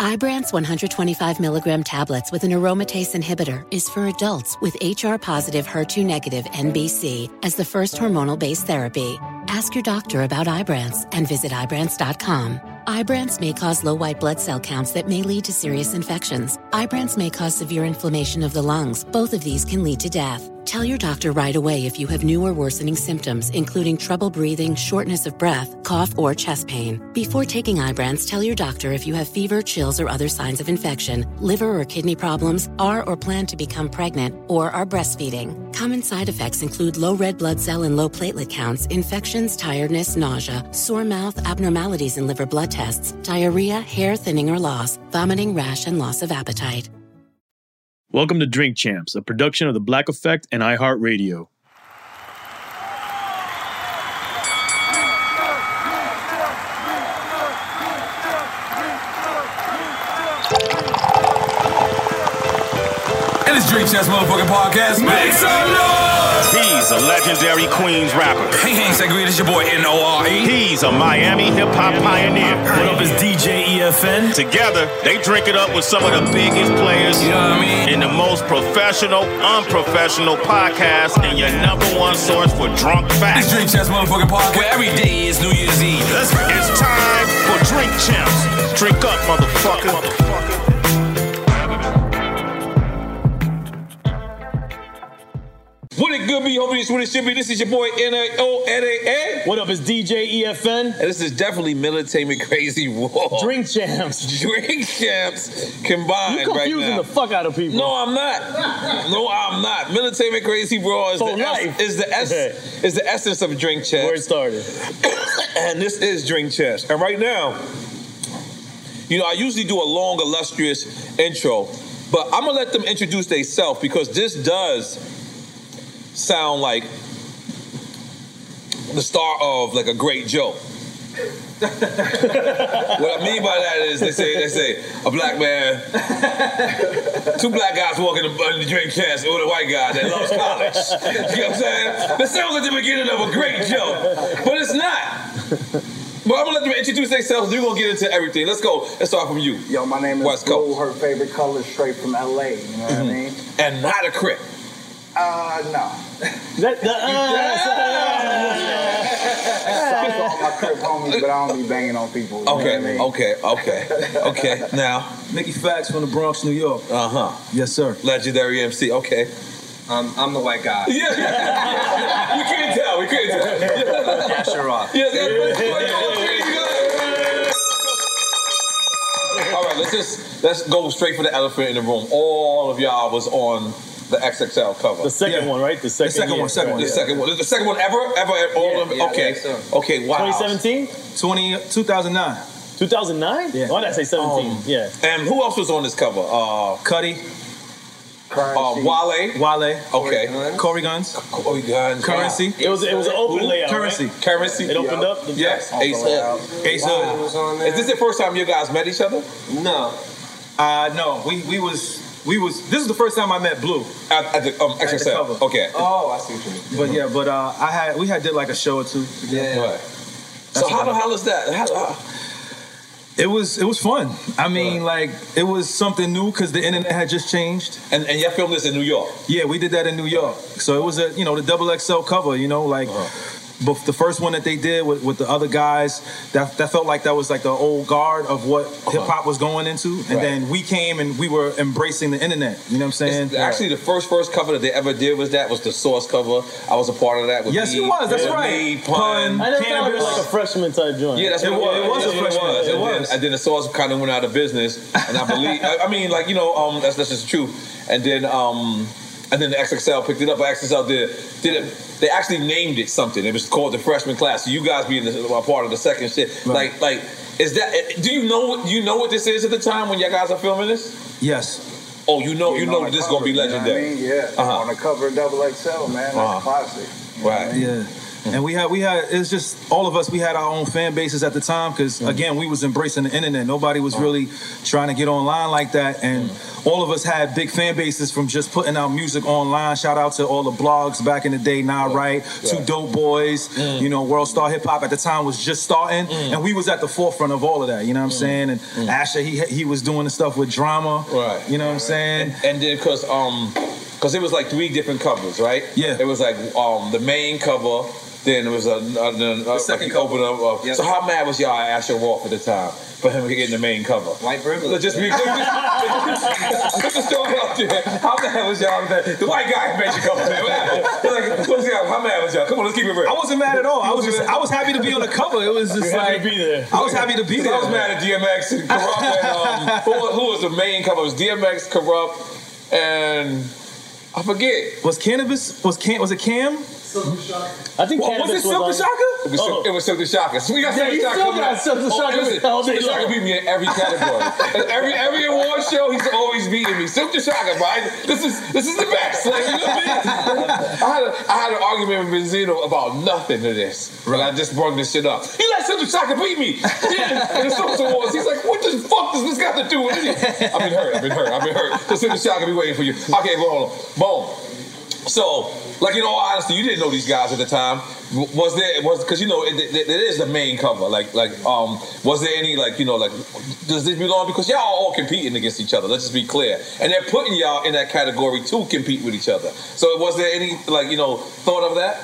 Ibrance 125 milligram tablets with an aromatase inhibitor is for adults with HR positive, HER2 negative NBC as the first hormonal based therapy. Ask your doctor about Ibrance and visit Ibrance.com. Ibrance may cause low white blood cell counts that may lead to serious infections. Ibrance may cause severe inflammation of the lungs. Both of these can lead to death. Tell your doctor right away if you have new or worsening symptoms, including trouble breathing, shortness of breath, cough, or chest pain. Before taking Ibrance, tell your doctor if you have fever, chills, or other signs of infection, liver or kidney problems, are or plan to become pregnant, or are breastfeeding. Common side effects include low red blood cell and low platelet counts, infections, tiredness, nausea, sore mouth, abnormalities in liver blood tests, diarrhea, hair thinning or loss, vomiting, rash, and loss of appetite. Welcome to Drink Champs, a production of The Black Effect and iHeartRadio. And it's Drink Chess Motherfucking Podcast. Make some noise! He's a legendary Queens rapper. Hey, hey, Segreed, it's your boy N-O-R-E. He's a Miami hip hop pioneer. What up is DJ EFN? Together, they drink it up with some of the biggest players. You know what I mean? In the most professional, unprofessional podcast, and your number one source for drunk facts. It's Drink Chess Motherfucking Podcast. Where every day is New Year's Eve. Let's go. It's time for Drink Champs. Drink up, motherfucker. motherfucker. What it good be? Hopefully, this is what it should be. This is your boy N-A-O-N-A-A. What up? It's E DJ EFN. And this is definitely Militate Me Crazy War. Drink champs. Drink champs combined You confusing right now. the fuck out of people. No, I'm not. No, I'm not. Militate Me Crazy Raw is, For the life. ess- is the ess- is the essence of Drink Where it started. Champs. and this is Drink Champs. And right now, you know, I usually do a long, illustrious intro, but I'm gonna let them introduce themselves because this does sound like the start of like a great joke. what I mean by that is they say they say a black man, two black guys walking in the in the drink chest with a white guy that loves college. you know what I'm saying? That sounds like the beginning of a great joke, but it's not. But I'm gonna let them introduce themselves. We're gonna get into everything. Let's go. Let's start from you. Yo, my name is West Blue. Coast. Mm-hmm. Her favorite color is straight from LA. You know what I mean? and not a crip. Uh, no. That, that, uh, Shout out to all my crib homies, but I don't be banging on people. you know what I Okay, mean? okay, okay, okay. Now, Mickey Fax from the Bronx, New York. uh huh. Yes, sir. Legendary MC. Okay. Um, I'm the white guy. Yeah, yeah. we couldn't tell. We couldn't tell. Yeah, sure are. Yeah, that's All right, let's just let's go straight for the elephant in the room. All of y'all was on the XXL cover. The second one, right? The second, the second year. one, second one, the Yeah. second one, the second one ever, ever, all of them. yeah, okay, yeah, sir. okay, wow. 2017? 20, 2009. 2009? Yeah. Oh, I say 17. Um, yeah. And who else was on this cover? Uh, Cuddy. Uh, Wale. Wale. Okay. Corey Guns. Corey Guns. Currency. Wow. It was- it was an open Who? layout, Currency. right? Currency. It opened up the- Yes. Open Ace layout. Hood. Ace Wow. Hood. Was on there. Is this the first time you guys met each other? No. Uh, no. We we was we was. This is the first time I met Blue. At, at the um, XXL. cover. Okay. Oh, I see what you mean. But yeah, but uh, I had we had did like a show or two. Yeah. Right. So how the hell is that? How- how- It was it was fun. I mean, like it was something new because the internet had just changed. And and y'all filmed this in New York. Yeah, we did that in New York. So it was a you know the double XL cover. You know, like. Uh-huh. bef- the first one that they did with, with the other guys, that that felt like that was like the old guard of what hip hop was going into, and Uh-huh. Right. then we came and we were embracing the internet. You know what I'm saying? It's- Actually, the first first cover that they ever did was that was the Source cover. I was a part of that. With Yes, me, you was. That's with right. Me, pun, I never thought it was cannabis. like a freshman type joint. Yeah, that's what it, was. That's what It was. And, Then, and then the sauce kind of went out of business. And I believe, I, I mean, like you know, um, that's that's just true. And then, um, and then the XXL picked it up. But XXL did did it. They actually named it something. It was called the freshman class. So you guys being the, a part of the second shit, Right. like like, is that? Do you know? Do you know what this is at the time when you guys are filming this? Yes. Oh, you know, you, know, the this is cover, gonna be you know what I legendary. mean? Yeah, Uh-huh. on the cover of Double XL, man. That's Uh-huh. classic. Right. Yeah. And we had we had it's just all of us we had our own fan bases at the time because again we was embracing the internet nobody was really trying to get online like that and all of us had big fan bases from just putting our music online shout out to all the blogs back in the day now right two dope boys you know world star hip hop at the time was just starting and we was at the forefront of all of that you know what I'm saying and Asher he he was doing the stuff with drama Right. you know what I'm saying And then, cause um, cause it was like three different covers, right? Yeah. It was like um the main cover. Then it was a, the second cover. Up, uh, So how mad was y'all at Asher Wolf at the time for him getting the main cover? White privilege. Let's just be let's just- let's just throw it out there. How mad was y'all? At that? The white guy made you cover, man. What happened? Like, what's up? how mad was y'all? Come on, let's keep it real. I wasn't mad at all. I was just I was happy to be on the cover. It was just You're happy like to be there. I was happy to be 'Cause there. I was mad at DMX and Corrupt. and, um, who, who was the main cover? It was DMX, Corrupt, and I forget. Was cannabis? Was can? Was it Cam? I think Well, was Cannabis it was Silk on- the Shocker? It was, Silk- it was Silk the Shocker. So we got Yeah, Silk you the Shocker. still coming got out. Silk the Oh, Shocker listen, all day Silk the Shocker long. beat me in every category. And every every award show, he's always beating me. Silk the Shocker, man. This is this is the best. Like you know what I mean? I had a, I had an argument with Benzino about nothing to this, but I just brought this shit up. He let Silk the Shocker beat me. Yeah, in the social awards, he's like, what the fuck does this got to do with it? I've been hurt. I've been hurt. I've been hurt. So Silk the Shocker be waiting for you. Okay, well, hold on. Boom. So, like in all honesty, you didn't know these guys at the time. W- Was there was because you know it, it, it is the main cover. Like like um, was there any like you know like does this belong because y'all are all competing against each other? Let's just be clear. And they're putting y'all in that category to compete with each other. So was there any like you know thought of that?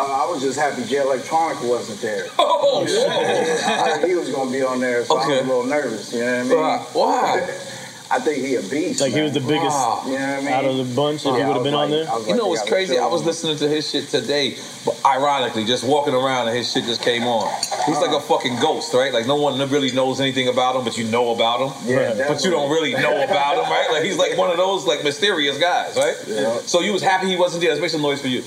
Uh, I was just happy Jay Electronica wasn't there. Oh, shit. I heard he was going to be on there, so I was a little nervous. You know what I mean? Right. Why? I think he a beast. Like, he man. was the biggest Wow. You know what I mean? out of the bunch if he Yeah, I would've was been on like- there. I was You like, know they what's gotta crazy? show I was him. listening to his shit today, but ironically, just walking around and his shit just came on. He's like a Uh-huh. fucking ghost, right? Like no one really knows anything about him, but you know about him. Yeah, but you don't really know about him, right? Like he's like one of those like mysterious guys, right? Yeah. So you was happy he wasn't there. Let's make some noise for you.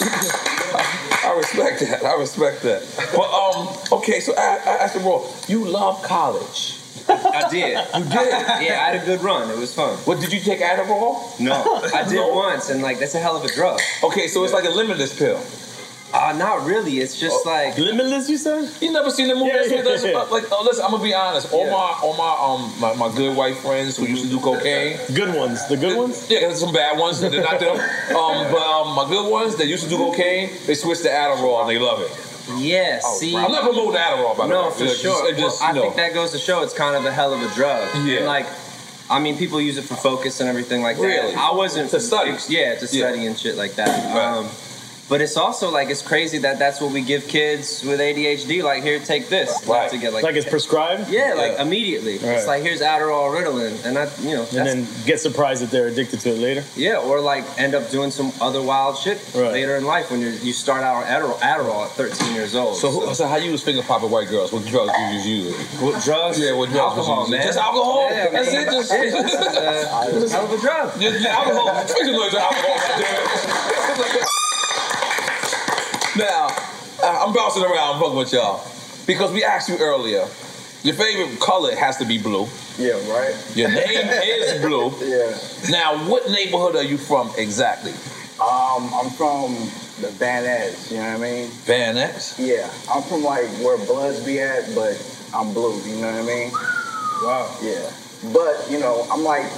I respect that. I respect that. But um, okay. So I, I asked the role. You love college. I did. You did. Yeah, I had a good run. It was fun. What did you take Adderall? No, I did No. once, and like that's a hell of a drug. Okay, so it's like a limitless pill. Oh. Uh, not really. It's just like limitless. You said you never seen the movie. Yeah, that's what that's yeah, yeah. about. Like, oh, listen, I'm gonna be honest. All my, all my, um, my, my good white friends who used to do cocaine. Good ones. The good ones. Yeah, 'cause there's some bad ones. They're not them. Um, but um, my good ones, they used to do cocaine. They switched to Adderall and they love it. yeah. see, I'm not promoting Adderall, by the no, way. for Yeah, just- sure. it just, Well, I you know. think that goes to show it's kind of a hell of a drug. Yeah. And, like, I mean, people use it for focus and everything like that. Really? I wasn't To study. Yeah, to Yeah. study and shit like that. Um, But it's also like it's crazy that that's what we give kids with ADHD. Like here, take this. Right. To get like, Like it's prescribed? Yeah, like Yeah. immediately. Right. It's like here's Adderall, Ritalin, and I, you know, and that's- then get surprised that they're addicted to it later. yeah, or like end up doing some other wild shit later in life when you you start out on Adderall, Adderall at 13 years old. So, who, so how you was finger popping white girls? What drugs you was using? What drugs? Yeah, what drugs? Alcohol, was you man. using? Just alcohol. Yeah, That's man. it. Just Yeah, this is, uh, this is hell of a drug. Just, just alcohol. Speaking of alcohol, now uh, I'm bouncing around, I'm fucking with y'all, because we asked you earlier. Your favorite color has to be blue. Yeah, right. Your name is blue. Yeah. Now, what neighborhood are you from exactly? Um, I'm from the Van Ness, you know what I mean? Van Ness. Yeah, I'm from like where Bloods be at, but I'm blue, you know what I mean? Wow. Yeah. But, you know, I'm like,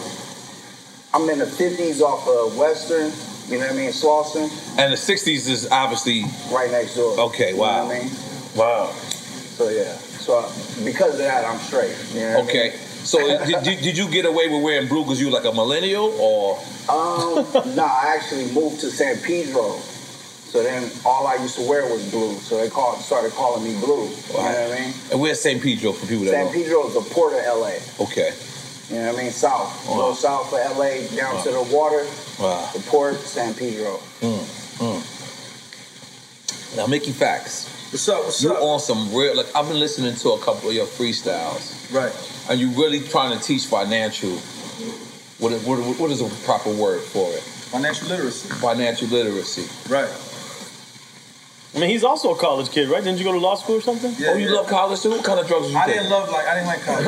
I'm in the 50s off of Western, you know what I mean? Slauson, And the '60s is obviously right next door. Okay, You wow. know what I mean? Wow. So, yeah. So, I, because of that, I'm straight. You know what I mean? Okay. So did, did, did you get away with wearing blue because you like a millennial or Um, no, I actually moved to San Pedro. So then all I used to wear was blue. So they called, started calling me blue. You know what I mean? and where's San Pedro for people that San know? Pedro is the port of LA. Okay. You know what I mean? South. Wow. Go south of LA, down to the water, Wow. the port, San Pedro. Mm, mm. Now Mickey Facts. What's up? What's you up? on some real like I've been listening to a couple of your freestyles. Right. And you really trying to teach financial what is, what, what is the proper word for it? Financial literacy. Financial literacy. Right. I mean, he's also a college kid, right? Didn't you go to law school or something? oh, you love college too? What kind of drugs was you I taking? didn't love like I didn't like college.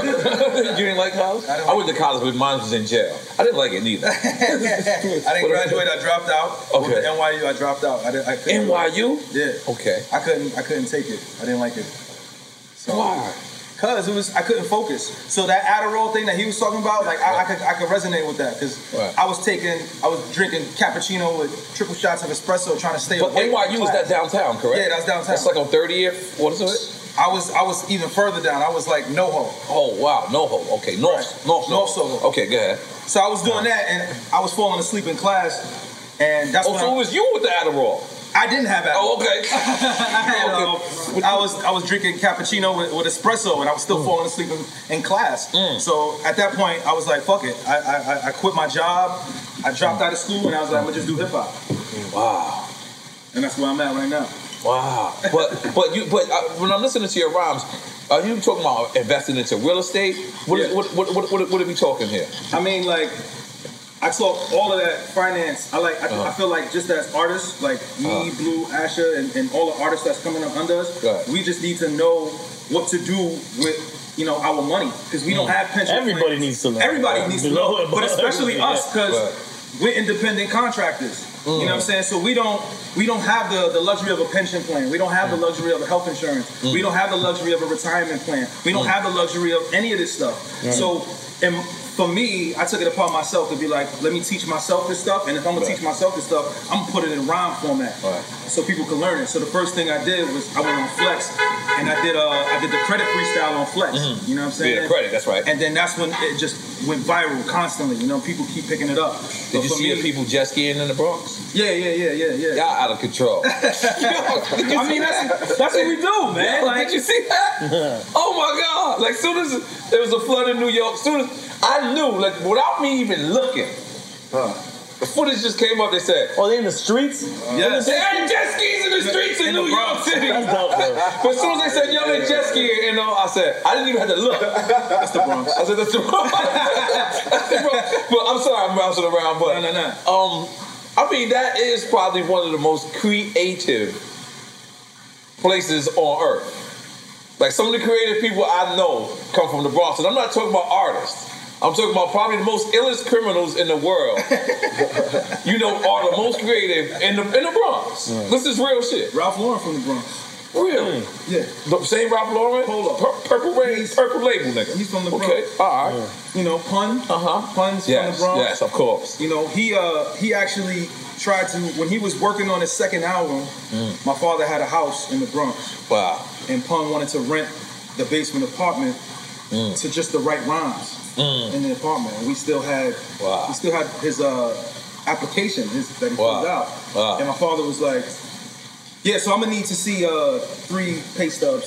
you didn't like college? I, went to college, but mine was in jail. I didn't like it neither. I didn't graduate. I dropped out. Okay. With the NYU, I dropped out. I didn't. I couldn't, NYU? Yeah. Okay. I couldn't. I couldn't take it. I didn't like it. So, Why? Cause it was I couldn't focus. So that Adderall thing that he was talking about, like I, I could I could resonate with that because Right. I was taking I was drinking cappuccino with triple shots of espresso, trying to stay. But awake from NYU was class. that downtown, correct? Yeah, that's downtown. That's like on 30th. What is it? I was I was even further down. I was like NoHo. Oh wow, NoHo. Okay, North North North Soho. Okay, go ahead. So I was doing that, and I was falling asleep in class, and that's oh, when so I- it was you with the Adderall. I didn't have Adderall. Oh, okay. I, had, um, I was I was drinking cappuccino with, with espresso, and I was still falling asleep in, in class. Mm. So at that point, I was like, "Fuck it!" I I, I- I quit my job. I dropped out of school, and I was like, "I'm gonna just do hip hop." Wow. And that's where I'm at right now. Wow. But but you but uh, when I'm listening to your rhymes, are you talking about investing into real estate? What is- what, what, what, what, what are we talking here? I mean, like, I talk all of that finance. I like. I, I feel like just as artists, like me, Uh-huh. Blue, Asha, and, and all the artists that's coming up under us, Right. we just need to know what to do with you know our money because we don't Mm. have pension. Everybody plans. needs to know. Everybody Right. needs to Below know, and but above. especially us Yeah. because Right. we're independent contractors. You Mm. know what I'm saying? So we don't we don't have the, the luxury of a pension plan. We don't have the luxury of health insurance. Mm. We don't have the luxury of a retirement plan. We don't Mm. have the luxury of any of this stuff. Right. So and for me, I took it upon myself to be like, let me teach myself this stuff, and if I'm gonna Right. teach myself this stuff, I'm gonna put it in rhyme format so people can learn it. So the first thing I did was I went on Flex, and I did uh I did the credit freestyle on Flex. Mhm. You know what I'm saying? Yeah, credit, that's right. And then that's when it just went viral constantly. You know, people keep picking it up. Did you see the people jet skiing in the Bronx? Yeah, yeah, yeah, yeah, yeah. Y'all out of control. I mean, that's that's what we do, man. Yo, Like, did you see that? oh my god! Like soon as there was a flood in New York, soon as I knew, like without me even looking, the footage just came up. They said, "Oh, they in the streets." Yes, they had jet skis in the streets in, in the New York Bronx. City. That's dope, bro. but as soon as they said, "Yo, they jet skiing," and all, I said, I didn't even have to look. That's the Bronx. I said, "That's the Bronx." That's the Bronx. But I'm sorry, I'm bouncing around. But no, no, no. Um, I mean, that is probably one of the most creative places on earth. Like some of the creative people I know come from the Bronx, and I'm not talking about artists. I'm talking about probably the most illest criminals in the world. you know, are the most creative in the in the Bronx. This is real shit. Ralph Lauren from the Bronx. Really? Yeah. The same Ralph Lauren? Hold up. purple rain, purple label, nigga. He's from the Bronx. Okay, all right. You know, pun. Uh huh. Pun's from Yes, the Bronx. yes, of course. You know, he uh he actually tried to when he was working on his second album. Mm. My father had a house in the Bronx. Wow. And Pun wanted to rent the basement apartment Mm. to just the right rhymes in the apartment. And we still had Wow. we still had his uh application his, that he filled out. Wow. And my father was like, Yeah, so I'm gonna need to see uh, three pay stubs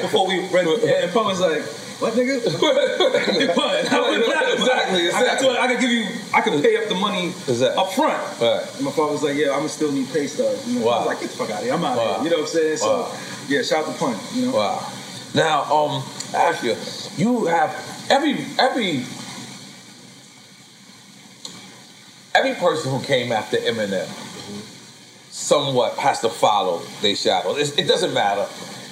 before we rent. And Pun was like, "What, nigga?" They pun. I went black. Exactly, I, got exactly. to- I could give you. I could pay up the money Exactly. up front. And my father was like, "Yeah, I'm gonna still need pay stubs." You know, I was like, "Get the fuck out of here! I'm out Wow. of here!" You know what I'm saying? So, Wow. yeah, shout out to Pun. You know. Wow. Now, um, I ask you, you have every every every person who came after Eminem somewhat has to follow their shadow. It's, it doesn't matter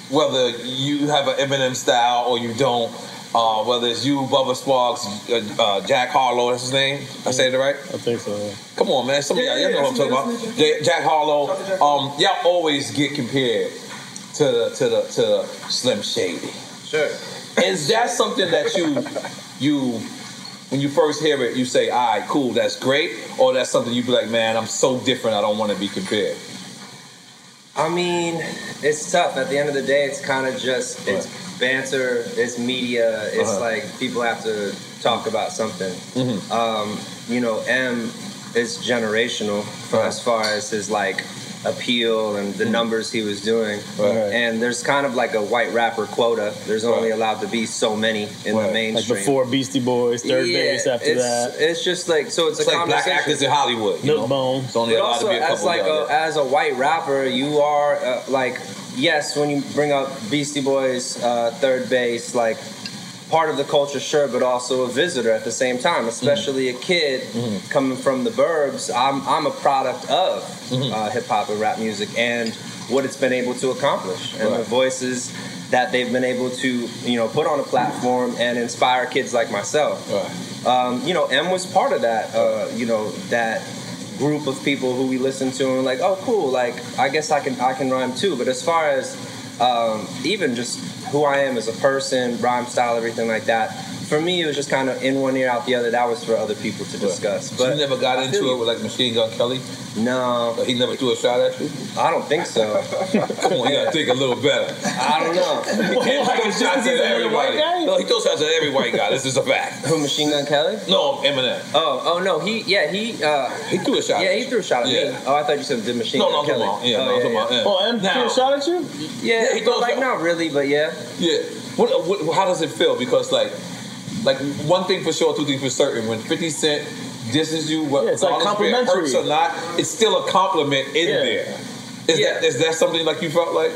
whether you have an Eminem style or you don't. Uh, whether it's you, Bubba Sparks, uh, uh, Jack Harlow, that's his name. I said it right? I think so. Come on, man. Some of y'all, y'all know what I'm talking about. Ja- Jack Harlow. Um, y'all always get compared to the, to the to the Slim Shady. Sure. Is that something that you you when you first hear it you say, "All right, cool, that's great," or that's something you be like, "Man, I'm so different. I don't want to be compared." I mean, it's tough. At the end of the day, it's kind of just it's banter, it's media, it's Uh-huh. like people have to talk about something. Mm-hmm. Um, you know, M is generational for Right. Mm. as far as his like appeal and the numbers he was doing. Right. And there's kind of like a white rapper quota. There's only allowed to be so many in the Like mainstream. before Beastie Boys, third Yeah, base after it's, that. It's just like so. It's, It's a like black conversation. actors in Hollywood, you know? Milkbone. It's only but allowed to also, be a as couple like down a, as a white rapper, you are uh, like yes. When you bring up Beastie Boys, uh, third base, like part of the culture, sure, but also a visitor at the same time. Especially Mm-hmm. a kid coming from the burbs. I'm I'm a product of Mm-hmm. uh, hip hop and rap music and what it's been able to accomplish and the Right. voices that they've been able to you know put on a platform and inspire kids like myself. Um, you know, M was part of that. Uh, you know that group of people who we listened to and were like, oh, cool. Like I guess I can I can rhyme too. But as far as um, even just who I am as a person, rhyme style, everything like that. For me, it was just kind of in one ear, out the other. That was for other people to discuss. So But you never got I feel into you. it with like Machine Gun Kelly. No, he never threw a shot at you. I don't think so. Come on, you gotta think a little better. I don't know. He can't Why? throw Just 'cause shots he's at another white everybody. guy? No, he throws shots at every white guy. This is a fact. Who Machine Gun Kelly? No, Eminem. Oh, oh no, he yeah he uh, he threw a shot. Yeah, he threw a shot at me. Yeah. Oh, I thought you said the Machine No, Gun no, I'm Kelly. talking about- yeah, no, I'm talking about- yeah. Oh, and threw a Now- shot at you? Yeah, Yeah, he but like not really, but yeah. Yeah. What, what, how does it feel? Because like, like one thing for sure, two things for certain. When Fifty Cent disses you, what it's like complimentary. hurts or not, it's still a compliment in Yeah. there. Is that is that something like you felt like?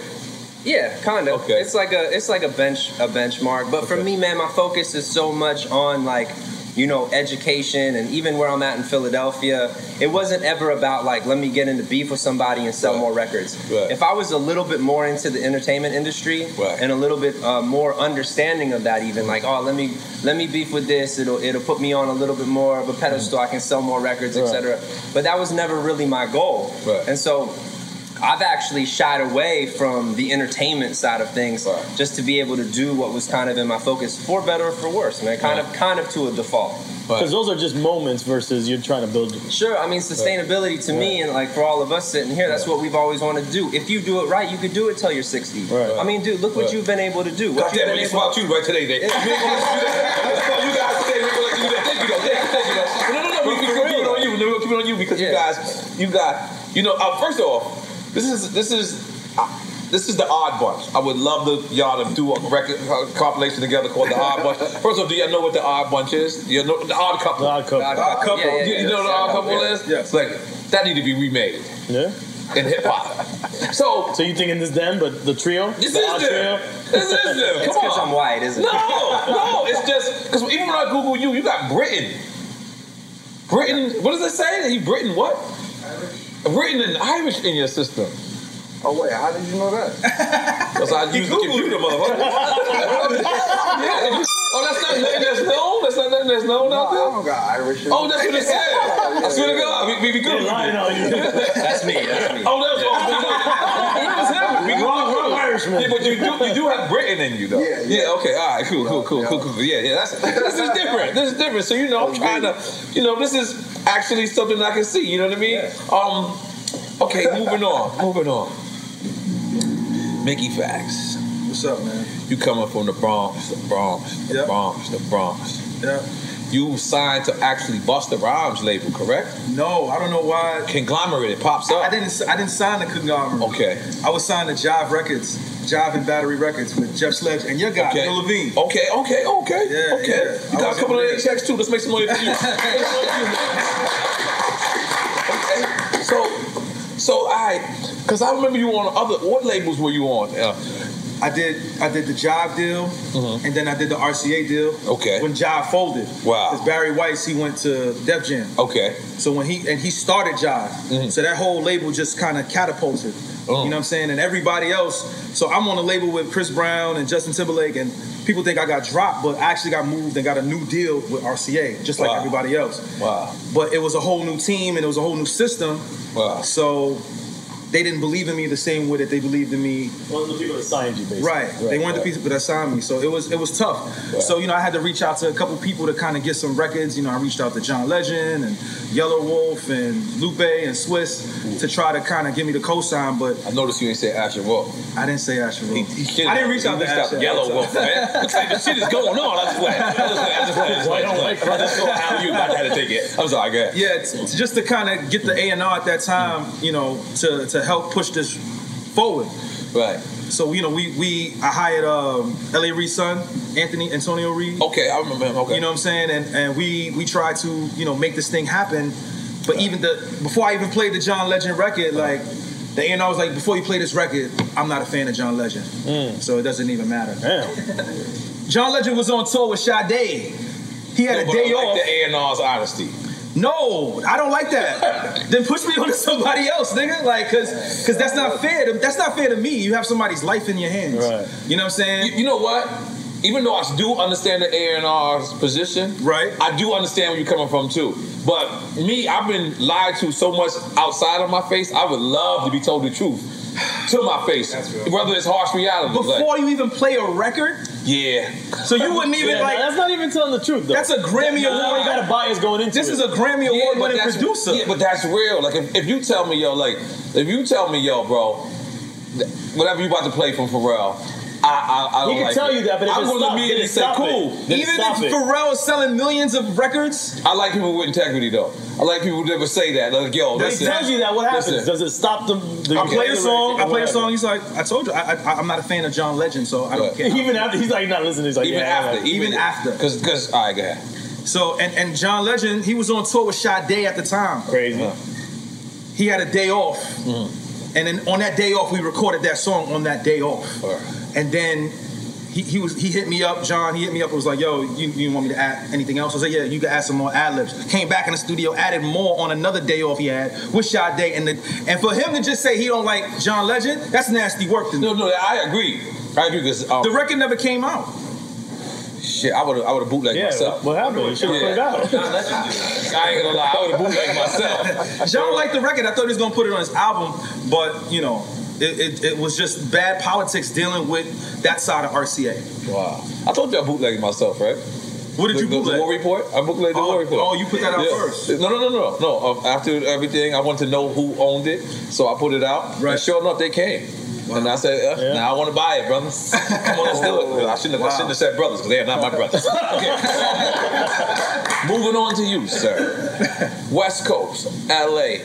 Yeah, kind of. It's like a it's like a bench a benchmark. But for me, man, my focus is so much on like you know education and even where I'm at in Philadelphia, it wasn't ever about like let me get into beef with somebody and sell more records. If I was a little bit more into the entertainment industry and a little bit uh, more understanding of that, even like oh let me let me beef with this, it'll it'll put me on a little bit more of a pedestal. I can sell more records, Right. etc. But that was never really my goal. And so I've actually shied away from the entertainment side of things uh, just to be able to do what was kind of in my focus for better or for worse, man. Kind of kind of to a default. Because those are just moments versus you're trying to build. Sure, I mean sustainability to me and like for all of us sitting here, that's what we've always wanted to do. If you do it right, you could do it till you're 60. I mean, dude, look what Right. you've been able to do. What God you've damn it, been they able swapped you right today, Dave. You ain't gonna do that. That's all you guys today. We ain't gonna let you do that. Thank you, though. Thank you, thank you, though. No, no, no. We, we gonna keep it on you. No, We'll keep it on you because you guys, you got, you know. Uh, first off, this is this is. Uh, this is the odd bunch. I would love the, y'all to do a record uh, compilation together called the Odd Bunch. First off, do y'all know what the Odd Bunch is? You know the Odd Couple. The Odd Couple. Odd Couple. Yeah, yeah, you, yeah. you know what the Yeah, Odd Couple yeah. is? Yes. Like that need to be remade. Yeah. In hip hop. So. So you thinking this them, but the trio? This The is odd them. This is them. Come It's 'cause on. I'm white, isn't it? No, no. It's just because even when I Google you, you got Britain. Britain. What does it say? That you Britain what? Britain and Irish in your system. Oh wait, how did you know that? That's how I use the computer, motherfucker. yeah. Oh, that's not nothing that's known. That's not nothing that's known out there. I don't got Irish. in Oh, me. that's what it said. I swear to God, we, we be good. lying on you. that's me. That's me. Oh, that's all. That was him. We go Wrong- wrong Irishman. Yeah, but you do you do have Britain in you though. Yeah, yeah. okay. All right. Cool. Cool. Cool. Cool. Cool. cool. Yeah. Yeah. That's this is different. This is different. So you know, I'm trying to. You know, this is actually something I can see. You know what I mean? Um. Okay. Moving on. Moving on. Mickey Facts. What's up, man? You coming from the Bronx, the Bronx, the Bronx, the Bronx. Yeah. you signed to actually Busta Rhymes label, correct? No, I don't know why. Conglomerate it pops up. I didn't. I didn't sign the conglomerate. Okay. I was signed to Jive Records, Jive and Battery Records with Jeff Sledge and your guy, Okay. Bill Levine. Okay, okay, okay, yeah, okay. yeah. You I got was a couple over of there. their checks too. Let's make some money for you. Make some money for you. okay. So, so I, because I remember you on other. What labels were you on? I did. I did the Jive deal, and then I did the RCA deal. Mm-hmm. Okay. When Jive folded. Wow. Because Barry Weiss, he went to Def Jam. Okay. Mm-hmm. So when he and he started Jive, so that whole label just kind of catapulted. Oh. You know what I'm saying? And everybody else. So I'm on a label with Chris Brown and Justin Timberlake, and people think I got dropped, but I actually got moved and got a new deal with RCA, just like Wow. everybody else. Wow. But it was a whole new team and it was a whole new system. Wow. So they didn't believe in me the same way that they believed in me One of the people that signed you, basically. Right. They wanted the right. people that signed me. So it was it was tough. So, you know, I had to reach out to a couple people to kind of get some records. You know, I reached out to John Legend and Yellow Wolf and Lupe and Swiss to try to kind of give me the cosign, but I noticed you didn't say Asher Wolf. I didn't say Asher Wolf. should've- I didn't reach he out to reached out Asher. to Yellow Wolf, man. What type of shit is going on? I just playing. I just playing. I just playing. I just playing. I just playing. I just playing. How you not had to take it? I'm sorry. Go ahead. Yeah, it's, it's just to kind of get the A and R at that time, you know, to to help push this forward. Right. So you know, we we I hired um, L.A. Reid's son, Anthony Antonio Reed. Okay, I remember him. Okay. You know what I'm saying? And and we we tried to you know make this thing happen, but even the before I even played the John Legend record, like the A and R was like, before you play this record, I'm not a fan of John Legend, Mm. so it doesn't even matter. John Legend was on tour with Sade. He had a But day I off. like the A and R's honesty. No, I don't like that. then push me onto somebody else, nigga. Like, cause, cause that's not fair. To, that's not fair to me. You have somebody's life in your hands. Right. You know what I'm saying? You know what? Even though I do understand the A and R's position, right? I do understand where you're coming from too. But me, I've been lied to so much outside of my face. I would love to be told the truth to my face, whether it's harsh reality. like- Before you even play a record, yeah. so you wouldn't even Yeah, like. no, That's not even telling the truth. That's a Grammy No, award. you got a bias going into This is a Grammy Yeah, award but winning that's- producer. Yeah, but that's real. Like if, if you tell me yo, like if you tell me yo, bro, th- whatever you about to play from Pharrell, I I, I He don't can like tell it. you that, but if I'm it gonna stop, immediately then it say stop cool. it. Even if Pharrell is selling millions of records, I like people with integrity though. I like people that would say that. Like yo, They listen. tell you that, what happens? Listen. Does it stop them? I play a song. I play a song. He's like, I told you, I, I, I'm not a fan of John Legend, so I don't care. Even after- he's like, not listening. He's like, Even yeah, after, yeah. even after. Because, because, all right, go ahead. So, and, and John Legend, he was on tour with Sade at the time. Crazy. Uh-huh. He had a day off, Mm-hmm. and then on that day off, we recorded that song on that day off. And then he, he was he hit me up, John. He hit me up. and was like, "Yo, you, you want me to add anything else?" I was like, "Yeah, you can add some more ad libs." Came back in the studio, added more on another day off he had with Sade, and the, and for him to just say he don't like John Legend, that's nasty work. To no, no, I agree. I agree because the record never came out. Shit, I would have I would have bootlegged Yeah, myself. what happened? You should've put it out. Nah, that's- I ain't gonna lie, I would have bootlegged myself. John liked the record. I thought he was gonna put it on his album, but you know, it, it, it was just bad politics dealing with that side of RCA. Wow. I told you I bootlegged myself, right? What did the, you the- bootleg? The War Report. I bootlegged the War Report. oh, you put that out first. No, no, no, no, no. Um, after everything, I wanted to know who owned it, so I put it out. Right. And sure enough, they came. And I said, uh, "Now I want to buy it, brothers. Come on, let's do it." I shouldn't have. I shouldn't have said brothers because they are not my brothers. Okay. Moving on to you, sir. West Coast, L.A.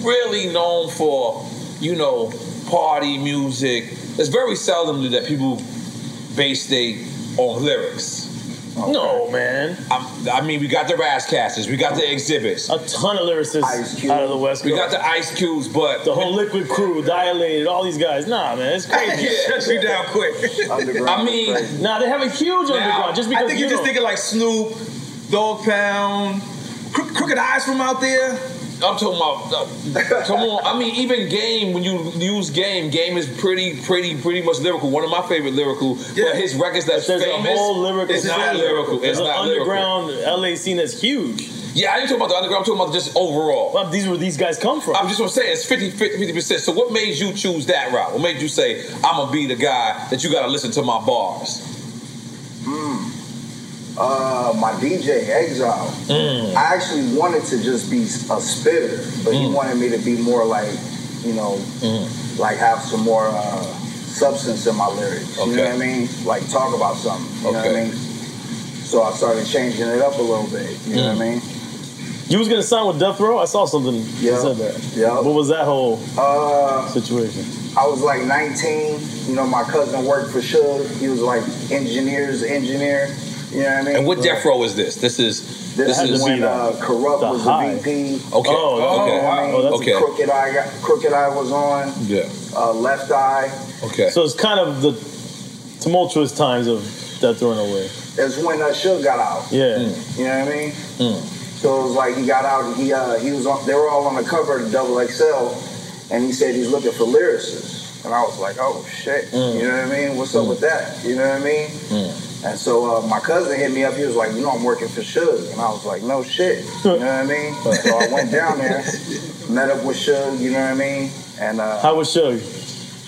Really known for, you know, party music. It's very seldom that people base they on lyrics. No, man. i I mean, we got the Rascasters, we got the exhibits. A ton of lyricists out of the West Coast. We got the Ice Cubes, but the whole Liquid Crew, Dilated, all these guys. Nah, man, it's crazy. Yeah. Shut you down quick. Underground I mean- is crazy. nah, they have a huge underground. Just because I think you you're just don't. thinking like Snoop, Dog Pound, Cro- Crooked Eyes from out there. I'm talking about. uh, come on, I mean, even game. When you use game, game is pretty, pretty, pretty much lyrical. One of my favorite lyrical. But his records that's There's famous. a whole lyrical. It's not scene. lyrical. There's It's an not lyrical. underground LA scene that's huge. Yeah, I ain't talking about the underground. I'm talking about just overall. Well, these where these guys come from. I'm just gonna say it's 50 50 percent. So what made you choose that route? What made you say I'm gonna be the guy that you gotta listen to my bars? Mm. Uh, my DJ Exile. Mm. I actually wanted to just be a spitter, but he wanted me to be more like, you know, Mm. like have some more uh, substance in my lyrics. You know Okay. what I mean? Like talk about something. You know what Okay. I mean? So I started changing it up a little bit. You Mm. know what I mean? You was gonna sign with Death Row. I saw something Yeah. that said that. Yeah. What was that whole Uh, situation? I was like 19. You know, my cousin worked for Suge. He was like engineer's engineer. You know what I mean? And what Death Row is this? This is This is is when uh, Corrupt was the VP. Okay. Oh, okay. You know what I mean? Oh, that's Okay. Crooked Eye, got, Crooked Eye was on. Yeah. Uh, Left Eye. Okay. So it's kind of the tumultuous times of Death Row in a way. That's when uh, Suge got out. Yeah. You know what I mean? So it was like he got out. and He uh, he was on. They were all on the cover of Double XL, and he said he's looking for lyricists. And I was like, oh shit. Mm. You know what I mean? What's up with that? You know what I mean? And so uh, my cousin hit me up. He was like, you know, I'm working for Suge. And I was like, no shit. You know what I mean? so I went down there, met up with Suge. You know what I mean? And uh, How was Suge?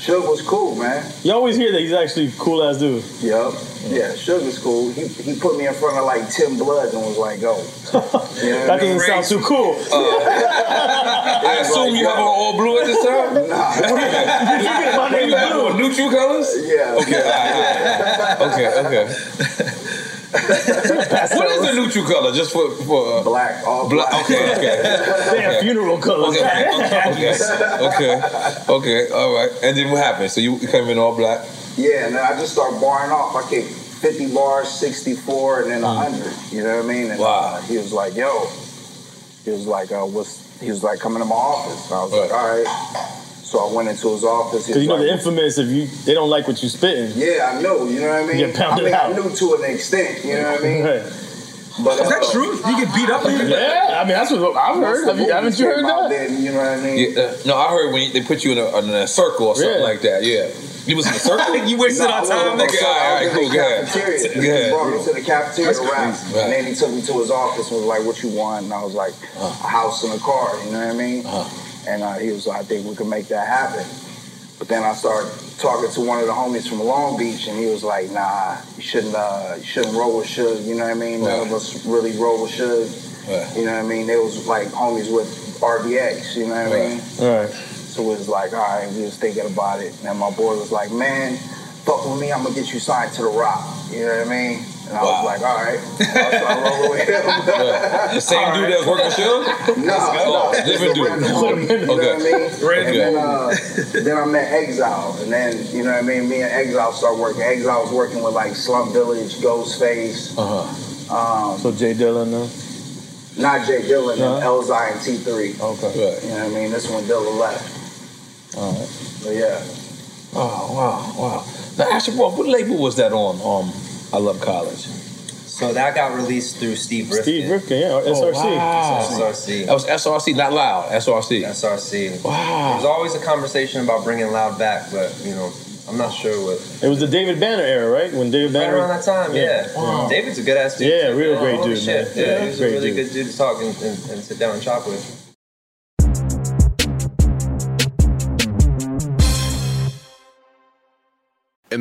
Suge was cool, man. You always hear that he's actually a cool ass dude. Yep. Yeah, Suge was cool. He, he put me in front of like Tim Bloods and was like, go. You know what That I mean? doesn't sound too cool. Uh, I assume you have on all blue at this time. Nah. my name is blue. New true colors. Yeah. Okay. all right, all right. Okay. Okay. what is the new true color? Just for for uh, black. All black. Okay. Okay. Damn, funeral colors. Okay. Okay. Okay. Okay. All right. And then what happened? So you came in all black. Yeah, and then I just start barring off. I kicked 50 bars, 64, and then Mm. 100. You know what I mean? And, wow. he was like, yo. He was like, uh, what's, he was like, coming to my office. And I was like, all right. So I went into his office. He Because you know was the like, infamous if you they don't like what you spitting. yeah, I know. You know what I mean? You get I pounded mean, out. I knew to an extent. You know what I mean? But, uh, Is that true? You get beat up? Yeah, I mean that's what I've heard. Have you, haven't you heard that? you know what I mean? Yeah, uh, no, I heard when you, they put you in a, in a circle or something Yeah. like that. Yeah, you was in a circle. You wasted Nah, our I wasn't time, in no Okay, circle. all I right, was all right, cool. in Go the ahead. cafeteria. Go ahead. He brought me to the cafeteria That's to rap. crazy. And then he took me to his office and was like, what you want? And I was like, a house and a car, you know what I mean? Uh-huh. And uh, he was like, I think we can make that happen. But then I started talking to one of the homies from Long Beach, and he was like, nah, you shouldn't, uh, you shouldn't roll with Suge, you know what I mean? None of us really roll with Suge, you know what I mean? They was like homies with RBX, you know what I mean? Right. So it was like, all right, we was thinking about it. And my boy was like, man, fuck with me, I'm gonna get you signed to the rock. You know what I mean? And I was like, all right. So I rolled with him. The same dude that was working shield. No, oh, different dude. You know what I mean? And Okay. then, uh, then I met Exile, and then you know what I mean. Me and Exile started working. Exile was working with like Slum Village, Ghostface, Uh huh. um, So Jay Dillon though. not Jay Dillon, Uh-huh. and Elzai and T3. Okay. You know what I mean? This one Dillon left, All right. but yeah. Oh wow, wow. Now, actually, Roth, what label was that on? Um, I love college. So that got released through Steve Rifkin. Steve Rifkin, yeah, Oh, wow. SRC. That was SRC, not Loud. SRC. SRC. Wow. There's always a conversation about bringing Loud back, but you know, I'm not sure what. It was the David Banner era, right? When David Right Banner around that time, yeah. Wow. David's a good ass dude. Yeah, too, real man. great Holy dude, man. shit. Yeah, Yeah, he was a great really dude. good dude to talk and, and, and sit down and chop with. In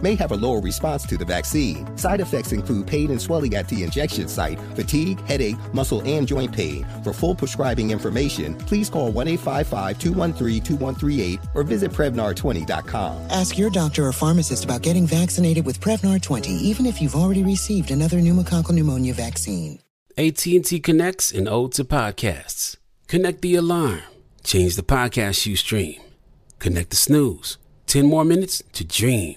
may have a lower response to the vaccine. Side effects include pain and swelling at the injection site, fatigue, headache, muscle, and joint pain. For full prescribing information, please call 1 855 213 2138 or visit Prevnar20.com. Ask your doctor or pharmacist about getting vaccinated with Prevnar 20, even if you've already received another pneumococcal pneumonia vaccine. AT&T connects and ode to podcasts. Connect the alarm. Change the podcast you stream. Connect the snooze. 10 more minutes to dream.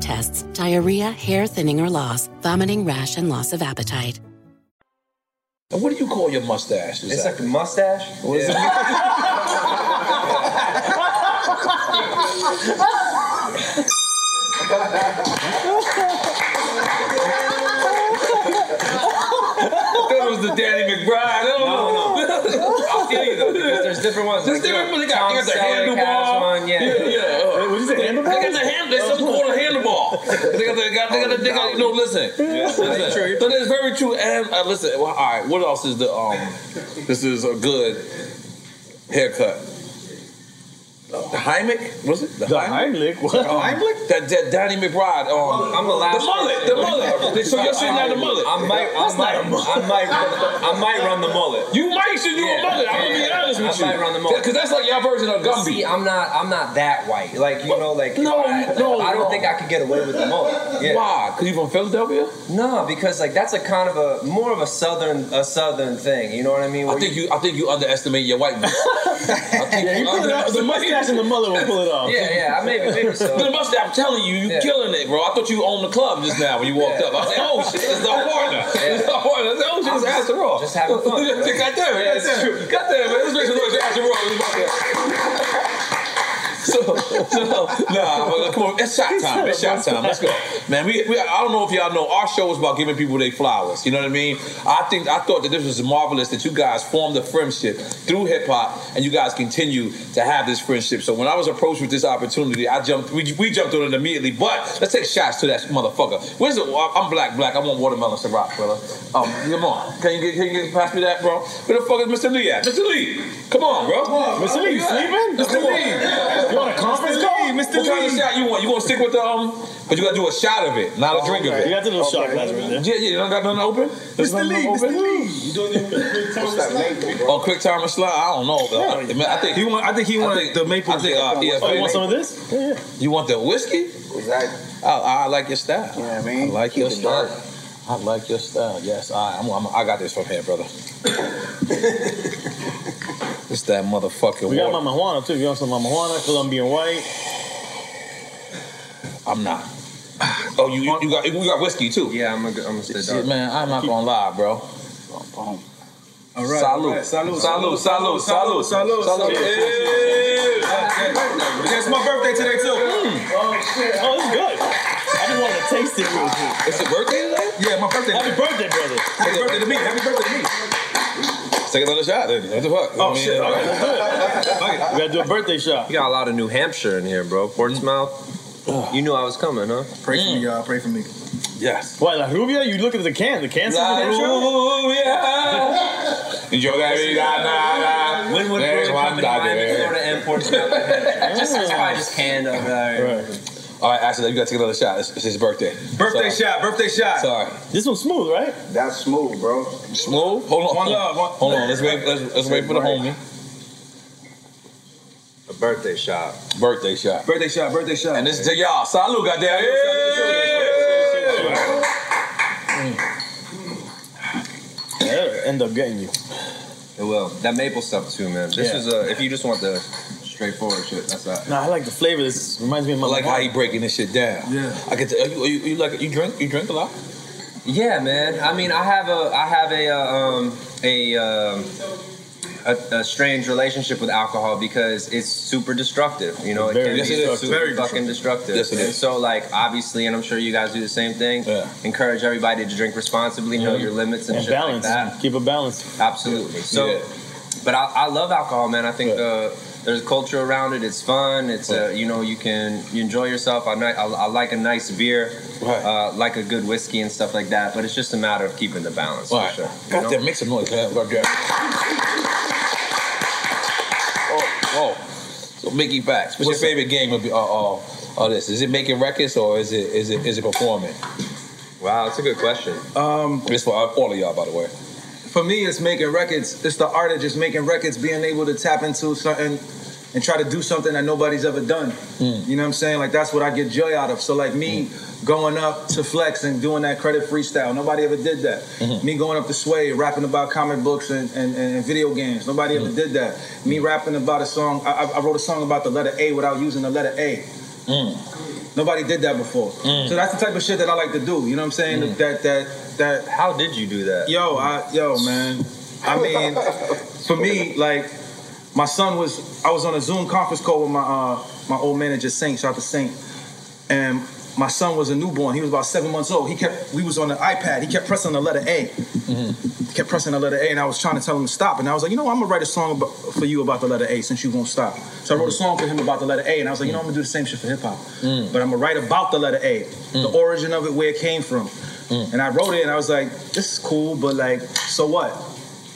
tests, diarrhea, hair thinning or loss, vomiting, rash, and loss of appetite. And what do you call your mustache? It's like a mustache. What is I thought it was the Danny McBride. I don't know. I'll tell you though, because there's different ones. There's Like, you different know, ones. They got, they got the Tom Selleck has handlebar. one, yeah. yeah. yeah. What is it? Handlebar? They got the handlebar. There's something called a handlebar. They got the, they got, they got the, they got, no, listen. Yeah, listen. that's true. But it's very true. And uh, listen, well, all right, what else is the, um, this is a good haircut? The Heimlich? Was it? The, the Heimlich? What? Um, That, that Danny McBride. Um, I'm the last. The mullet. The mullet. They- so you're sitting down the mullet. I might, I That's not might, a mullet. I might, run, I might run the mullet. You might should do a mullet. I'm gonna be honest with you. I might run the mullet Because that's like your version of Gumby. See, I'm not, I'm not that white. Like you know, like no, I, no, I don't think I could get away with the mullet. Why? Because you from Philadelphia? No, because like that's a kind of a more of a southern, a southern thing. You know what I mean? I think you, I think you underestimate your whiteness. I think Yeah, you put it off- the mustache and the mullet will pull it off. Yeah, yeah, maybe- maybe so. But the mustache, I'm telling you, you killing it, bro. I thought you owned the club just now when you walked up. I said, oh shit, it's the foreigner. It's the foreigner. I said, oh shit, it's I'm just- Asher Ross. just having God fun, damn bro. it, God damn Yeah, it's true. it. God damn it. Let's make some noise for Asher Ross. He's about there. So, so nah, but come on, it's shot time. It's shot time. Let's go, man. We, we, I don't know if y'all know, our show is about giving people their flowers. You know what I mean? I think I thought that this was marvelous that you guys formed a friendship through hip hop, and you guys continue to have this friendship. So when I was approached with this opportunity, I jumped. We, we jumped on it immediately. But let's take shots to that motherfucker. Where's it? I'm black, black. I want watermelon Ciroc, brother. Um, come on, can you get, can you get past me that, bro? Where the fuck is Mr. Lee at? Mr. Lee, come on, bro. Mr. Lee, Where you at? sleeping? Mr. Come on. Lee, You want a conference Mr. call? Lee, Mr. What kind of Lee. shot you want? You want to stick with the um? But you got to do a shot of it, not a drink of Oh, it. okay. You got the little shot glass right there. Yeah, yeah. You don't got nothing open. There's nothing open? You doing it with quick time Uh, Oh, quick time and slide. I don't know though. I, Yeah. mean, I think He want- I think he wanted the maple. I think uh, Oh, you E EFA. want some of this? Yeah. You want the whiskey? Exactly. I, I like your style. You know what I mean? I like your style. I like your style. Yes, I, I'm, I'm, I got this from here, brother. it's that motherfucking We got water. Mama Juana too. You want some Mama Juana, Colombian white. I'm not. Oh, you, you, you got you got whiskey too? Yeah, I'm gonna, I'm gonna stay dark. Man, I'm not gonna lie, bro. All right, Salud. all right. Salud, Salud, salud, salud, salud, salud. Yeah, It's my birthday today too. Hmm. Oh shit! Oh, it's good. I just wanted to taste it real quick. It's your birthday today? Yeah, my birthday. Happy birthday, brother. Happy birthday to me. Happy birthday to me. Take another shot. Then. What the fuck? Oh, shit. All right, let's do it. We gotta do a birthday shot. You got a lot of New Hampshire in here, bro. Portsmouth. You knew I was coming, huh? Pray for me, y'all. Pray for me. Yes. What, La Rubia? You look at the can. The can's La in the Oh, Rubia. Yo la vida nada. When would There's one Florida come to mind? dagger. Florida and Portsmouth. just, just probably just canned up. All right, actually, you gotta take another shot. It's, it's his birthday. Birthday shot, birthday shot. Sorry. This one's smooth, right? That's smooth, bro. Smooth? Hold One on. hold on. love, one- Hold on. Let's wait. Let's, let's wait for the homie. A birthday shot. Birthday shot. Birthday shot. Birthday shot. And this is to y'all. Salud, goddamn. It'll end up getting you. It will. That maple stuff too, man. This Yeah. is uh, if you just want the straightforward shit. That's that. Nah, I like the flavor. This reminds me of I my like how you breaking this shit down. Yeah. I get to. Are you, are you, you like you drink? You drink a lot? Yeah, man. I mean, I have a I have a uh, um, a, um, a a strange relationship with alcohol because it's super destructive. You know, it Very can be destructive. super Very fucking destructive. Yes, it and is. so, like, obviously, and I'm sure you guys do the same thing. Encourage everybody to drink responsibly, know Mhm. your limits and, And shit balance. like that. Keep a balance. Absolutely. So, but I, I love alcohol, man. I think uh, there's culture around it. It's fun. It's uh, you know you can you enjoy yourself. I, ni- I, I like a nice beer, uh, like a good whiskey and stuff like that. But it's just a matter of keeping the balance. All for right. sure. God damn, make some noise. Goddamn. Oh, whoa. So Mickey Facts. What's, your favorite game of uh, uh, all this? Is it making records or is it is it is it performing? Wow, that's a good question. Um, this for all of y'all, by the way. For me, it's making records. It's the art of just making records, being able to tap into something and try to do something that nobody's ever done. Hmm. You know what I'm saying? Like that's what I get joy out of. So like me going up to Flex and doing that credit freestyle, nobody ever did that. Mhm. Me going up to Sway, rapping about comic books and, and, and video games, nobody Mm-hmm. ever did that. Me rapping about a song, I, I- I wrote a song about the letter A without using the letter A. Nobody did that before. Mm. So that's the type of shit that I like to do. You know what I'm saying? That that that. Mm. How did you do that? Yo, I yo man. I mean, for me, like my son was. I was on a Zoom conference call with my uh, my old manager Saint. Shout out to Saint. And my son was a newborn. He was about seven months old. He kept. We was on the iPad. He kept pressing the letter A. Kept pressing the letter A, and I was trying to tell him to stop. And I was like, you know, what? I'm gonna write a song about, for you about the letter A since you won't stop. So I wrote a song for him about the letter A, and I was like, you know, I'm gonna do the same shit for hip hop but I'm gonna write about the letter A, the origin of it, where it came from. And I wrote it, and I was like, this is cool, but like, so what?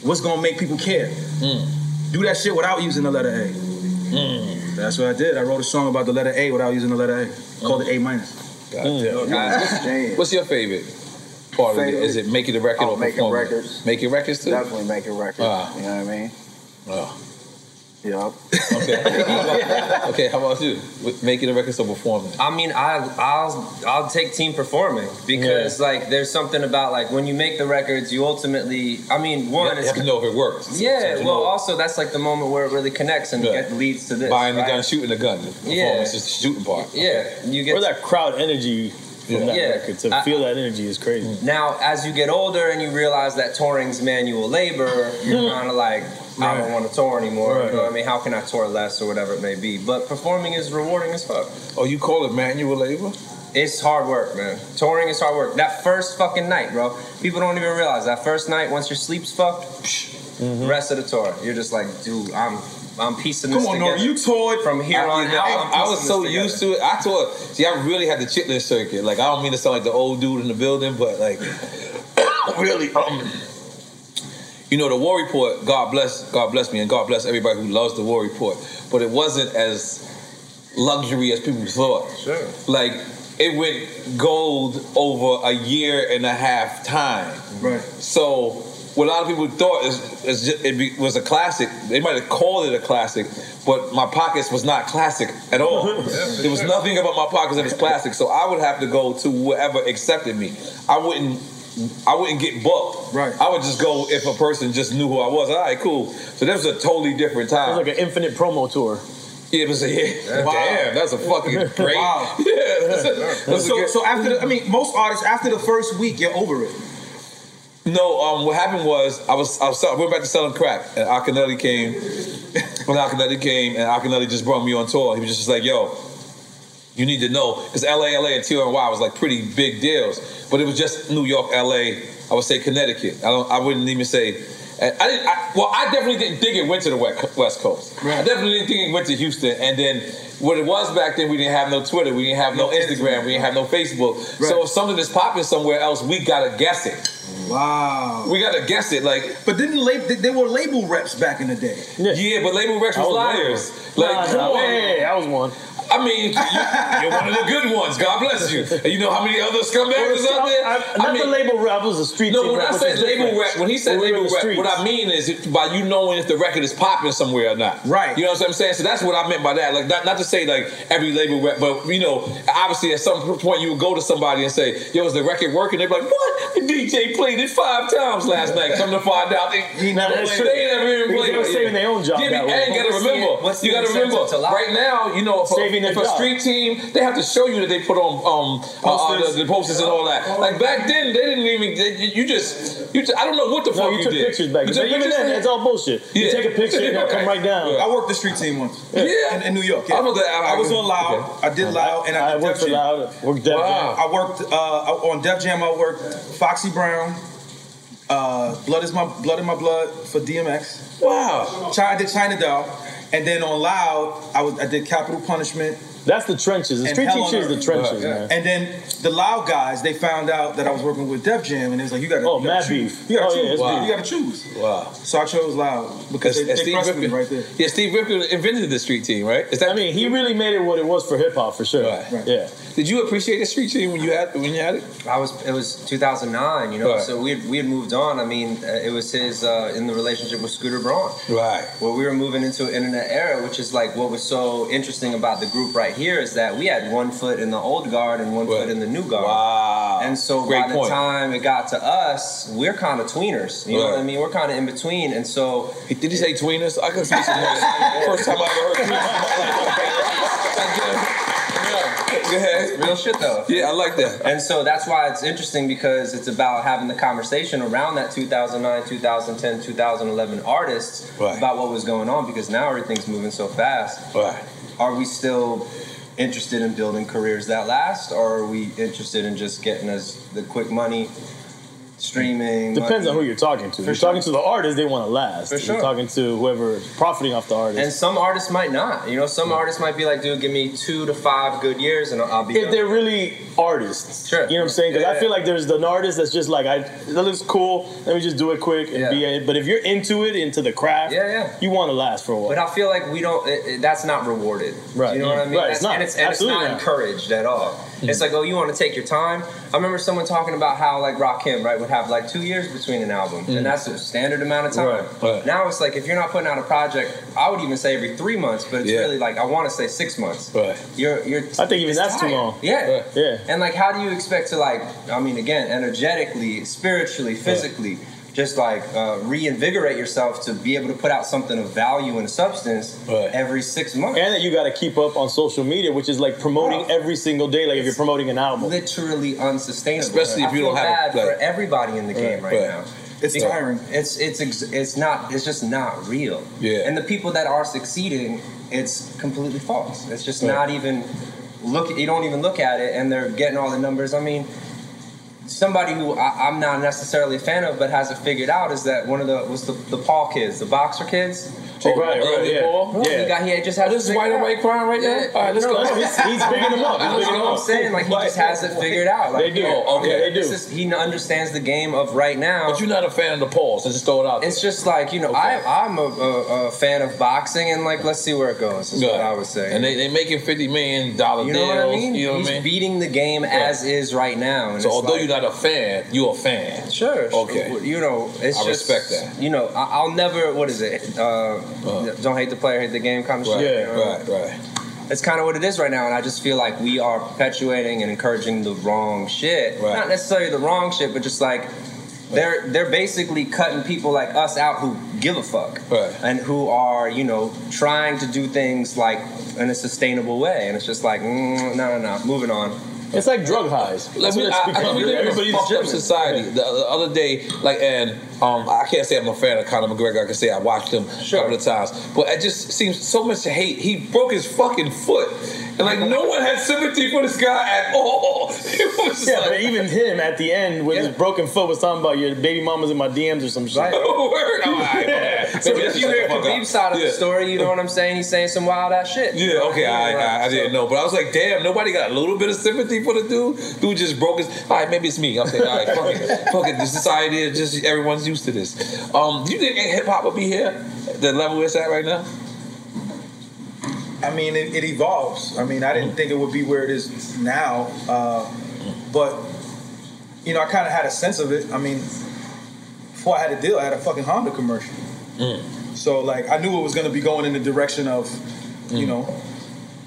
What's gonna make people care? Do that shit without using the letter A. That's what I did. I wrote a song about the letter A without using the letter A, called it A minus. Mm. Guys, What's your favorite part of it? Favorite? Is it making the record Oh, or making performing? records. Making records too. Definitely making records. Ah. You know what I mean? Oh. Yup. okay, how about you? With making the records or performing? I mean, I I'll I'll take team performing because like there's something about like when you make the records, you ultimately. I mean, one you have, is you have to know if it works. Yeah, You well, know, also that's like the moment where it really connects and Yeah. get, leads to this. buying the right? gun, shooting the gun. The Yeah. performance is the shooting part. Yeah, you get or that crowd energy from Yeah. that Yeah. record. To I- feel that energy is crazy. Now, as you get older and you realize that touring's manual labor, you're kind of like, I don't want to tour anymore. You know what I mean? How can I tour less or whatever it may be? But performing is rewarding as fuck. Oh, you call it manual labor? It's hard work, man. Touring is hard work. That first fucking night, bro. People don't even realize that first night. Once your sleep's fucked, the rest of the tour, you're just like, dude, I'm, I'm piecing this Mm-hmm. Come on, together. Norm, you toured from here I, on I, out. I'm I, was piecing so this used to it. I toured. See, I really had the chitlin circuit. Like, I don't mean to sound like the old dude in the building, but like, really, um, you know, the War Report. God bless, God bless me, and God bless everybody who loves the War Report. But it wasn't as luxury as people thought. Sure. Like, it went gold over a year and a half time. Right. So what a lot of people thought is, is ju- it be, was a classic. They might have called it a classic, but my pockets was not classic at all. there was nothing about my pockets that was classic. So I would have to go to whoever accepted me. I wouldn't. I wouldn't get booked. Right. I would just go if a person just knew who I was. All right, cool. So that was a totally different time. It's like an infinite promo tour. Yeah, it was a yeah. Damn, that's a fucking great. Wow. Yeah, that's a, that's a so, good- so after the, I mean, most artists after the first week, you're over it. No, um, what happened was I was I was sell- we were about to sell him crack, and Akinelli came. When Akinelli came, and Akinelli just brought me on tour. He was just like, "Yo, you need to know," because LA, LA, and TRNY was like pretty big deals, but it was just New York, LA. I would say Connecticut. I don't. I wouldn't even say. and I didn't. I, well, I definitely didn't think it went to the West West Coast. I definitely didn't think it went to Houston. And then what it was back then, we didn't have no Twitter, we didn't have no Instagram, we didn't have no Facebook. So if something is popping somewhere else, we gotta guess it. Wow. We gotta guess it. Like, But didn't lab- they, they were label reps back in the day. yeah, but label Rex I was was one. liars. Nah, Like, come nah, on. hey, I was one. I mean, you, you're one of the good ones. God bless you. And you know how many other Well, scumbags is out there? I- not the label rep, it was the street No, team when rep, I which say is label different. rep, when he said When we were in label the rep, what streets. I mean is it- by you knowing if the record is popping somewhere or not. Right. You know what I'm saying? So that's what I meant by that. Like, not, not to say like every label rep, but you know, obviously at some point you would go to somebody and say, "Yo, is the record working?" They'd be like, "What? The DJ played it five times last night." Come to find out, they, He never they played it. ain't never even Because played. they were it. saving their own job Yeah, that but- way. and you gotta What's the- remember, what's you the gotta remember. incentive to lie? Right now, you know, if, a- Saving their if a job. street team, they have to show you that they put on um uh, uh, Posters. the, the posters and all that. Like back then, they didn't even. They, you you just, you just, I don't know what the No, fuck you you took did. pictures back You then. took Even pictures then, it's all bullshit. You take a picture, it'll come right down. I worked the street team once. Yeah. In, in New York. yeah. I was the- I- I, was on Loud. okay. I did Loud, and I, did worked Def Jam. Loud. Worked Def Jam. I worked uh, on Def Jam. I worked Foxy Brown. Uh, blood is my blood in my blood for DMX. Wow. China, I did China Doll, and then on Loud, I was I did Capital Punishment. That's the trenches. The and street Hell team on shit is the Earth. trenches, man. And then the Loud guys, they found out that I was working with Def Jam, and it was like, you gotta, oh, you gotta mad choose. beef. You gotta Oh, yeah, choose. it's beef. You gotta choose. Wow. So I chose Loud because And they, they Steve pressed me Ripken- right there. Yeah, Steve Ripken invented the street team, right? Is that? I mean, he really made it what it was for hip hop for sure. Yeah. Did you appreciate the street team when you had when you had it? I was. It was 2009. You know, Right. so we had, we had moved on. I mean, uh, it was his uh, in the relationship with Scooter Braun. Right. Well, we were moving into an internet era, which is like what was so interesting about the group right here is that we had one foot in the old guard and one foot in the new guard. Wow. And so Great by point. the time it got to us, we're kind of tweeners. You know what I Right. mean? We're kind of in between. And so did he say tweeners? I couldn't speak to tweeners. First time I ever heard tweeners. It's real shit though. Yeah, I like that. And so that's why it's interesting because it's about having the conversation around that 2009, 2010, 2011 artists Right. about what was going on because now everything's moving so fast. Right. Are we still interested in building careers that last or are we interested in just getting us the quick money streaming? Depends on money? who you're talking to. For If you're sure. talking to the artist, they want to last. For If sure. You're talking to whoever is profiting off the artist. And some artists might not. You know, some artists might be like, dude, give me two to five good years and I'll, I'll be if done. they're really artists. Sure. You know what I'm saying? Because Yeah, I yeah. feel like there's an artist that's just like, I that looks cool. Let me just do it quick and be it. But if you're into it, into the craft, yeah, yeah. you want to last for a while. But I feel like we don't. It, it- that's not rewarded. Right. You know what I mean? Right, it's That's- not. And it's, and it's Absolutely not not. Mm-hmm. encouraged at all. It's like, oh, you want to take your time. I remember someone talking about how like Rakim right would have like two years between an album, Mhm. and that's a standard amount of time. Right, right. Now it's like if you're not putting out a project, I would even say every three months, but it's really like I want to say six months. Right. You're you're. I think even it's that's too tired. long. Yeah. Yeah. And like, how do you expect to like? I mean, again, energetically, spiritually, physically, just like uh, reinvigorate yourself to be able to put out something of value and substance every six months. And that you got to keep up on social media, which is like promoting every single day. Like if you're promoting an album, literally unsustainable. Especially if I you feel don't have a bad plan. for everybody in the game Right. right, Right. now. It's Because tiring. It's it's ex- it's not. It's just not real. Yeah. And the people that are succeeding, it's completely false. It's just Right. not even look. You don't even look at it, and they're getting all the numbers. I mean, somebody who I, I'm not necessarily a fan of, but has it figured out is that one of the was the, the Paul kids, the boxer kids. Oh, right, right, yeah. Yeah. He, got, he had just had Oh, this is white on white crime right now? All right, let's go. He's- he's bigging them up. He's That's bigging what them I'm up. saying. Like he Right. just has it figured out. Like, They do. yo, Okay, they do. this is- he understands the game of right now. But you're not a fan of the Pauls. Let's just throw it out. It's just like you know, I, I'm a, a, a fan of boxing, and like let's see where it goes. Is what I would say. And they they making fifty million dollar You deals. know what I mean? You know what He's I mean? beating the game as is right now. and so it's although like- you're not a fan, you're a fan. Sure. sure. Okay. You know, it's I just- respect that. You know, I, I'll never. What is it? Uh, Don't hate the player, hate the game. Kind of Right, shit. yeah, you know? right, right. It's kind of what it is right now, and I just feel like we are perpetuating and encouraging the wrong shit. Right. Not necessarily the wrong shit, but just like they're they're basically cutting people like us out who give a fuck and who are you know trying to do things like in a sustainable way, and it's just like mm, no, no, no. Moving on. It's like drug highs. Like we, I, I think we live in a fucked up society. The, the other day, like, and Um, I can't say I'm a fan of Conor McGregor. I can say I watched him a couple of times, but it just seems so much hate. He broke his fucking foot, and like no one had sympathy for this guy at all. It was just Yeah, like, but even him at the end with his broken foot was talking about your baby mama's in my DMs or some shit. Word. All right, Yeah. So if you hear Fuck up. Khabib's side of Yeah. the story, you know what I'm saying? He's saying some wild ass shit. Yeah, okay, I, I, I didn't know, but I was like, damn, nobody got a little bit of sympathy for the dude. Dude just broke his. All right, maybe it's me. I'm saying, all right, fuck it, fuck it. The society is just everyone's used to this. Um, you think hip hop would be here, the level it's at right now? I mean, it, it evolves. I mean, I didn't think it would be where it is now, uh, but you know, I kind of had a sense of it. I mean, before I had a deal, I had a fucking Honda commercial, so like I knew it was going to be going in the direction of, you know,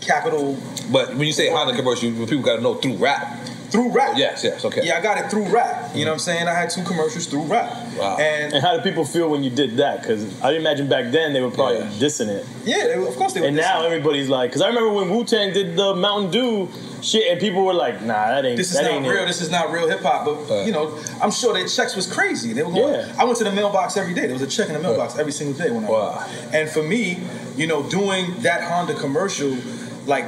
capital Mm. But when you say Honda commercial, you- people got to know through rap. through rap. Yes, yes, okay. Yeah, I got it through rap. You know what I'm saying? I had two commercials through rap. Wow. And, how did people feel when you did that? Because I imagine back then they were probably dissing it. Yeah, they, of course they were. And now everybody's like, because I remember when Wu Tang did the Mountain Dew shit, and people were like, "Nah, that ain't This is that not ain't real. It. This is not real hip hop. But Right. you know, I'm sure their checks was crazy. They were going. I went to the mailbox every day. There was a check in the mailbox every single day when I. Wow. And for me, you know, doing that Honda commercial, like.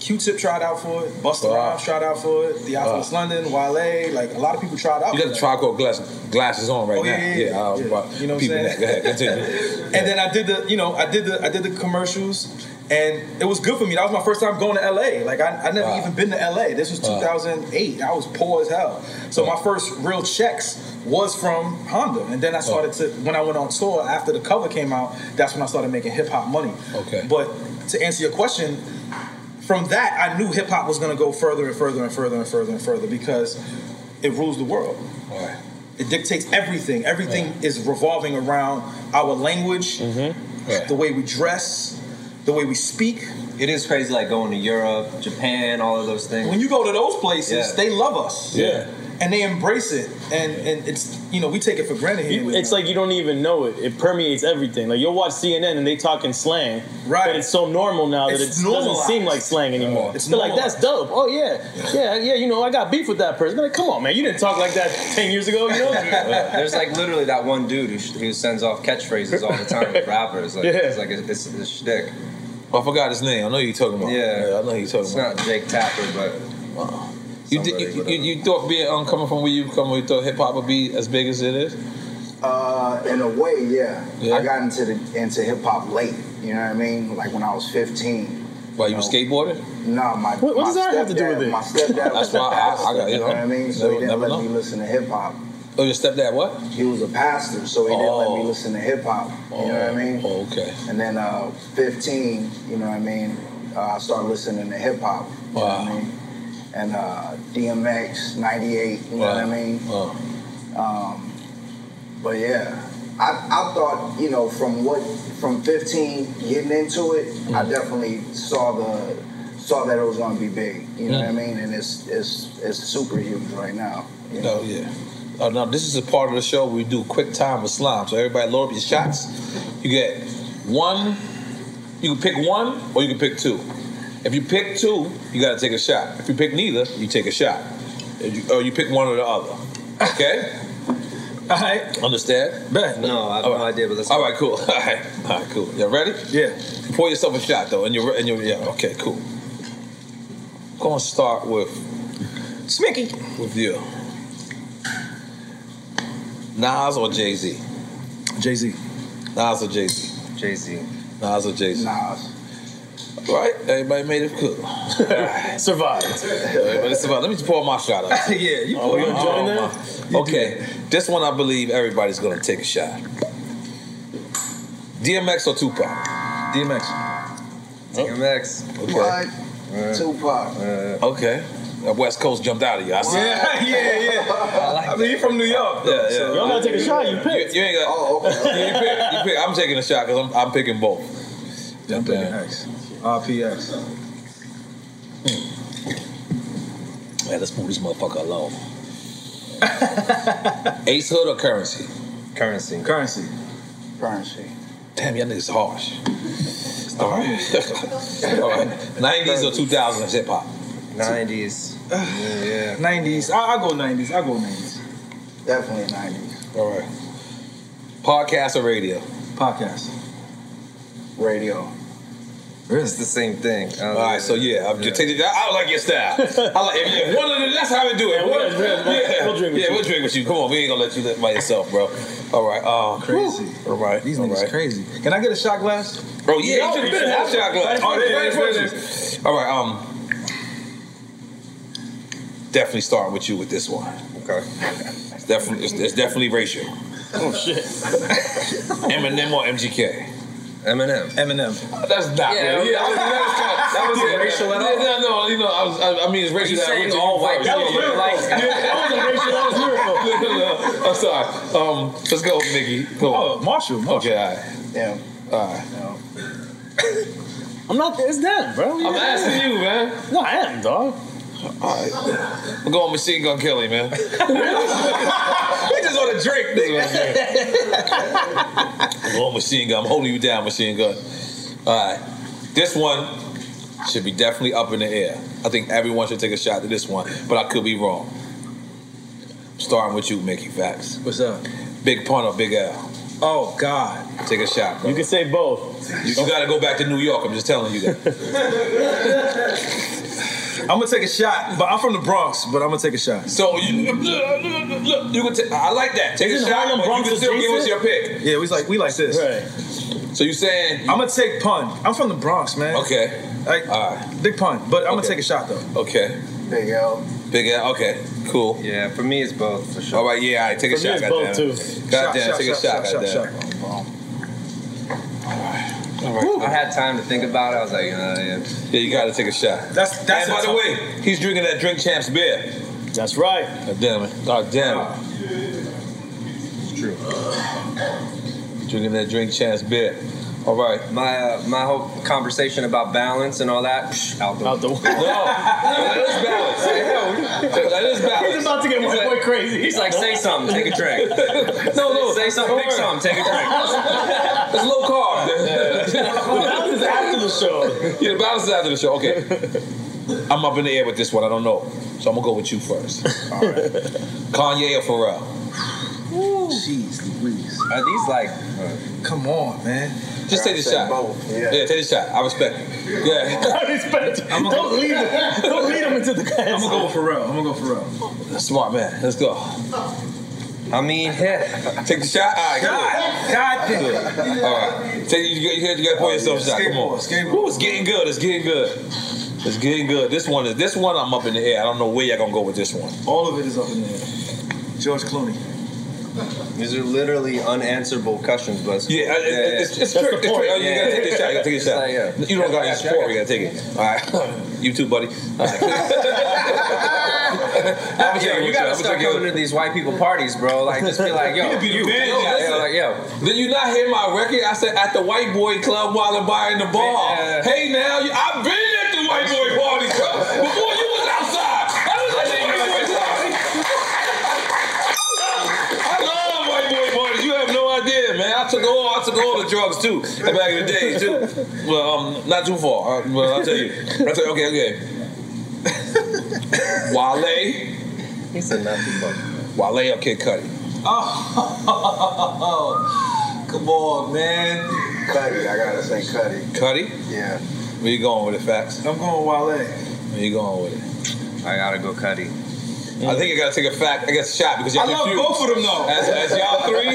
Q-Tip tried out for it. Busta Rhymes tried out for it. Theophilus London, Wale, like a lot of people tried out. You for got the that. tricorn glass, glasses on right Oh, yeah, now. yeah, yeah, I'll- I'll- You know what I'm people saying? That. Go ahead, continue. And then I did the, you know, I did the, I did the commercials, and it was good for me. That was my first time going to LA. Like I, I never even been to LA. This was Wow. 2008. I was poor as hell. So my first real checks was from Honda, and then I started to when I went on tour after the cover came out. That's when I started making hip hop money. Okay. But to answer your question, from that I knew hip hop was going to go further and further and further and further and further because it rules the world. It dictates everything. Everything is revolving around our language, the way we dress, the way we speak. Mm-hmm. It is crazy, like going to Europe, Japan, all of those things. When you go to those places, Yeah. they love us. Yeah. And they embrace it. And and it's you know, we take it for granted here. You- It's like you don't even know it. It permeates everything. Like you'll watch CNN and they talk in slang, right? But it's so normal now that It's it doesn't normalized. seem like slang anymore. It's They're like, normalized. "That's dope. Oh yeah, yeah, yeah." You know, I got beef with that person. They're like, come on, man, you didn't talk like that ten years ago. You know, There's like literally that one dude who, sh- who sends off catchphrases all the time with rappers. Like, Yeah. It's like a, it's a shtick. Oh, I forgot his name. I know you're talking about. Yeah, I know you're talking it's about. not Jake Tapper, but You, did, you, you, you thought being um, coming from where you come, you thought hip hop would be as big as it is? Uh, in a way, yeah. Yeah? I got into the into hip hop late. You know what I mean? Like when I was 15. Why you were skateboarding? No, my What- what my does that have to do stepdad- with it? My stepdad was That's a why I- I pastor. got- you know what I mean? So he didn't never- let never know. me listen to hip hop. Oh, your stepdad what? Oh. He was a pastor, so he didn't let me listen to hip hop. You know what I mean? okay. And then uh, 15, you know what I mean? Uh, I started listening to hip hop. You know what I mean? And uh, DMX, 98, you know what I mean? Um, but yeah, I, I thought, you know, from what, from 15 getting into it, I Mm-hmm. definitely saw the, saw that it was going to be big. You know what I Mm. mean? And it's, it's, it's super huge right now. You know? Oh yeah. Oh no, this is a part of the show where we do quick time with slime. So everybody load up your shots. You get one. You can pick one or you can pick two. If you pick two, you gotta take a shot. If you pick neither, you take a shot. If you, or you pick one or the other. Okay. All right. Understand? No, I have no idea. But let's All right, cool. All right, all right, cool. Y'all ready? Yeah. Pour yourself a shot though, and you're and you're yeah. Okay, cool. Gonna start with Smicky with you. Nas or Jay Z? Jay Z. Nas or Jay Z? Jay Z. Nas or Jay Z? Nas. Right? Everybody made it cool. survived. Everybody survived. Let me just pour my shot out. yeah, you Oh, you oh, enjoying oh, that? my. Okay, this one I believe everybody's gonna take a shot. DMX or Tupac? DMX. DMX. Okay. What? Tupac. Okay. The West Coast jumped out of you. I see. Yeah, yeah, yeah. I, mean, you're from New York. Yeah, yeah. Y'all gotta take a shot, you pick. You, ain't got. Oh, okay. you pick. You pick. I'm taking a shot because I'm, I'm picking both. I'm picking X. RPX. Man, let's move this motherfucker along. Ace Hood or currency? Currency. Currency. Currency. Damn, y'all niggas harsh. All right. All right. 90s or 2000s hip hop? 90s. yeah. 90s. I, I go 90s. I go 90s. Definitely 90s. All right. Podcast or radio? Podcast. Radio. It's the same thing. All right, so yeah, I'm just taking. I, I like your style. I like if you- one of the, That's how we do it. One- yeah, we'll drink with yeah, you. we'll drink with you. Come on, we ain't gonna let you live by yourself, bro. All right, oh, Crazy. All right, these niggas crazy. Can I get a shot glass? Bro, yeah, No, you should have you been a should've- shot glass. Right All for right, this, right right for for this. All right, um, definitely starting with you with this one. Okay, it's definitely it's, it's definitely racial. Oh shit. Eminem or MGK? Eminem. Eminem. That's not Yeah, yeah. that was- that wasn't yeah. racial at all. Yeah, no, no, you know, I, was, I, I mean, it's Are racial. you saying all white people yeah, yeah. are like- Yeah, that wasn't racial. That was lyrical. no, no, no. I'm sorry. Um, let's go, Mickey. Go. Oh, Marshall. Okay, all right. Yeah. All right. I'm not. It's them, bro. I'm asking you, man. No, I am, dog. All right. We're going Machine Gun Kelly, man. we just want a drink, nigga. I'm going Machine Gun. I'm holding you down, Machine Gun. All right. This one should be definitely up in the air. I think everyone should take a shot to this one, but I could be wrong. Starting with you, Mickey Facts. What's up? Big Pun or Big L? Oh, God. Take a shot, bro. You can say both. You, you gotta go back to New York. I'm just telling you that. I'm gonna take a shot, but I'm from the Bronx, but I'm gonna take a shot. So Oh, you look, look, look, you can. T- I like that. Take a Isn't shot, Harlem but you Bronx can still give us your adjacent? pick. Yeah, we like we like this. Right. So you saying I'm gonna take pun. I'm from the Bronx, man. Okay. Like big pun, but I'm gonna take a shot though. Okay. Big L. Big L. Okay. Cool. Yeah, for me it's both for sure. All right. Yeah. All right. Take a For me, shot. it's goddamn. both, too. Goddamn. Shot, take shot, a shot. shot, goddamn. shot, I had time to think about it. I was like, uh, yeah. Yeah, you gotta take a shot. That's that's. And by the way, he's drinking that Drink Champs beer. That's right. God damn it. God damn it. It's true. Drinking that Drink Champs beer. All right. My uh, my whole conversation about balance and all that psh, out the out the That is balance. He's about to get my like- boy crazy. He's like, say something, take a drink. no, no. Say something, pick something, take a drink. It's low Oh. carb. That was after the show. Yeah, the balance is after the show. Okay. I'm up in the air with this one. I don't know. So I'm going to go with you first. All right. Kanye or Pharrell? Jeez Louise. Are these like? uh, Come on, man. Just take the shot. Yeah. take the shot. I respect it. Yeah. I respect. Don't lead him. Don't lead him into the glass. I'm gonna go with Pharrell. I'm gonna go Pharrell. Smart man. Let's go. I mean, yeah. Take the shot. All right. God, God damn All right. Take, you, you, you got to point yourself a shot. Come on. Ooh, it's getting good. It's getting good. It's getting good. This one is this one. I'm up in the air. I don't know where y'all gonna go with this one. All of it is up in there. George Clooney. These are literally unanswerable questions, but it's- Yeah, it- it- it's, it's trick. It's trick. Oh, You gotta take this shot. You gotta take this It's shot. like, yeah. You don't gotta ask for it. You gotta take it. All right. you too, buddy. All right. I'm yo, you gotta start going to these white people parties, bro. Like, just be like, yo, You need to be the you, band, yo, yo, yeah, listen. like, yo. Did you not hear my record? I said at the white boy club while I'm buying the bar. Hey now, you, I've been at the white boy parties bro. before you was outside. I was at the white boy party. I love white boy parties. You have no idea, man. I took all I took all the drugs too back in the day too. Well, um, not too far. Uh, well, I'll tell you. I'll tell you. Okay, okay. Wale. He said not too far. Wale or Kid Cudi? Oh, come on, man. Cuddy, I gotta say Cuddy. Cuddy? Yeah. Where you going with it, Facts? I'm going Wale. Where you going with it? I gotta go Cuddy. I think I gotta take a fact. I guess a shot because y'all I love confused. both of them, though. As, as y'all three,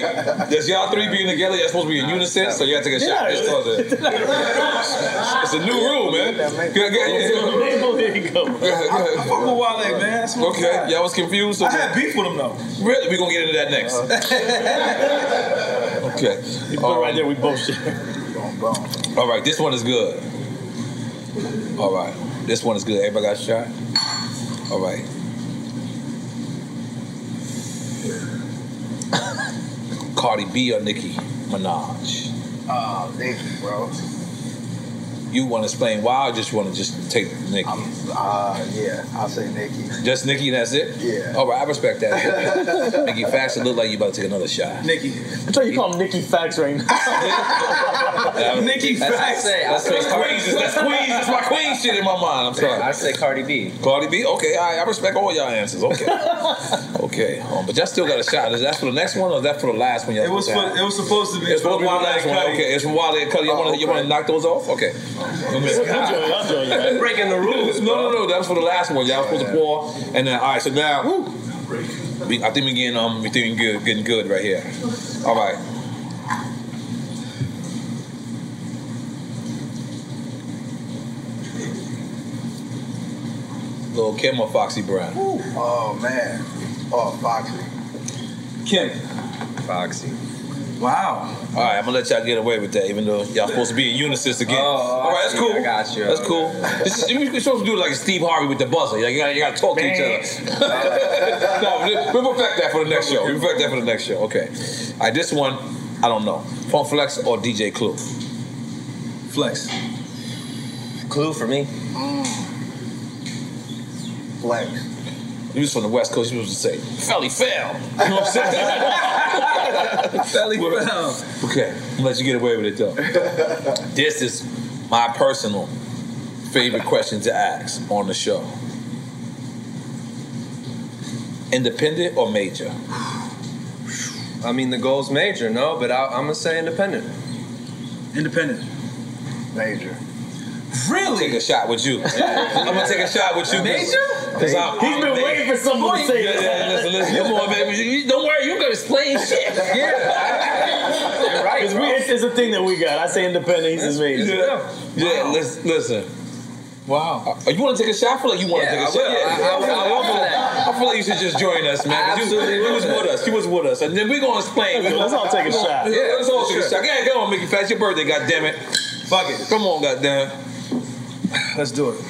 as y'all three being together, y'all supposed to be in unison, so you gotta take a shot. It's, called a- it's a new rule, man. Go- go- Oh, There you go. I fuck with Wale, man. That's my Okay, guy. y'all was confused. I had beef with him though. Uh-huh. Really, we gonna get into that next. Okay. You put right there, we both shit. All right, this one is good. All right, this one is good. Everybody got a shot? All right. Cardi B or Nicki Minaj? Uh, Oh, Nicki, bro. you want to explain why, or just want to just take Nikki? Uh, yeah, I'll say Nikki. Just Nikki, and that's it. Yeah. All right, I respect that. Nikki Faxon look like you about to take another shot. Nikki. I'm trying you call him Nikki Fax right now. Nikki Fax. That's That's, that's Queens. That's Queens. That's my Queen shit in my mind. I'm sorry. I say Cardi B. Cardi B. Okay, all right. I respect all y'all answers. Okay. okay. Um, but y'all still got a shot. Is that for the next one or is that for the last one? Y'all It was put down? for, it was supposed to be. It's for the last one. Cuddy. Okay, it's for Wale and Cuddy. You Oh, want to you want to knock those off? Okay. Breaking the rules. No, no, no. That was for the last one. Y'all supposed to pour, and then all right. So now, woo, we, I think we getting um we doing good, getting good right here. All right. Little Kim or Foxy Brown? Woo. Oh man. Oh Foxy. Kim. Foxy. Wow. All right, I'm gonna let y'all get away with that, even though y'all supposed to be in unisys again. All right, that's cool. I got you. That's cool. This is, you're supposed to do it like Steve Harvey with the buzzer. Like, you, gotta, you gotta talk to each other. no, we'll perfect that for the next show. We'll perfect that for the next show. Okay. All right, this one, I don't know. Funk Flex or DJ Clue? Flex. Clue for me. Flex. He was from the West Coast. He was to say, Felly fell. You know what I'm saying? Felly fell. Okay, I'm gonna let you get away with it though. this is my personal favorite question to ask on the show. Independent or major? I mean, the goal's major, no, but I, I'm gonna say independent. Independent. Major. Really? Take a shot with you. I'm gonna take a shot with you. Major? He's He's been waiting for someone to say yeah, that. Yeah, listen, listen. Come on, baby. You- you- Don't worry, you can explain shit. Yeah. You're right. It's, we, it's, it's a thing that we got. I say independent. He's just major. Yeah. Yeah, listen, listen. Wow. oh, you want to take a shot? I feel like you want to Yeah, take a I shot. will. I- I will. I will for that. I feel like you should just join us, man. 'cause You, Absolutely you was will. with us. You was with us. And then we're going to explain. Let's all take a shot. Yeah, let's all For take a shot. sure. Yeah, come on, Mickey Fats. Your birthday, goddammit. Fuck it. Come on, goddamn. Let's do it.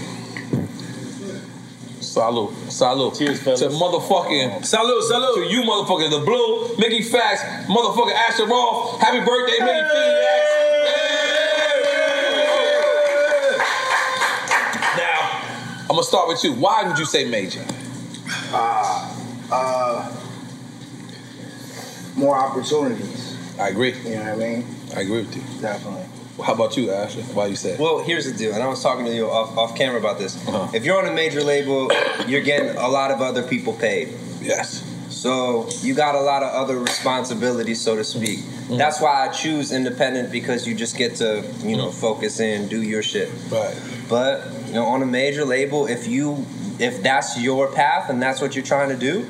Salute. Salute. Cheers, fellas. To motherfucking. Salute, salute. To you motherfucking. The blue, Mickey Fax, motherfucking Asher Roth. Happy birthday, Mickey Fax. Now, I'm gonna start with you. Why would you say major? Uh, uh, more opportunities. I agree. You know what I mean? I agree with you. Definitely. How about you, Ashley? Why you say? Well, here's the deal, and I was talking to you off, off camera about this. Uh-huh. If you're on a major label, you're getting a lot of other people paid. Yes. So you got a lot of other responsibilities, so to speak. Mm-hmm. That's why I choose independent because you just get to, you know, focus in, do your shit. Mm-hmm. Right. But you know, on a major label, if you if that's your path and that's what you're trying to do,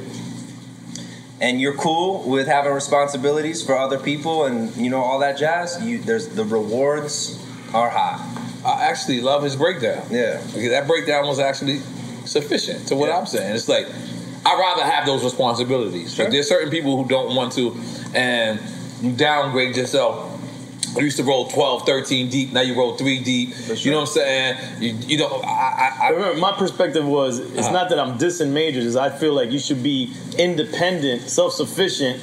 and you're cool with having responsibilities for other people and you know all that jazz, you there's the rewards are high. I actually love his breakdown. Yeah. Because that breakdown was actually sufficient to what I'm saying. It's like I'd rather have those responsibilities. Like, there's certain people who don't want to and you downgrade yourself. You used to roll 12, 13 deep, now you roll three deep. You know what I'm saying? You, you know, I, I, I remember my perspective was it's Uh-huh. not that I'm dissing majors. is I feel like you should be independent, self-sufficient,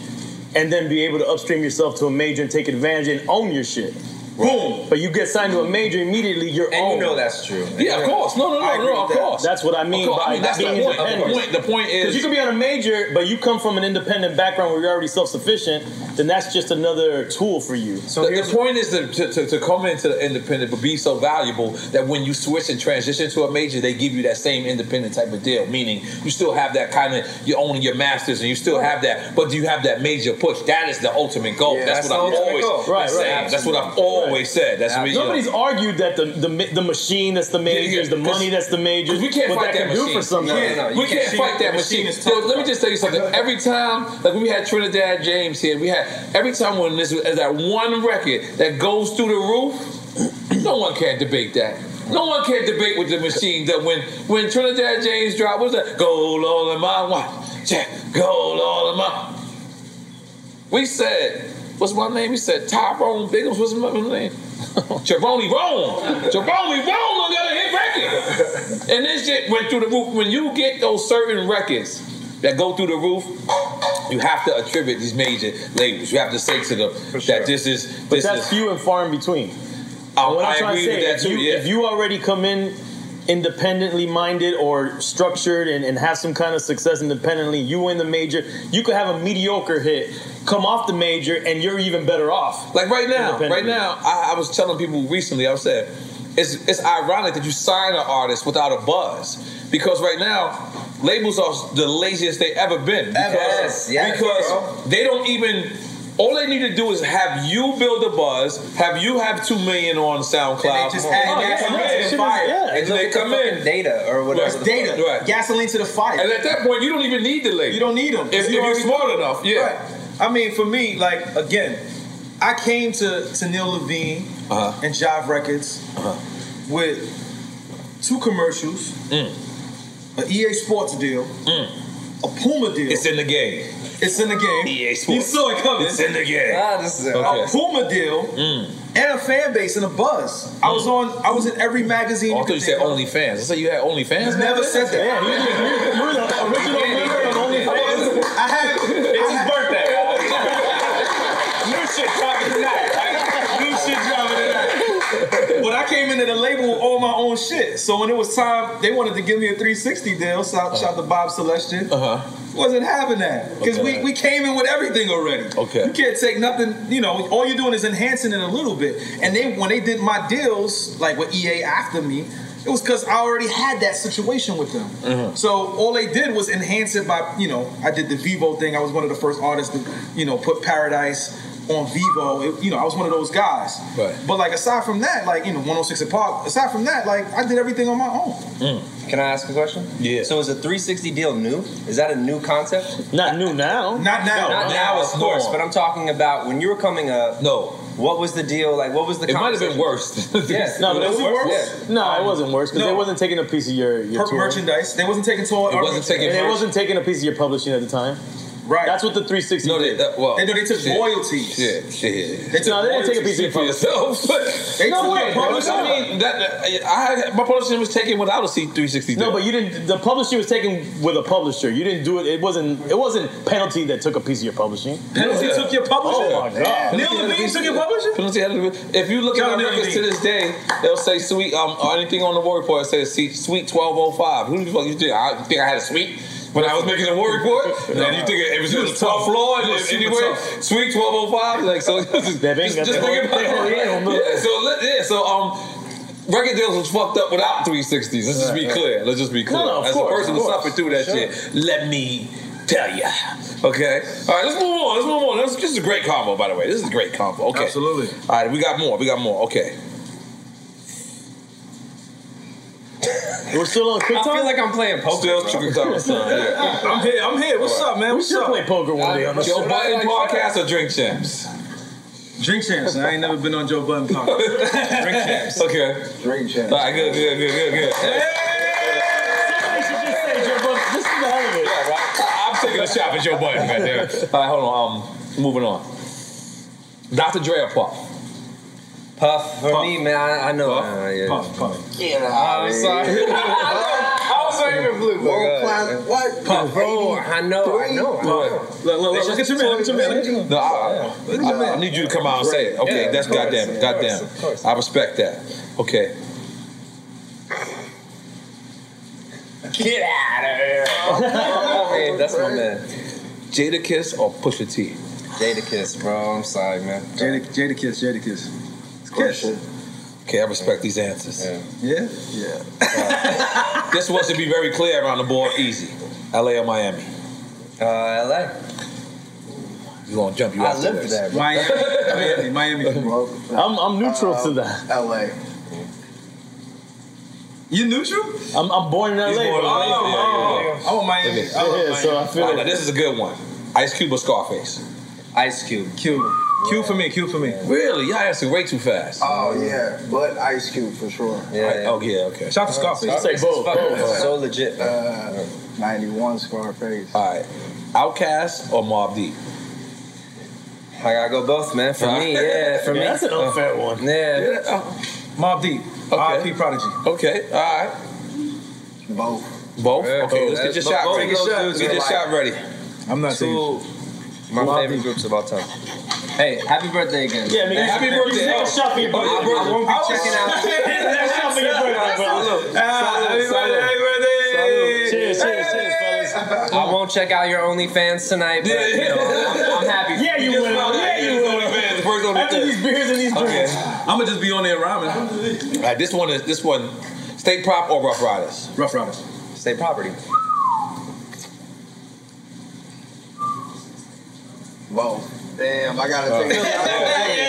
and then be able to upstream yourself to a major and take advantage and own your shit. Boom. But you get signed to a major immediately, you're and own. you know that's true. Yeah, of course. No, no, no, I agree no, of with that. course. That's what I Of mean course. by I mean, that's the being point. The independent. point- the point is- because you can be on a major, but you come from an independent background where you're already self-sufficient. Then that's just another tool for you. So the, the point is to, to, to, to come into the independent, but be so valuable that when you switch and transition to a major, they give you that same independent type of deal. Meaning, you still have that kind of you're owning your masters, and you still have that, but do you have that major push? That is the ultimate goal. Yeah, that's, that's what the I've ultimate always goal. Right, said. right. That's what I've always said. That's what, you know. Nobody's argued that the, the ma- the machine that's the majors, the money that's the majors. We can't what fight that, that, can machine. do for something. we can't fight that machine. Yo, let me just tell you something. Every time, like we had Trinidad James here, we had every time when this was that one record that goes through the roof. No one can debate that. No one can debate with the machine that when when Trinidad James dropped, what was that? Gold all in my watch, check. Gold all in my. We said, what's my name? We said Tyrone Biggums. What's my name? Jeroni Rome. Jeroni Rome on the other hit record. And this shit went through the roof. When you get those certain records that go through the roof, you have to attribute these major labels. You have to say to them that this is But this that's is few and far in between. I- And what I'm I trying to agree say, with that if too, you, yeah. if you already come in independently minded or structured and, and have some kind of success independently, you win the major. You could have a mediocre hit, come off the major, and you're even better off. Like right now, Independently. right now, I, I was telling people recently. I said, it's it's ironic that you sign an artist without a buzz because right now. Labels are the laziest they ever been. Because, Yes, yes, because bro. they don't even. All they need to do is have you build a buzz, have you have two million on SoundCloud, And they just and add Oh, they gas come to in it. and Shit is- fire, yeah. and Look they at the come in fucking data or whatever Right. the fuck. Data, right. Gasoline to the fire. And at that point, you don't even need the label. You don't need them If- if you're smart enough, yeah. I mean, for me, like again, I came to to Neil Levine Uh-huh. and Jive Records with two commercials, an EA Sports deal, a Puma deal. It's Mm. in the game. It's in the game. EA E Sports. You saw it coming. It's in the game. Ah, this is it. A Okay. Puma deal and a fan base and a buzz. I was on. I was in every magazine. Oh, I you thought you could said think of. OnlyFans. I said you had OnlyFans. Never said that. Yeah, you just- you- you're the original member of OnlyFans. I had. It's his birthday. New shit dropping tonight. right? New shit dropping tonight. But I came into the label with all my own shit. So when it was time, they wanted to give me a 360 deal. So I shout to Bob Celestian. Uh-huh. Wasn't having that. Because we, we came in with everything already. Okay. You can't take nothing, you know, all you're doing is enhancing it a little bit. And they when they did my deals, like with EA after me, it was because I already had that situation with them. Mm-hmm. So all they did was enhance it by, you know, I did the Vivo thing. I was one of the first artists to, you know, put Paradise on Vivo. It- you know, I was one of those guys. Right. But like aside from that, like, you know, 106 and Park, aside from that, like I did everything on my own. Mm. Can I ask a question? Yeah. So is a 360 deal new? Is that a new concept? Not new now. Not now. Not now, of course. But I'm talking about when you were coming up. No. What was the deal? Like, what was the? It might have been conversation? worse. Yes. No, but it Was was it worse? worse. No, it wasn't worse because No. they wasn't taking a piece of your, your Per- tour. merchandise. They wasn't taking tour. It wasn't taking. It wasn't taking a piece of your publishing at the time. Right. That's what the 360 No, they, did. that, well, They know they took shit. royalties. Yeah, shit. They took No, they didn't take a piece of for your yourself. They no took way. your bro. publishing. I mean, that, that- I had, my publishing was taken without a C three sixty. No, but you didn't. The publisher was taken with a publisher. You didn't do it. It wasn't. It wasn't penalty that took a piece of your publishing. Penalty took your publisher. Oh my god. Neil Levine took your publisher. Penalty had to be- If you look at Tell our Neil records to Levine. this day, they'll say sweet um or anything on the war report says "See, sweet twelve oh five. Who the fuck you think? I think I had a sweet when I was making the war report. No. And you think it was You on the was top tough. floor You was super anyway? tough. Sweet twelve oh five. Like so, just, just, got just their think whole- about their whole it. album. Yeah, so let- yeah, so um. Record deals was fucked up without 360s. Let's just be Right, right. clear. Let's just be clear. No, no, of As course, a person of who course. suffered through that Sure. shit, let me tell ya. Okay. All right. Let's move on. Let's move on. This, this is a great combo, by the way. This is a great combo. Okay. Absolutely. All right. We got more. We got more. Okay. We're still on I feel like I'm playing poker. Still bro. Trick or Treat, son. Yeah. I'm here. I'm here. What's up, man? We What's should up? play poker one day on the Joe show. Button podcast or Drink Champs? Drink champs. I ain't never been on Joe Budden podcast. Drink champs. Okay. Drink champs. All right. Good. Good. Good. Good. Good. Somebody should just say Joe Budden. This is the hell of it. Yeah, right. I- I'm taking a shot at Joe Button. Goddamn. All right. Hold on. Um, moving on. Dr. Dre or Puff? Puff for me, man. I, I know. uh, yeah. Puff, puff. Yeah, I'm sorry. I was waiting for blue. World class. What? Puff, bro. I know. I know. I know. Look, look, look, look at your man, look at your man, look at your man. No, I, I- I need you to come out and say it. Okay, Yeah, that's of course, goddamn, of goddamn. course, of course. I respect that. Okay. Get out of here. Oh, man, that's my man. Jada Kiss or Pusha T? Jada Kiss, bro. I'm sorry, man. Jada, Jada Kiss, Jada Kiss. Kiss. Okay, I respect these answers. Yeah? Yeah. This was to be very clear around the board, easy. LA or Miami? Uh, LA. You gonna jump you I out lived this. there, bro. Miami, Miami, Miami. I'm, I'm neutral to that. LA. You neutral? Oh, I'm, I'm born in LA. He's born in but- LA. Yeah, yeah, yeah. I want Miami. I want Yeah, Miami. so I feel All like right, now this is a good one. Ice Cube or Scarface? Ice Cube. Q. Q for me, Q for me. Really? Y'all answered way too fast. Oh yeah, but Ice Cube for sure. Right, Oh yeah, okay. Shout out to Scarface. I'll say both, both. So legit, bro. Uh, Ninety-one Scarface. All right, Outcast or Mob Deep? I gotta go both, man. For me, yeah, for me. Uh, Yeah, that's an unfair one. Yeah. Mob Deep. RIP Prodigy. Okay, all right. Both. Both? Okay, let's That's- get your both- shot both ready. of those Get dudes your are like shot ready. I'm not Two, my favorite groups of all time. Hey, happy birthday again. Yeah, nigga, Happy you- you birthday. said Oh, shop for your birthday. I I won't be checking out. That's shop for your birthday, bro. Ah, happy birthday, happy birthday. Cheers, cheers, cheers, fellas. I won't check out your OnlyFans tonight, but you know, I'm, I'm happy. Yeah, you will. Yeah, you will. After these beers and these drinks. I'm gonna just be on there rhyming. All right, this one is this one, state prop or Rough Riders? Rough Riders. State property. Whoa. Damn, I gotta take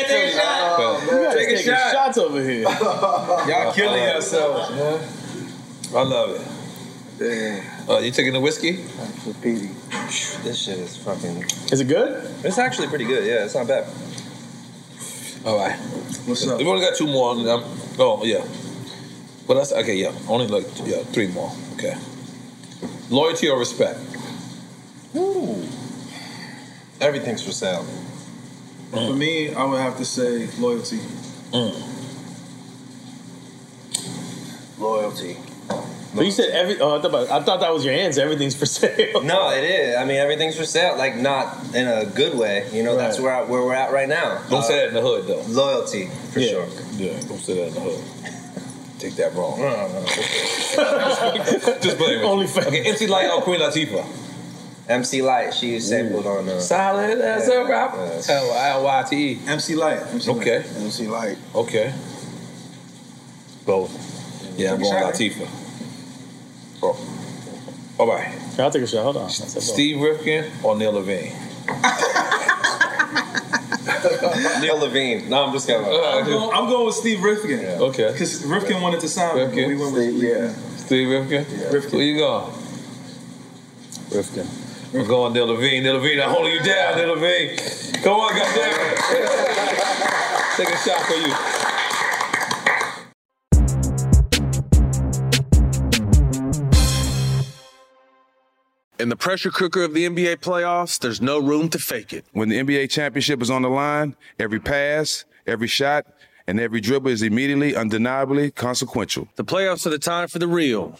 take a shot. Uh, Oh, You gotta take shots over here. Y'all killing yourselves, man. I love it. Oh, you taking the whiskey? This shit is fucking. Is it good? It's actually pretty good. Yeah, it's not bad. All right. What's up? We only got two more. and, um, oh yeah. But that's okay. Yeah, only like yeah three more. Okay. Loyalty or respect? Ooh. Everything's for sale. For me, I would have to say loyalty. Loyalty. But you said every. Oh, I thought, about- I thought that was your answer. Everything's for sale. No, it is. I mean, everything's for sale. Like, not in a good way. You know, that's where I, where we're at right now. Don't say that in the hood, though. Loyalty, for sure. Yeah, don't say that in the hood. Take that wrong. Just playing with Only fan. Okay, MC Light or Queen Latifah? MC Light, she sampled on. Uh, Solid as a rock. L L Y T E. MC Light. okay. MC Light. Okay. Both. Yeah, I'm going Latifah. Oh. All right. I'll take a shot. Hold on. Steve Rifkin or Neil Levine? Neil Levine. No, I'm just kidding. I'm, Uh, going, I'm going with Steve Rifkin. Okay. Because Rifkin wanted to sign with him, but we went with Steve. Yeah. Steve Rifkin? Rifkin. Where you going? Rifkin. I'm going Neil Levine. Neil Levine, I'm holding you down, Neil Levine. Come on, goddamn it. Take a shot for you. In the pressure cooker of the NBA playoffs, there's no room to fake it. When the NBA championship is on the line, every pass, every shot, and every dribble is immediately, undeniably consequential. The playoffs are the time for the real.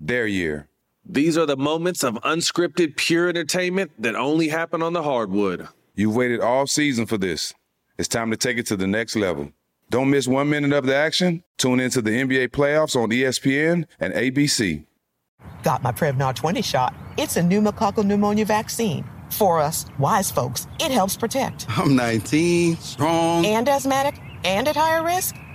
their year? These are the moments of unscripted, pure entertainment that only happen on the hardwood. You've waited all season for this. It's time to take it to the next level. Don't miss one minute of the action. Tune into the NBA playoffs on E ESPN and ABC. Got my Prevnar 20 shot. It's a pneumococcal pneumonia vaccine. For us, wise folks, it helps protect. I'm 19, strong. And asthmatic and at higher risk?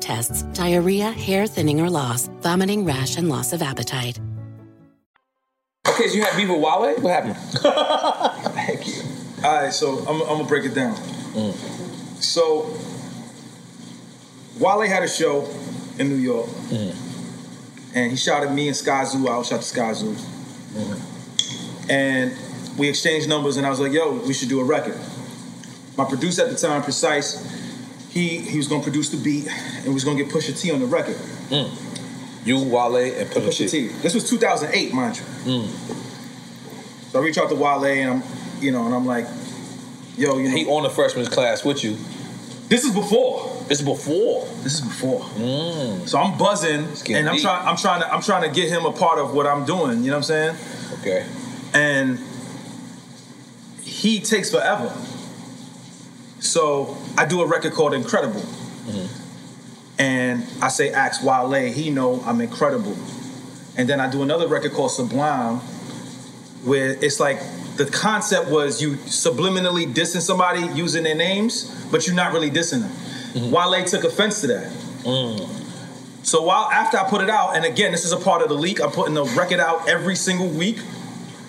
tests, diarrhea, hair thinning or loss, vomiting, rash, and loss of appetite. Okay, so you had beef with Wale? What happened? All right, so I'm, I'm gonna break it down. Mm. So Wale had a show in New York, and he shouted me and Sky Zoo out. Shot to Sky Zoo, and we exchanged numbers. And I was like, "Yo, we should do a record." My producer at the time, Precise, he he was gonna produce the beat, and we was gonna get Pusha T on the record. You, Wale, and Pusha, T. This was 2008, mind you. Mm. So I reach out to Wale, and I'm, you know, and I'm like, yo, you know, He on the freshman's class with you. This is before. This is before. This is before. So I'm buzzing, Mm. getting and I'm deep. trying. I'm trying to. I'm trying to get him a part of what I'm doing. You know what I'm saying? Okay. And he takes forever. So I do a record called Incredible, and I say, "Ask Wale, he know I'm incredible." And then I do another record called Sublime, where it's like the concept was you subliminally dissing somebody using their names, but you're not really dissing them. Wale took offense to that. So while after I put it out, and again, this is a part of the leak, I'm putting the record out every single week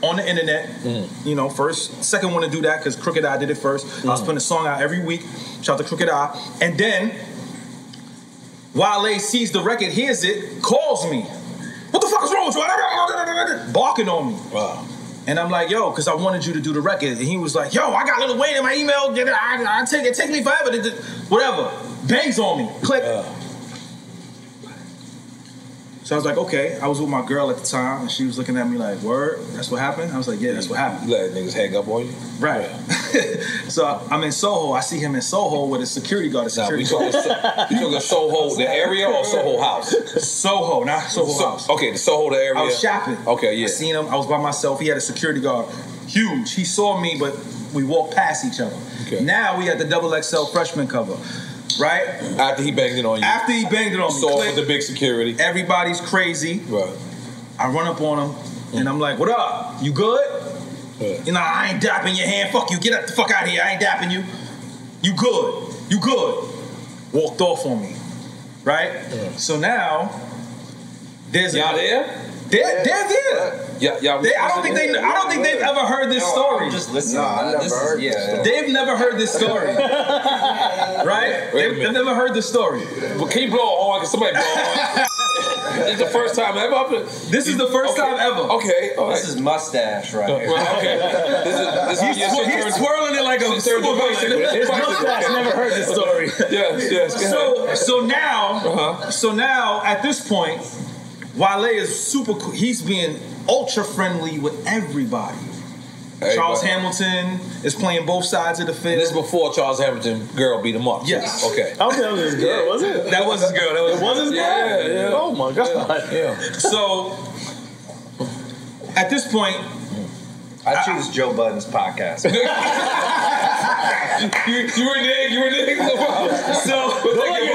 on the internet. You know, first, second one to do that because Crooked Eye did it first. I was putting a song out every week. Shout out to Crooked Eye, and then Wale sees the record, hears it, calls me. What the fuck is wrong with you? Barking on me. Wow. And I'm like, yo, because I wanted you to do the record. And he was like, yo, I got Lil Wayne in my email. I, I take it, take me forever. to do- Whatever. Bangs on me. Click. So I was like, okay. I was with my girl at the time, and she was looking at me like, word, that's what happened? I was like, yeah, that's what happened. You let niggas hang up on you? Right. so I'm in Soho. I see him in Soho with a security guard. A security we talking guard. You talking Soho, the area, or Soho House? Soho, not Soho So- House. Okay, the Soho, the area. I was shopping. Okay, I yeah. seen him. I was by myself. He had a security guard, huge. He saw me, but we walked past each other. Now we had the double XL freshman cover, right? After he banged it on you. After he banged it on me, Saw with click. the big security. Everybody's crazy. Right. Mm. I run up on him and I'm like, "What up? You good? You know, I ain't dapping your hand. Fuck you. Get up the fuck out of here. I ain't dapping you. You good? You good?" Walked off on me, right? So now there's Y'all there? They're, they're there. Yeah, yeah. They- I don't think they. I don't think they've ever heard this story. just listening. Nah, I never This is- heard this yeah. story. They've never heard this story, right? They've, they've never heard this story. But can you blow a horn? Can somebody blow a horn? it's the first time ever. This is the first time ever. Okay, all right. This is mustache, right? Uh, Well, okay. here. This is, this is, He's yes, tw- it he's turns- twirling it like a it turns supervisor. bicycle. His Bicycle. mustache never heard this story. Yes, yes. go ahead. So so now so now at this point, Wale is super. cool. He's being ultra friendly with everybody. Everybody. Charles Hamilton is playing both sides of the field. This is before Charles Hamilton girl beat him up. Yes. Okay. I don't think that was his girl, was it? That was his girl. That was, It was his girl? Yeah, yeah. Oh, my god. Yeah. So at this point, I choose Joe Budden's podcast. you, you were nigga. You were nigga. So Don't let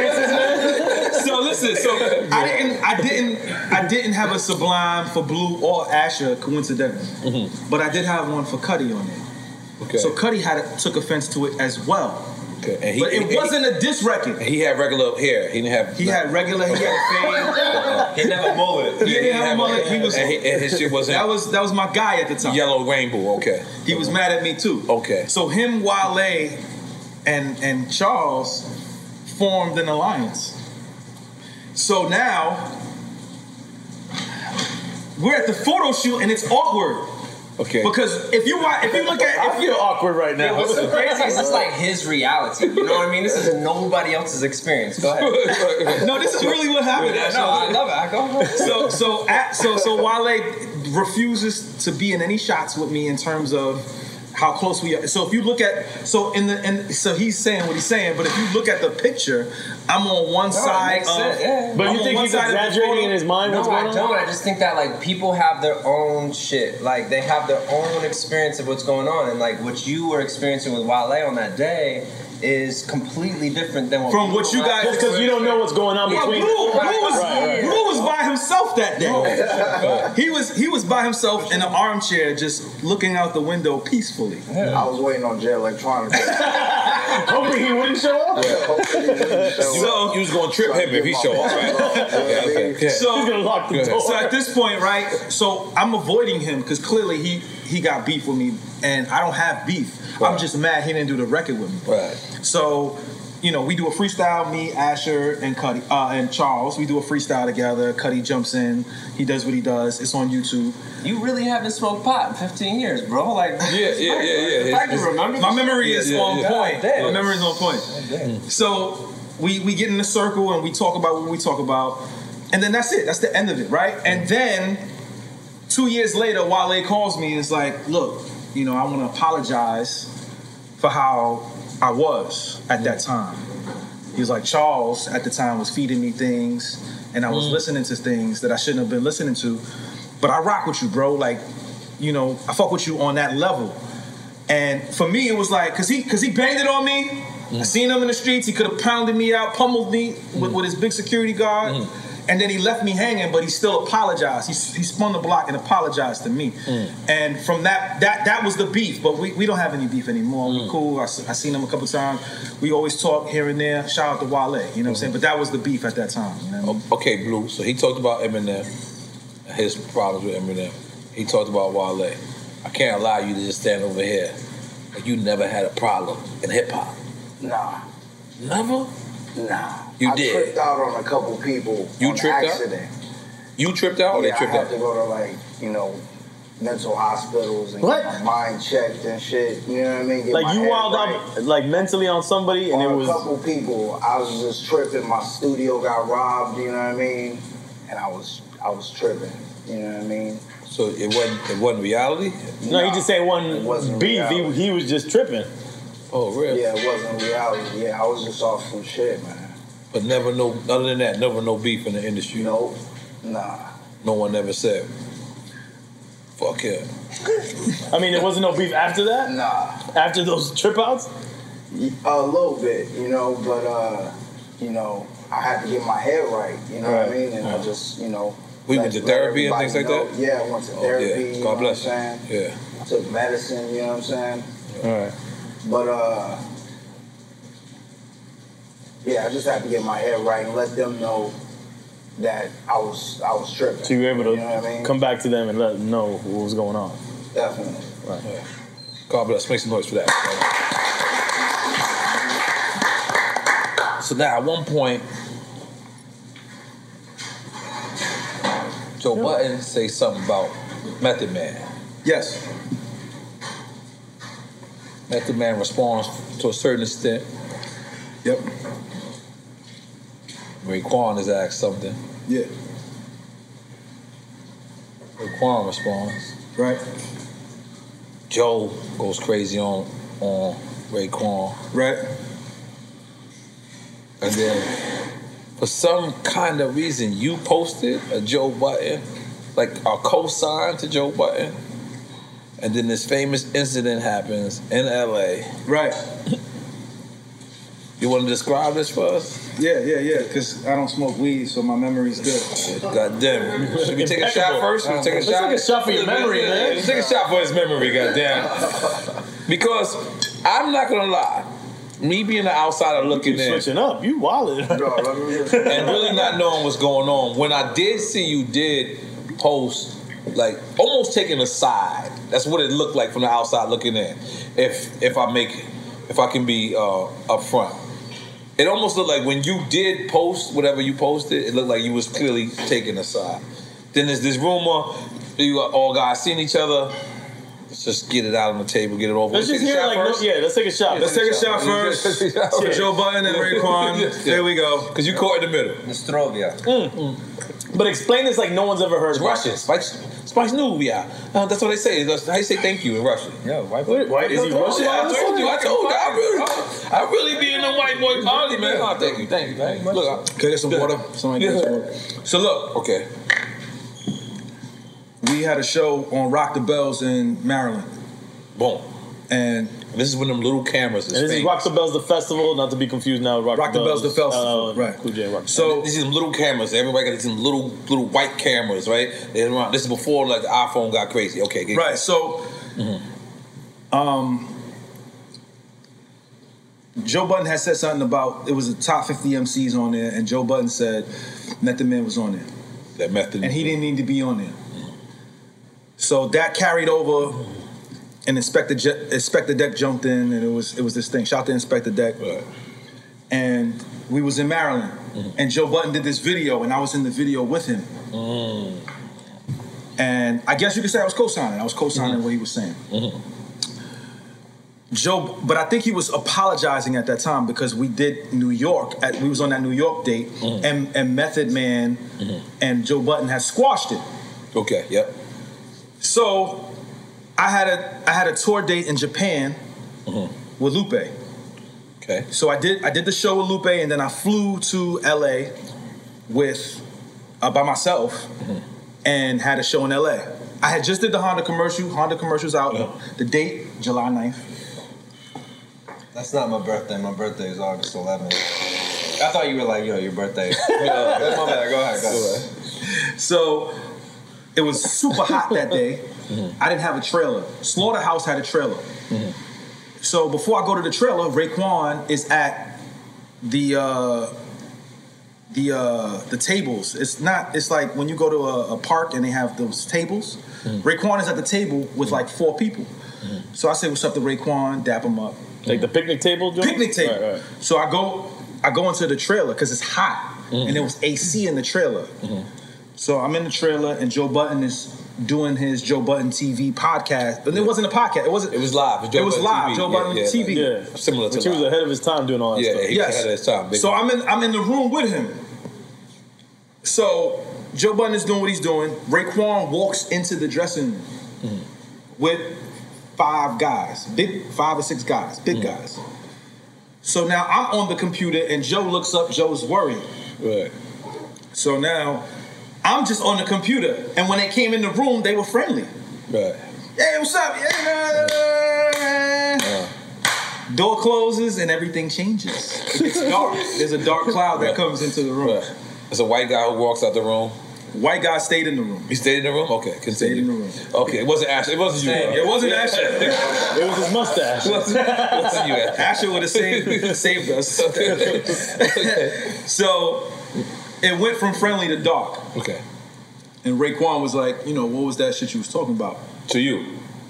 your so listen, so I didn't, I didn't, I didn't have a Sublime for Blue or Asher, coincidentally, but I did have one for Cuddy on it. Mm-hmm. Okay. So Cuddy had took offense to it as well. Okay. And he, but it he- wasn't a diss record. He had regular hair. He didn't have. He had regular. He had fade. He never mullet. Yeah, he didn't have a mullet. He was. And, he, and his shit wasn't. That was that was my guy at the time. Yellow rainbow. Okay. He was mad at me too. Okay. So him, Wale, and and Charles formed an alliance. So now we're at the photo shoot and it's awkward. Okay. Because if you wa- if you look at if you awkward right now. Yeah, what's so crazy is it's like his reality. You know what I mean? This is nobody else's experience. Go ahead. no, this is really what happened. no, I love it. I go ahead. so so at, so so Wale refuses to be in any shots with me in terms of how close we are. So if you look at so in the and so he's saying what he's saying, but if you look at the picture, I'm on one No, it side makes of. sense, yeah. But I'm you on think one he's side of the exaggerating photo. in his mind what's going on? No, I don't. I just think that like people have their own shit. Like they have their own experience of what's going on, and like what you were experiencing with Wale on that day is completely different than what From people what you around guys- us Just 'cause you don't know what's going on Yeah, between- Blue, Blue was, Right, right. Blue was by himself that Oh. No. day. he was he was by himself in an armchair, just looking out the window peacefully. I was waiting on Jay Electronic. Hoping he wouldn't show up. so you was gonna trip him if he show up. Right? Yeah, okay. Yeah. So, He's gonna lock the Go ahead. door. so at this point, right? So I'm avoiding him because clearly he he got beef with me, and I don't have beef. I'm just mad he didn't do the record with me. Right. So, you know, we do a freestyle. Me, Asher, and Cuddy, uh, and Charles. We do a freestyle together. Cuddy jumps in. He does what he does. It's on YouTube. You really haven't smoked pot in 15 years, bro. Like, Yeah, yeah, yeah, yeah. If I can remember, My memory is Yeah, yeah, on yeah. point. Damn. My memory is on point. So we we get in a circle and we talk about what we talk about, and then that's it. That's the end of it, right? And then two years later, Wale calls me and is like, "Look, you know, I want to apologize for how I was at that time." He was like, "Charles at the time was feeding me things, and I was Mm. listening to things that I shouldn't have been listening to, but I rock with you, bro. Like, you know, I fuck with you on that level." And for me, it was like, cause he, cause he banged it on me. Mm. I seen him in the streets. He could have pounded me out, pummeled me with, with his big security guard, Mm. and then he left me hanging. But he still apologized. He, s- he spun the block and apologized to me. Mm. And from that, that that was the beef. But we, we don't have any beef anymore. Mm. We're cool. I, s- I seen him a couple times. We always talk here and there. Shout out to Wale. You know what I'm saying? But that was the beef at that time. You know? Mm. O- Okay, Blue. So he talked about Eminem, his problems with Eminem. He talked about Wale. I can't allow you to just stand over here. Like you never had a problem in hip hop. Nah. Never? Nah. You I did. tripped out on a couple people. You on tripped out? accident. You tripped out or yeah, they tripped I had out? to go to like you know mental hospitals and What? get my mind checked and shit. You know what I mean? Get my Like you head wilded right. out, like mentally on somebody, and it on a was. couple people. I was just tripping. My studio got robbed. You know what I mean? And I was I was tripping. You know what I mean? So it wasn't it wasn't reality? No, he just said one wasn't beef. He, reality. he was just tripping. Oh, really? Yeah, it wasn't reality. Yeah, I was just off some shit, man. But never no other than that, never no beef in the industry. No. Nah. No one ever said. Fuck him. I mean, there wasn't no beef after that. Nah. After those trip outs. A little bit, you know, but uh, you know, I had to get my head right. You know what I Right. mean? And I Right. just, you know, We let- went to let therapy and things like everybody that? know. Yeah, I went to Oh, therapy. yeah. you God know bless. What I'm saying? Yeah. I took medicine. You know what I'm saying? All right. But uh, yeah, I just had to get my head right and let them know that I was I was tripping. So you were able to know what I mean? come back to them and let them know what was going on. Definitely. Right. God bless. Make some noise for that. So now, at one point, Joe Button say something about Method Man. Yes. Method Man responds to a certain extent. Yep. Raekwon is asked something. Yeah. Raekwon responds. Right. Joe goes crazy on on Raekwon. Right. And then for some kind of reason you posted a Joe Button, like a co-sign to Joe Button. And then this famous incident happens in LA. Right. You wanna describe this for us? Yeah, yeah, yeah. Because I don't smoke weed, so my memory's good. God damn it. Should we take a shot first? Should we take a shot? Let's take a shot for his memory, goddamn. Because I'm not gonna lie, me being the outsider looking keep in, switching up. You wilding. and really not knowing what's going on. When I did see you did post, like almost taking a side. That's what it looked like from the outside looking in. If if I make it, if I can be uh, upfront. It almost looked like when you did post whatever you posted, it looked like you was clearly taking a side. Then there's this rumor you all guys seeing each other. Let's just get it out on the table, get it over. Let's with. just hear it like, no, yeah, let's take a shot. Let's take a shot first. Yeah. For Joe Biden and Raekwon. There we go. Because you caught in the middle. Nostrovia. Mm. But explain this like no one's ever heard. Russian. Spice, spice Nubia. Uh, that's what they say. That's how you say thank you in Russian. Yeah, white boy. white- is he Russian? I Why told is you. I he told you. I fucking really, I really be in the white boy party, man. Oh, thank you. Thank you. Thank you. Look, I- Can I get some water? Somebody get some water. So look, okay. We had a show on Rock the Bells in Maryland. Boom. And this is when them little cameras is And this is Rock the Bells the festival, not to be confused now. uh, with Rock, Rock the Bells, the festival, right? Cool J Rock. So these are them little cameras. Everybody got these little little white cameras, right? They're around. This is before like the iPhone got crazy. Okay, get Right. So, um, Joe Button had said something about it was the top 50 MCs on there, and Joe Button said Method Man was on there. That Method And he didn't need to be on there. So that carried over, and Inspector Je- Inspector Deck jumped in, and it was it was this thing. Shout out to Inspector Deck. And we was in Maryland, Mm-hmm. and Joe Button did this video, and I was in the video with him. Mm. And I guess you could say I was co-signing. I was co-signing Mm-hmm. what he was saying. Joe, but I think he was apologizing at that time because we did New York. At, we was on that New York date, Mm-hmm. and, and Method Man and Joe Button had squashed it. Okay. Yep. So I had a I had a tour date in Japan with Lupe. Mm-hmm. Okay. So I did I did the show with Lupe, and then I flew to LA with uh, by myself and had a show in LA. I had just did the Honda commercial. Honda commercial's out. The date July 9th. That's not my birthday. My birthday is August 11th. I thought you were like, yo, your birthday. Yeah, that's my bad. Go ahead. Go ahead. So it was super hot that day. Mm-hmm. I didn't have a trailer. Slaughterhouse had a trailer. So before I go to the trailer, Raekwon is at the uh, the uh, the tables. It's not. It's like when you go to a, a park and they have those tables. Mm-hmm. Raekwon is at the table with like four people. So I say, "What's up to Raekwon?" Dap him up. Like the picnic table. Joint? Picnic table. Right, right. So I go, I go into the trailer because it's hot, and there was AC in the trailer. So I'm in the trailer, and Joe Button is doing his Joe Button TV podcast. But it wasn't a podcast. It wasn't. It was live. it was live. Joe Button TV. Similar to Which he was live. ahead of his time doing all that Yeah, stuff. he was ahead of his time. Big So time. I'm in. I'm in the room with him. So Joe Button is doing what he's doing. Raekwon walks into the dressing room Mm-hmm. with five guys, big five or six guys, big Mm-hmm. guys. So now I'm on the computer and Joe looks up. Joe's worried. Right. So now I'm just on the computer, and when they came in the room, they were friendly. Right. Hey, what's up? Yeah. uh. Door closes and everything changes. It's dark. There's a dark cloud that comes into the room. It's a white guy who walks out the room. White guy stayed in the room. He stayed in the room. Okay, continue. Stayed in the room. Okay, it wasn't Asher. It wasn't you. It wasn't Asher. It was his mustache. it wasn't it wasn't you, Asher. Asher would have saved, saved us. so it went from friendly to dark. Okay. And Raekwon was like, you know, what was that shit you was talking about? To you.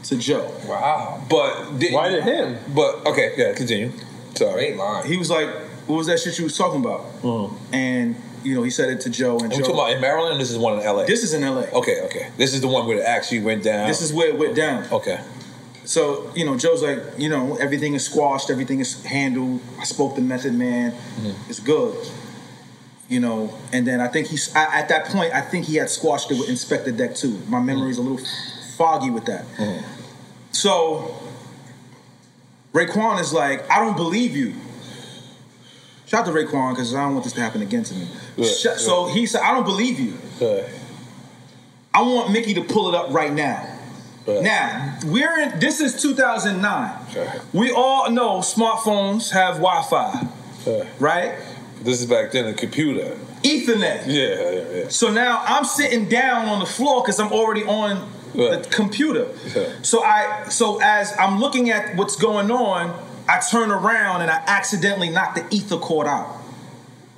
To Joe. Wow. But did why to him? But okay, yeah, continue. Sorry. Great line. He was like, what was that shit you was talking about? Uh-huh. And, you know, he said it to Joe and And we Joe. talking about in Maryland. or This is one in L.A. This is in LA. Okay, okay. This is the one where it actually went down. This is where it went down. Okay. So, you know, Joe's like, you know, everything is squashed, everything is handled. I spoke to Method Man. Mm-hmm. It's good. You know, and then I think he's I, at that point. I think he had squashed it with Inspector Deck too. My memory's a little foggy with that. So Raekwon is like, I don't believe you. Shout out to Raekwon because I don't want this to happen again to me. Yeah, Sh- So he said, I don't believe you. I want Mickey to pull it up right now. Now we're in. This is 2009. We all know smartphones have Wi-Fi, right? This is back then a computer. Ethernet. Yeah, yeah, yeah. So now I'm sitting down on the floor because I'm already on the computer. So I so as I'm looking at what's going on, I turn around and I accidentally knock the ether cord out.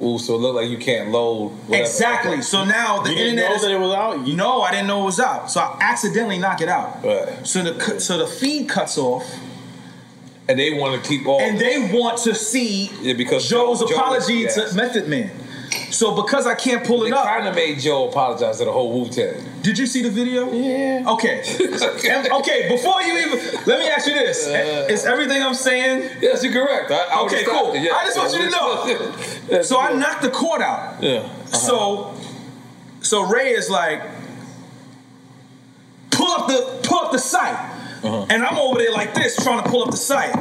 Ooh, so it looked like you can't load. whatever. Exactly. So now the You didn't internet know is, that it was out? No, I didn't know it was out. So I accidentally knock it out. Right. So the cu- so the feed cuts off, And they want to keep all. and they want to see yeah, because Joe's Joe- Joe- apology yes. to Method Man. So because I can't pull it up, kind of made Joe apologize to the whole Wu Tang. Did you see the video? Yeah. Okay. Em- okay. Before you even, let me ask you this: Is everything I'm saying? Uh. Yes, you're correct. I- I okay, would've stopped cool. it, yeah. I just want you to know. so I knocked the cord out. Yeah. Uh-huh. So, so Ray is like, pull up the pull up the site, Uh-huh. and I'm over there like this trying to pull up the site.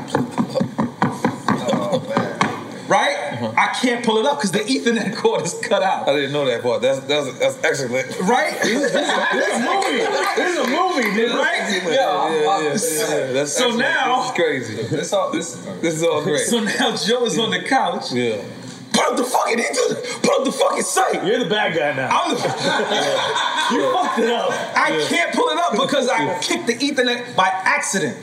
Right? I can't pull it up because the Ethernet cord is cut out. Uh-huh. I didn't know that part. That's that's that's excellent. Right? This, this, this is a movie. This is a movie, dude. Right? Yeah. yeah, yeah, yeah. That's So excellent. now- this is crazy. This all this this is all great. So now Joe is on the couch. Yeah. Put up the fucking Ethernet. Put up the fucking site. You're the bad guy now. I'm the. You fucked it up. I Yeah. can't pull it up because I kicked the Ethernet by accident.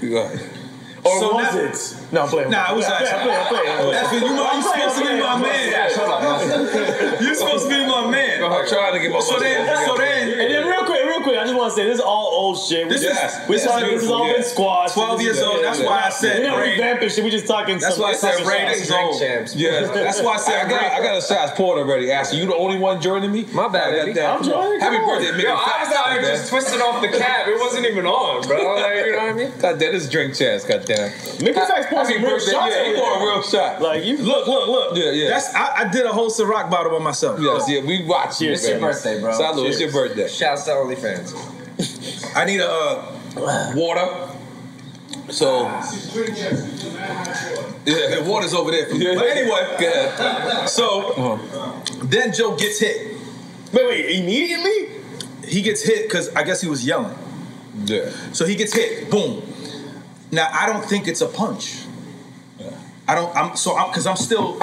Or So was now- it? No, I'm playing. Nah, it was I'm playing, I'm playing, I'm playing. That's it. You, know, I'm you playing, supposed to be my I'm playing. man. you supposed to be my man. I'm trying to get my So then, so then, and then real quick, real quick, I just want to say this is all old shit. We This just, is- we this talking- is this has beautiful, all been yeah. squash. 12 years old, that's why I said we're not Ray. revamping shit. We just talking. That's some- why I said some Ray shit. is old. Yeah, that's why I said I got, I got a shots poured already. Ashley, you the only one joining me. My bad, I got baby. that. I'm joining, Happy come on. birthday, Yo, Megan I Fox, was out here goddamn. just twisting off the cab. It wasn't even on, bro. Like, you know what I mean? Goddamn, this drink chance. Goddamn. Mickey Facts pouring Happy some real birthday. shots Yeah, in he poured here. a real shot. Like you, look, look, look. Yeah, yeah. That's I, I did a whole Ciroc bottle by myself. Yes, yeah, we watch you. Cheers, baby. it's your birthday, bro. Salud, it's your Cheers. birthday. Shouts to OnlyFans. I need a uh, water. So Ah, yeah, the water's over there. For me. But anyway, Go ahead. so then Joe gets hit. Wait, wait, immediately? He gets hit because I guess he was yelling. Yeah. So he gets hit. Boom. Now I don't think it's a punch. I don't. I'm so I'm because I'm still.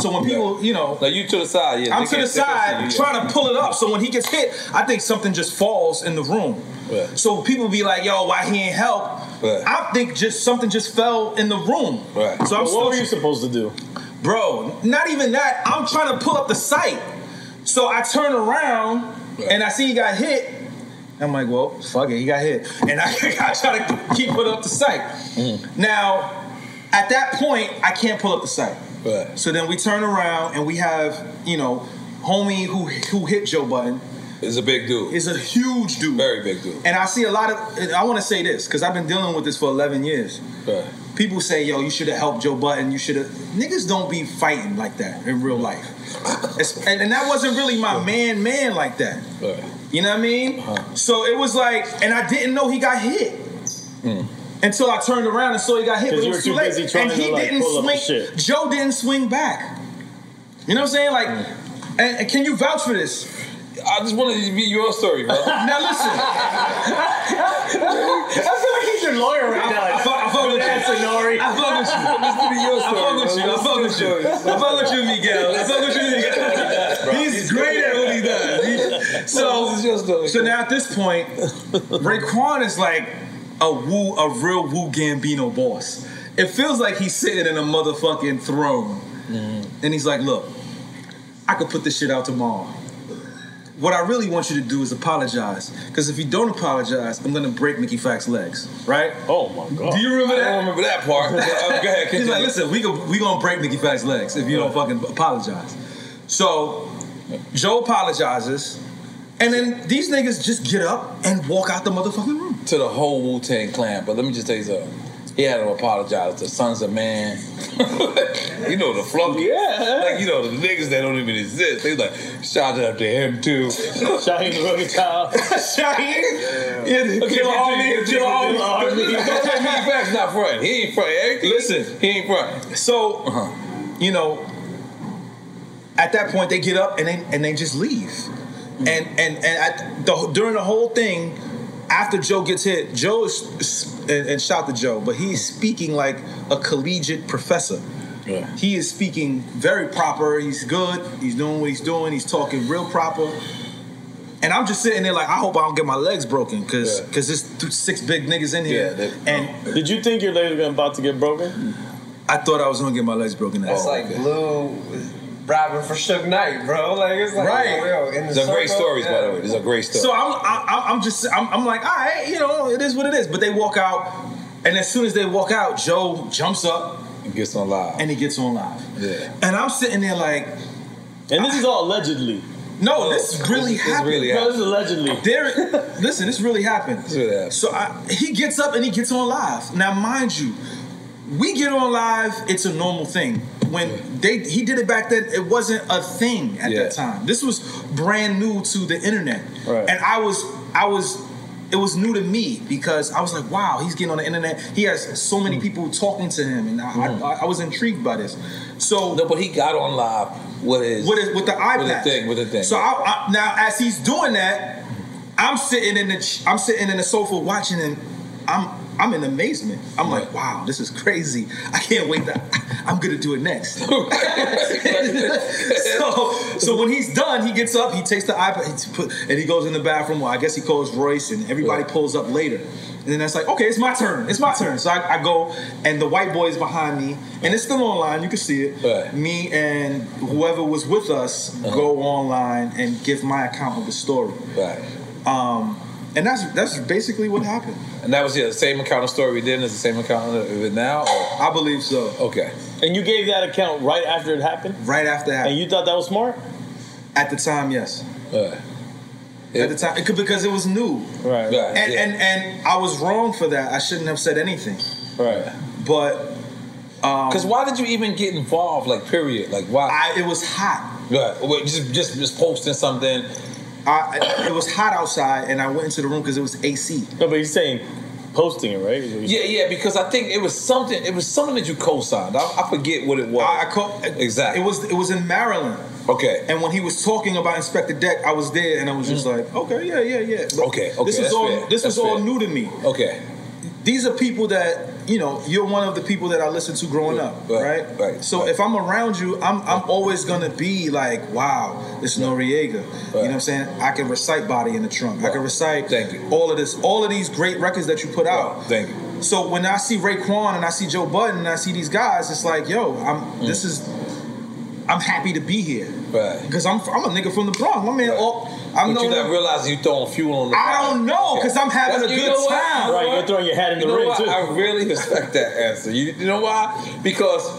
So when people, you know, Now you to the side. Yeah, I'm they to the can't- they can't side see you, yeah. trying to pull it up. So when he gets hit, I think something just falls in the room. So people be like, "Yo, why he ain't help?" I think just something just fell in the room. Right. So I'm What still were you supposed to do? bro. Not even that. I'm trying to pull up the site. So I turn around and I see he got hit. I'm like, well, fuck it, he got hit, and I, I try to keep putting up the site. Mm-hmm. Now, at that point, I can't pull up the site. So then we turn around and we have you know, homie who who hit Joe Button. Is a big dude. Is a huge dude. Very big dude. And I see a lot of. and I want to say this because I've been dealing with this for 11 years. Right. People say, "Yo, you should have helped Joe Button. You should have." Niggas don't be fighting like that in real life. It's- and, and that wasn't really my man, man like that. You know what I mean? Uh-huh. So it was like, and I didn't know he got hit until I turned around and saw he got hit. But Hmm. 'Cause it you was were too too late. busy trying and he to, like, didn't pull up the swing. shit. Joe didn't swing back. You know what I'm saying? Like, Hmm. and, and can you vouch for this? I just wanted to be your story, bro. now listen. I feel like he's your lawyer right now. I fuck- I fuck with you. Nori. I fuck with you. I fuck with you. I fuck with you. I fuck with you, Miguel. I fuck with you, Miguel. He's great at what he does. He- So, so now at this point, Raekwon is like a woo, a real woo Gambino boss. It feels like he's sitting in a motherfucking throne, Mm-hmm. and he's like, "Look, I could put this shit out tomorrow." What I really want you to do is apologize, because if you don't apologize, I'm gonna break Mickey Fax's legs, right? Oh my god! Do you remember that? I don't remember that part. Go ahead, He's like, continue. listen, we go, we gonna break Mickey Fax's legs if you don't fucking apologize. So Joe apologizes, and then these niggas just get up and walk out the motherfucking room. to the whole Wu Tang Clan. But let me just tell you something. He had to apologize to Sons of Man. you know the flunk. Yeah. Like you know the niggas that don't even exist. They like shout out to him too. Shaheen the Rugged Child. Shaheen. Yeah. Kill all Continue, niggas. Kill all continue. niggas. Don't take me back. Not front. He ain't front. Everything. Listen. He ain't front. Uh-huh. So, you know, at that point they get up and they and they just leave. Mm. And and and at the, during the whole thing, after Joe gets hit, Joe is is- and, and shout to Joe, but he's speaking like a collegiate professor. He is speaking very proper. He's good. He's doing what he's doing. He's talking real proper. And I'm just sitting there like, I hope I don't get my legs broken because Yeah. because there's th- six big niggas in here. Yeah, and Did you think your legs were about to get broken? I thought I was gonna get my legs broken. That's Oh, like okay. Blue robbing for Suge Knight, bro. Like it's like Right. yo, in the These are great circle, stories, by the way. These are great stories. So I'm, I, I'm just, I'm, I'm like, all right, you know, it is what it is. But they walk out, and as soon as they walk out, Joe jumps up It gets on live. and he gets on live. Yeah. And I'm sitting there like, And this is all allegedly. No, this really happened. No, this is allegedly. There, listen, this really happened. So I, he gets up and he gets on live. Now, mind you, we get on live. It's a normal thing. When they he did it back then, it wasn't a thing at Yeah. that time. This was brand new to the internet, Right. and I was I was. It was new to me because I was like, "Wow, he's getting on the internet. He has so many people talking to him, and I, I, I was intrigued by this." So Mm. no, but he got on live with his with, the iPad With the thing, with the thing. So I, I, now, as he's doing that, I'm sitting in the ch- I'm sitting in the sofa watching, and I'm I'm in amazement. I'm like, wow, this is crazy. I can't wait. To, I'm gonna do it next. so so when he's done, he gets up, he takes the iPad, he t- put, and he goes in the bathroom. Well, I guess he calls Royce, and everybody pulls up later. And then that's like, okay, it's my turn. It's my turn. So I, I go, and the white boy is behind me, and it's still online. You can see it. Me and whoever was with us go online and give my account of the story. Um, and that's that's basically what happened. And that was yeah, the same account of story we did, and it's the same account of it now? I believe so. Okay. And you gave that account right after it happened? Right after it And you thought that was smart? At the time, yes. Uh, At the time, it could, because it was new. Right. And, and and I was wrong for that. I shouldn't have said anything. Right. But Because why did you even get involved? Like, period. Like, why? I, it was hot. Right. Wait, just, just, just posting something. I, it was hot outside, and I went into the room because it was AC. No, but he's saying posting it, right? Yeah, yeah. Because I think it was something. It was something that you co-signed. I, I forget what it was. I, co- exactly. It was it was in Maryland. Okay. And when he was talking about Inspector Deck, I was there, and I was Mm. just like, okay, yeah, yeah, yeah. But Okay, okay, This was that's all fair. this was That's all fair. new to me. Okay. These are people that you know. You're one of the people that I listened to growing up, right? Right. So if I'm around you, I'm I'm always gonna be like, wow, this Noriega. You know what I'm saying? I can recite Body in the Trunk. I can recite all of this, all of these great records that you put out. Thank you. So when I see Raekwon and I see Joe Budden and I see these guys, it's like, yo, I'm Mm. this is I'm happy to be here. Right. Because I'm I'm a nigga from the Bronx. My man, all, I'm but no you not realize you throwing fuel on the I don't know, 'cause I'm having a you good know what? You time. know Right, you're what? throwing your hat in You the know ring, what? too. I really respect that answer. You, you know why? Because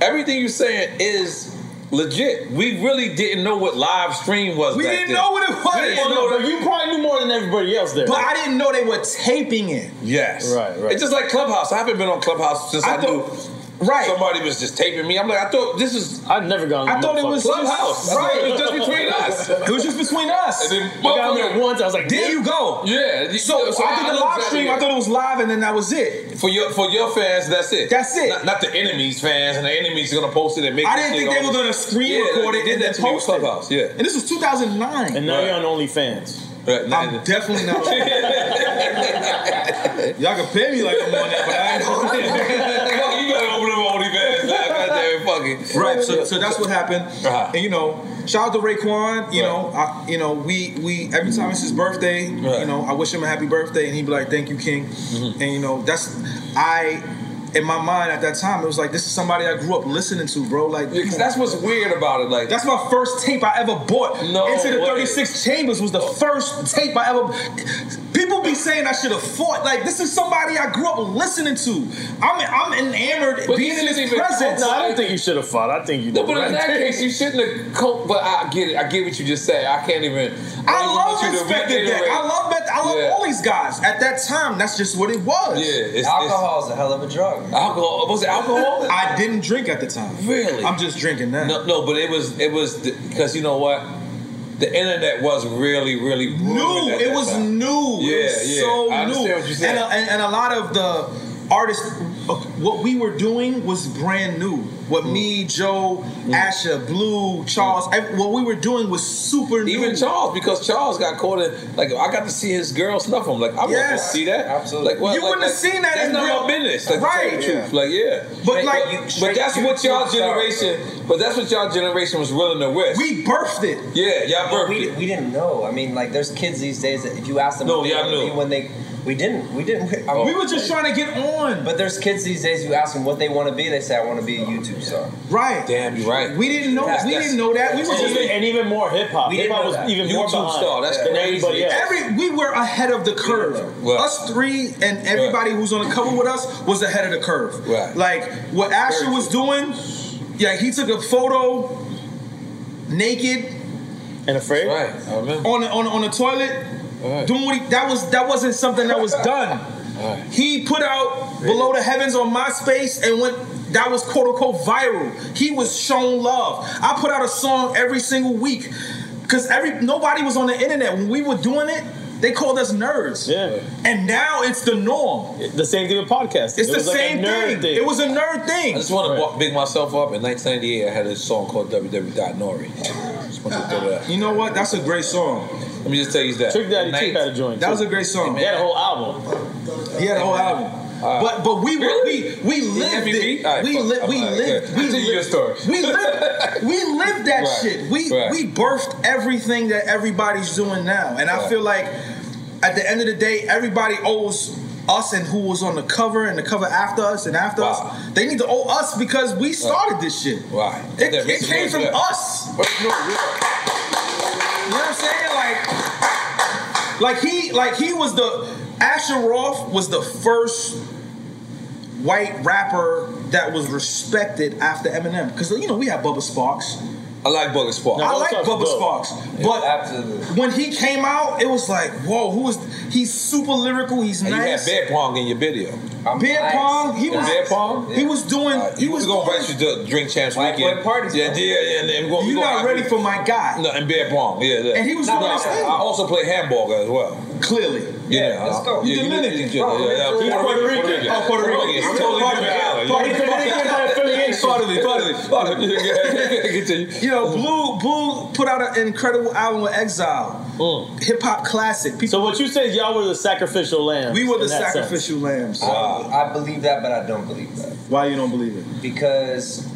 everything you're saying is legit. We really didn't know what live stream was. We back didn't then. know what it was. We didn't know that- you probably knew more than everybody else there. But I didn't know they were taping it. Yes. Right, right. It's just like Clubhouse. I haven't been on Clubhouse since I, knew right. somebody was just taping me. I'm like, I thought this is. I've never gone. I thought it was Clubhouse. I thought right. It was just between us. It was just between us. And then I got there once. I was like, there you go. Yeah. you- So, so I did I the know live exactly stream. I what- thought it was live, and then that was it. For your for your fans, that's it. That's it. Not, not the enemies fans, and the enemies are gonna post it and make. I this didn't shit think they all- were gonna screen Yeah, record they it did and that then to me on post it. Clubhouse. Yeah. And this was 2009. And now you're on OnlyFans. Right, now- I'm definitely not. Y'all can pay me like I'm on that, but I ain't on it. Fuck, you gotta open up OnlyFans. Like, goddamn, fuck it. Right. So, so that's what happened. Uh-huh. And you know, shout out to Raekwon. You know, I, you know, we we every time it's his birthday, you know, I wish him a happy birthday, and he'd be like, "Thank you, King." Mm-hmm. And you know, that's I. In my mind at that time, it was like this is somebody I grew up listening to, bro. Like Yeah, 'cause that's what's weird about it. Like that's my first tape I ever bought. No Into the way. 36 Chambers was the first tape I ever. People be saying I should have fought. Like this is somebody I grew up listening to. I'm I'm enamored being in his presence. No, I don't think you should have fought. I think you No, did but right. in that case, you shouldn't have. Co- but I get it. I get what you just said. I can't even. I don't even love want you to Inspector Deck. reiterate. I love Beth. I love Yeah. all these guys. At that time, that's just what it was. Yeah, it's- alcohol it's- is a hell of a drug. Alcohol was it alcohol? I didn't drink at the time. Really? I'm just drinking now. No, no, but it was it was because you know what, the internet was really really new. ruined at It that was time. new. it Yeah, was yeah. so I understand new. what you're saying. And, a, and, and a lot of the artists, uh, what we were doing was brand new. What Mm. me, Joe, Asha, Blue, Charles, ev- what we were doing was super new. Even Charles, because Charles got caught in like I got to see his girl snuff him. Like I want to Yes. see that. Absolutely. Like what? You like, wouldn't have like, seen that That's in not real- my business. Like, to tell Right. the truth. Like yeah. But, like, you- but that's you- what y'all I'm sorry. generation. But that's what y'all generation was willing to risk. We birthed it. Yeah, y'all birthed we, it. We didn't know. I mean, like, there's kids these days that if you ask them, No, what they y'all wanna knew. be when they, we didn't, we didn't. I Oh. We were just trying to get on. But there's kids these days you ask them what they want to be, they say, I want to be a YouTube star. Right. Damn, you're right. We didn't know. That's- we that's- didn't know that. We were that's just even- and even more hip hop. We didn't Hip hop know was that. even more YouTube behind. star, that's than Everybody else. Every, we were ahead of the curve. Right. Us three and everybody who's on the cover with us was ahead of the curve. Like what Asher was doing, yeah, he took a photo. naked and afraid on a, on a, on a toilet. Doing what he, that was that wasn't something that was done. He put out below the heavens on MySpace and went. That was quote unquote viral. He was shown love. I put out a song every single week because every nobody was on the internet when we were doing it. They called us nerds. Yeah. And now it's the norm. The same thing with podcasting. It's It the was like a same nerd thing. thing. It was a nerd thing. I just want to big myself up. In 1998, I had a song called WW.Nori. Just want to throw that. You know what? That's a great song. Let me just tell you that. Trick Daddy too had a joint, That too. was a great song. He had a whole album. He had a whole album. but but we were we we lived it. MVP? Uh, All right, we fuck. lived I'm we all right, lived good. we Continue your lived story. we lived we lived that Right, shit. We right. we birthed everything that everybody's doing now, and I Right. feel like at the end of the day, everybody owes us and who was on the cover and the cover after us and after us. They need to owe us because we started this shit. Right. It, Yeah, it Mr. came Where's from that? us. You know what I'm saying? Like, like he, like he was the Asher Roth was the first white rapper that was respected after Eminem. Because you know we had Bubba Sparks. I like Bugger Sparks. I like Bubba Sparks, but absolutely. when he came out, it was like, whoa, who is? He's super lyrical. He's And you had nice. beer pong in your video. Beer pong. He Yeah, was beer pong. He was doing. he was gonna invite you to drink champs weekend parties. Yeah, yeah, yeah. And, and You're not ready for my guy. No, and beer pong. Yeah, yeah. And he was No, doing I, his thing. I also play handball as well. Clearly. Yeah, let's I- go. Yeah, You Dominican. You, yeah, yeah, yeah. He's Puerto Rican. Oh, Puerto Rican. It's I'm totally Puerto different Rican. island. Puerto Yeah. Rican by affiliation. Part of it, part of it, part of it. You know, Blue Blue put out an incredible album with Exile, hip hop classic. People, so what you say is y'all were the sacrificial lambs. We were the in that sense. sacrificial lambs. I, I believe that, but I don't believe that. Why you don't believe it? Because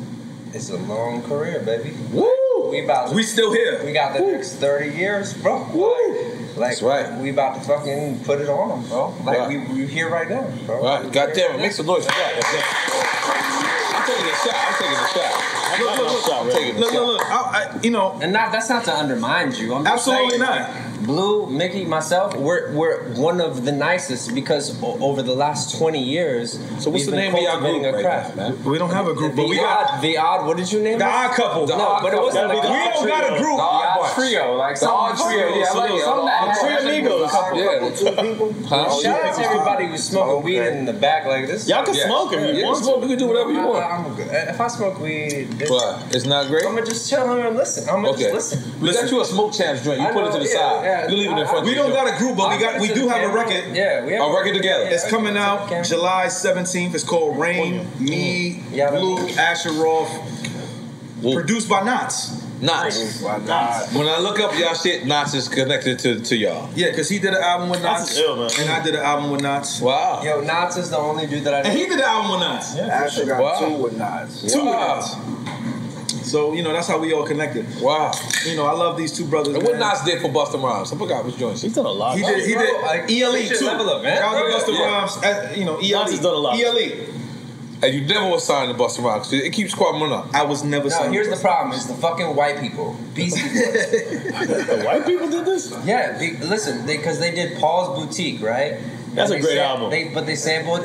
it's a long career, baby. Woo! We about we still here. We got the next thirty years, bro. Woo! Like, That's right. We about to fucking put it on, bro. Like Right. we we here right now, bro. Right. God damn it. Make some noise for that. I'm taking a shot. I'm taking a shot. Look, look, look. I'm taking a Look, shot. look, look. I, I, you know, and not that's not to undermine you. I'm just Absolutely saying, like, Blue, Mickey, myself, we're we're one of the nicest because o- over the last twenty years, So what's we've the been name of y'all cultivating group a right craft, now, man? We don't have a group, the but we odd, got- the odd. What did you name The it? Odd Couple. No, The Odd but it wasn't Couple. the We odd don't got a trio. group. The The odd Odd trio, like The some Odd Trio, Yeah, yeah, like salute. some that The had Three actually Amigos. a couple, Yeah. couple, two people. Huh? Shout out to Yeah. everybody who's smoking weed in the back like this. Y'all can smoke if you Yeah, want can to. smoke. You can do whatever you I- want. I'm good. Uh, If I smoke weed, this- Why? It's not great. I'ma just chill here and listen. I'ma okay. just listen. We got you a smoke champs joint. You I put it to know, the yeah, side. yeah. You leave it in I- front. We of the don't got a joint. group, but we got we do have a camera. record. Yeah, we have a a record record. together. Yeah, It's I coming can out see the camera. July 17th. It's called Rain, Me, Blue, Asher Roth, produced by Knots. Knots. Knots. When I look up y'all shit, Knots is connected to, to y'all. Yeah, because he did an album with Knots, and I did an album with Knots. Wow. Yo, Knots is the only dude that I. And he did an album with Knots. Asher got Wow. two with Nas. Two with Knots. So you know that's how we all connected. Wow. You know I love these two brothers. And what man. Knots did for Busta Rhymes? I forgot which joint. He's done a lot. He did. He did. E ELE too. That was the Busta Rhymes. uh, You know, ELE. E ELE. And you never was signed to Busta Rhymes. It keeps squabbling up. I was never No, here's the problem: is the fucking white people, Beastie Boys. the white people did this. Yeah, be, listen, because they, did Paul's Boutique, right? That's And a they great album. They, but they sampled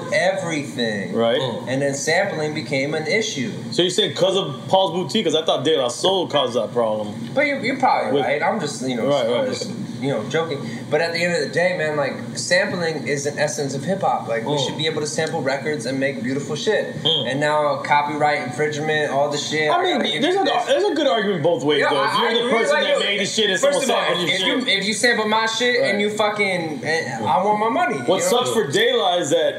everything, Right. And then sampling became an issue. So you said because of Paul's boutique? Because I thought De La Soul caused that problem. But you're, you're probably With- right. I'm just you know, Right, I'm right. just you know joking. But at the end of the day, man, like sampling is an essence of hip hop. Like we Mm. should be able to sample records and make beautiful shit. And now copyright infringement, all the shit. I mean, there's a there's a good argument both ways though. If I- I you're the agree, person like, that look, made the shit and first someone of all, sampled your if you, shit. if you sample my shit and you fucking, eh, and I want my money. you What know? sucks for Dayla is that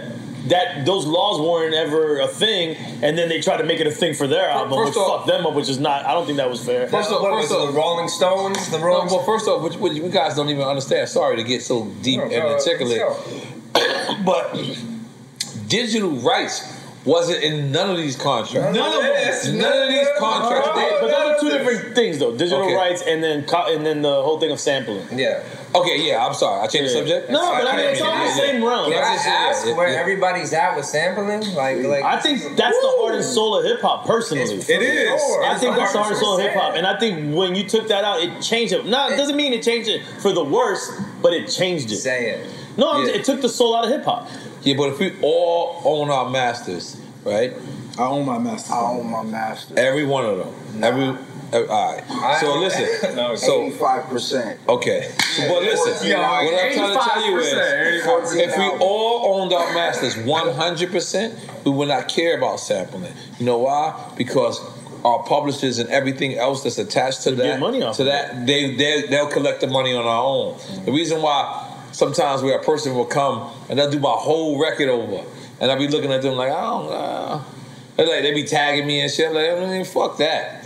that those laws weren't ever a thing, and then they tried to make it a thing for their album, first which off- fucked them up, which is not. I don't think that was fair. First off, first off, Rolling Stones, the Rolling. well, first off, which, which you guys don't even understand. Sorry to get so deep No, and no, articulate, but digital rights wasn't in none of these contracts. None of them. None of these contracts. But- but those are two different things, though. Digital Okay. rights and then co- and then the whole thing of sampling. Yeah. Okay. Yeah. I'm sorry. I changed the subject. No, but I mean, it's all the same realm. Can I That's just- yeah, ask yeah, where yeah. everybody's at with sampling? Like, like I think that's the heart and soul of hip hop, personally. It's- It is. I It's think that's the heart and soul of hip 100%. hop, and I think when you took that out, it changed it. No, it doesn't mean it changed it for the worse, but it changed it. Say it. No, I'm- it took the soul out of hip hop. Yeah, but if we all own our masters, right? I own my master. I own my master. Every one of them. Every Uh, all right. So listen. So Eighty-five percent. okay. So, but listen. Yeah, like what I'm trying to tell you is, 85%. if we all owned our masters 100, percent we would not care about sampling. You know why? Because our publishers and everything else that's attached to that, money off to that, they they they'll collect the money on our own. The reason why sometimes where a person will come and they'll do my whole record over, and I'll be looking at them like, I don't know. They like they be tagging me and shit. I'm like, I mean, fuck that.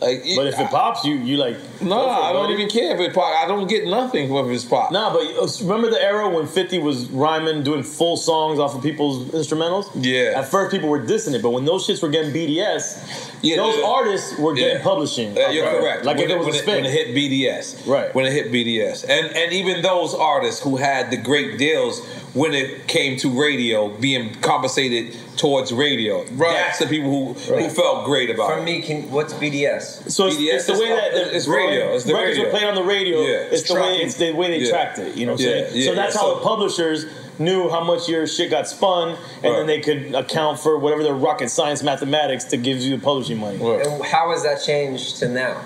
Like, but if it pops, you you like no, go for it, I don't buddy. even care if it pop. I don't get nothing from his pop. Nah, but uh, remember the era when 50 was rhyming, doing full songs off of people's instrumentals? Yeah. At first, people were dissing it, but when those shits were getting BDS, those yeah. artists were getting Yeah. publishing. Uh, you're correct. Like when, if it it, was when, a it, spin. when it hit BDS, right? When it hit BDS, and and even those artists who had the great deals when it came to radio being compensated towards radio, right? That's the people who who felt great about it. For me, can, what's BDS? So it's- BDS it's the is way up- that the- It's It's radio. It's the records radio. were played on the radio. Yeah. It's, It's the way tracking. it's the way they Yeah. tracked it. You know what I'm Yeah, saying? yeah, so that's yeah. how So- the publishers knew how much your shit got spun, and then they could account for whatever their rocket science mathematics to give you the publishing money. And how has that changed to now?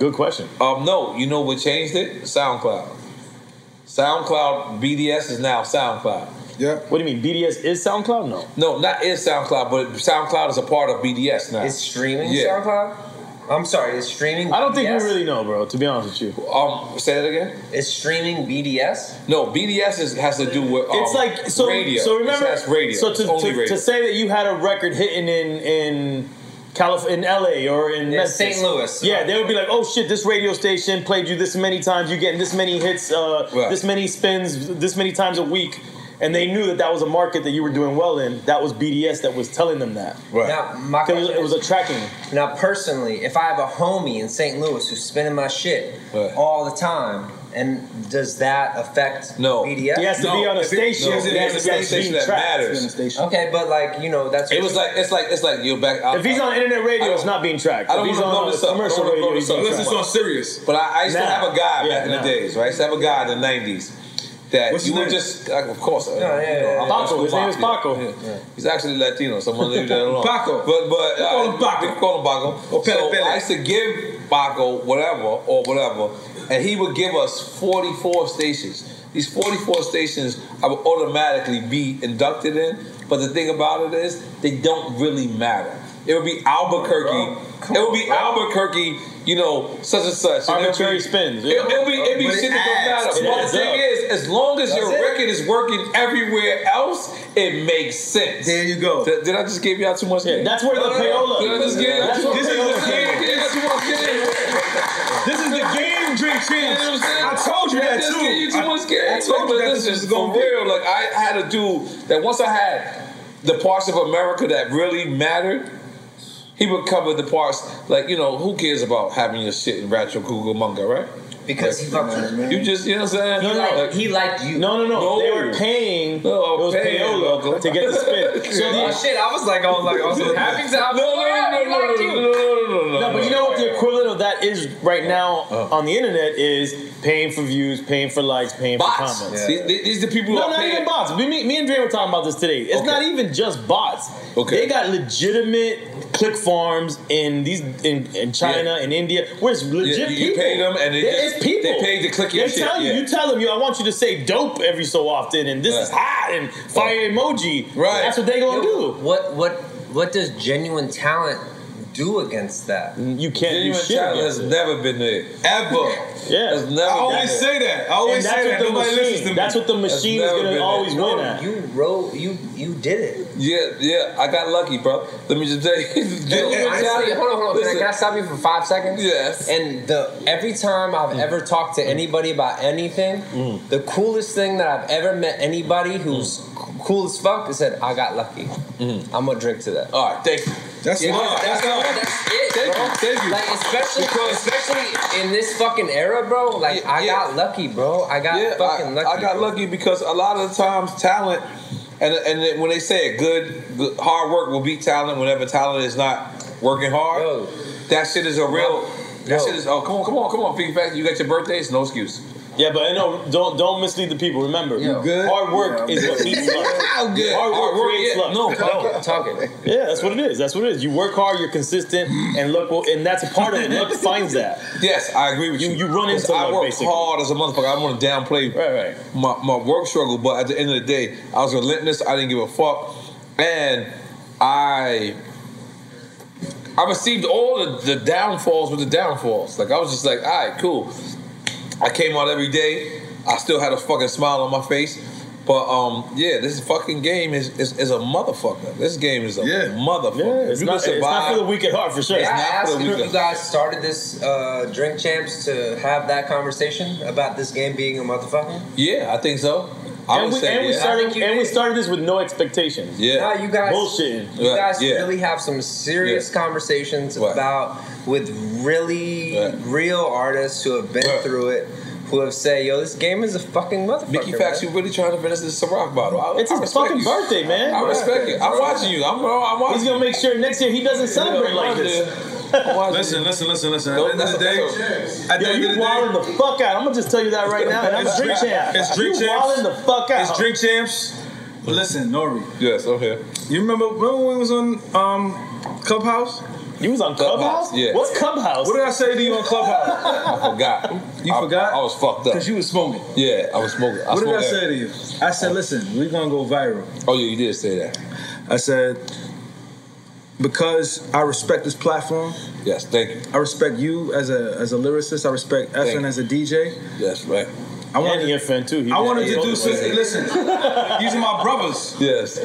Good question. Um, no, you know what changed it? SoundCloud. SoundCloud BDS is now SoundCloud. Yeah. What do you mean? BDS is SoundCloud? No. No, not is SoundCloud, but SoundCloud is a part of BDS now. Is streaming Yeah. SoundCloud? I'm sorry, is streaming? I don't think we BDS? really know, bro. To be honest with you. Um, say that again. Is streaming BDS? No, BDS is, has to do with. Um, it's like so. radio. So remember, It's- that's radio. So It's to, only to, radio. to say that you had a record hitting in in Calif- in LA or in Yeah, Memphis. St. Louis. uh, yeah, they would be like, "Oh shit, this radio station played you this many times. You getting this many hits, uh, Right. this many spins, this many times a week." And they knew that that was a market that you were doing well in. That was BDS that was telling them that. Now, my It was- question it was a tracking. Now, personally, if I have a homie in St. Louis who's spinning my shit all the time, and does that affect No. BDS? He has to No, be on a if it- station. no, if it has to be on a station that matters. Okay, but like you know, that's it was like it's like it's like you're back. I- If he's on internet radio, I don't- it's not being tracked. I don't want If he's to on blow this up. I commercial don't wanna blow radio, this up. he's being tracked. serious. But I, I used to Nah. have a guy Yeah, back in nah. the days, right? I used to have a guy in the '90s that What's you his were name? just, like, of course, uh, Yeah, yeah, you know, yeah, I'm yeah. old school His name is Paco. yeah. He's actually Latino, so I'm gonna leave that alone. Paco. but but uh, call him Paco. Call him Paco. Or Oh, Pele so Pele. I used to give Paco whatever or whatever, and he would give us 44 stations. These 44 stations, I would automatically be inducted in. But the thing about it is, they don't really matter. It would be Albuquerque. it would be Albuquerque. You know, such and such. And it would Arbitrary be- spins, It, yeah. it'll be it'll be But it shit that adds. don't matter. It But adds the thing up. is, as long as your That's it. record is working everywhere else, it makes sense. There you go. Did, did I just give y'all too much? game? that's where the No, no, no. payola- Did I just E give y'all That's too where much the game? Did I payola came. give y'all too much game? This is the game, drink champs. You know what I'm saying? I told you Did that just too. give you too I- much game? I told But you that listen, this was for gonna be- real. Like I had a dude that once I had the parts of America that really mattered. He would cover the parts like you know who cares about having your shit in Ratchet Google Manga, right? Because he fucked you. You just you know what I'm saying? No, no, no. Like- He liked you. No, no, no. They were paying. it was paying, payola uncle. to get the spin. So the, oh, shit, I was like, I was like, I was so happy. 'cause I was No, like, no, no, "Yeah, he no, liked no, you." no, no, no, no, No, Oh. but you know what the equivalent of that is right now on the internet is paying for views, paying for likes, paying Bots. for comments. These- these- E these the people who No, are not paying- even bots. Me, me, me and Dre were talking about this today. It's not even just bots. Okay, they got legitimate click farms in these in, in China, in India, where it's legit Yeah, you people. pay them and they There just- is people. they pay to click your They shit, tell you, yeah. you tell them, yo, I want you to say dope every so often, and this is hot, and fire emoji. Right, that's what they gonna do. What what what does genuine talent do against that? You can't Genuine talent has never been there. Ever. Yeah. Has never I always been there. say that. I always say that. Nobody listens to me. Has never been there. No, You wrote, you you did it. Yeah, yeah, I got lucky, bro. Let me just tell you. Genuine Honestly, talent- hold on, hold on. Can I, Listen. can I stop you for five seconds? Yes. Mm. And the every time I've ever talked to anybody about anything, the coolest thing that I've ever met anybody Mm. who's cool as fuck is said, "I got lucky." I'm gonna drink to that. All right, thank you. That's Yeah, smart. that's- That's- that's it. Thank you. Thank you. Like especially, Because- especially in this fucking era, bro. Like I got lucky, bro. I got Yeah, fucking I, lucky. I got lucky because a lot of the times talent, and and it- when they say it, good, good hard work will beat talent whenever talent is not working hard. That shit is a real. That shit is. Oh, come on, come on, come on, Figgy Factor. You got your birthday. It's no excuse. Yeah, but I know. Don't don't mislead the people. Remember, You good? hard work Yeah, is I'm what good. beats luck. How good? Hard work Hard work, creates yeah. luck. No, talk it, talk it. Yeah, that's what it is. That's what it is. You work hard, you're consistent, and luck will, and that's a part of it. Luck finds that. Yes, I agree with you. You run into I luck, work basically. hard as a motherfucker. I don't want to downplay My, my work struggle, but at the end of the day, I was relentless. I didn't give a fuck, and I I received all the, the downfalls with the downfalls. Like I was just like, all right, cool. I came out every day. I still had a fucking smile on my face. But um, yeah, this fucking game is, is, is a motherfucker. This game is a motherfucker. Yeah, it's You can not- it's not for the weak at heart, for sure. It's Yeah, I not for asked the you weak if at you guys started this uh, Drink Champs to have that conversation about this game being a motherfucker. Yeah, I think so. I and would we, say and we yeah. started and we started this with no expectations. Nah, you guys, bullshitting. You guys really have some serious conversations about with really real artists who have been through it, who have said, "Yo, this game is a fucking motherfucker." Mickey Fax, you really trying to finish this Ciroc bottle? I, It's I his respect fucking you. birthday, man. I respect you. I'm watching you. I'm, I'm watching. He's gonna make sure next year he doesn't celebrate like this. Listen, listen, listen, listen. Don't- At the end of the that's- day, at the Yo, end you of the day, wilding the fuck out. I'm gonna just tell you that right now. And I'm It's drink champ. It's drink you champs. wilding the fuck out. It's drink champs. Listen, Nori. Yes, okay. You remember remember when we was on um, Clubhouse? You was on Clubhouse? Yeah. What's Clubhouse? What did I say to you on Clubhouse? I forgot. You forgot? I was fucked up. Because you was smoking. Yeah, I was smoking. I what did I smoked say to you? I said, listen, we're gonna go viral. Oh yeah, you did say that. I said, because I respect this platform. Yes, thank you. I respect you as a as a lyricist. I respect Effin as a DJ. Yes, right. I wanted to fan too. He I did- wanted he to do did. something. Listen, these are my brothers. Yes.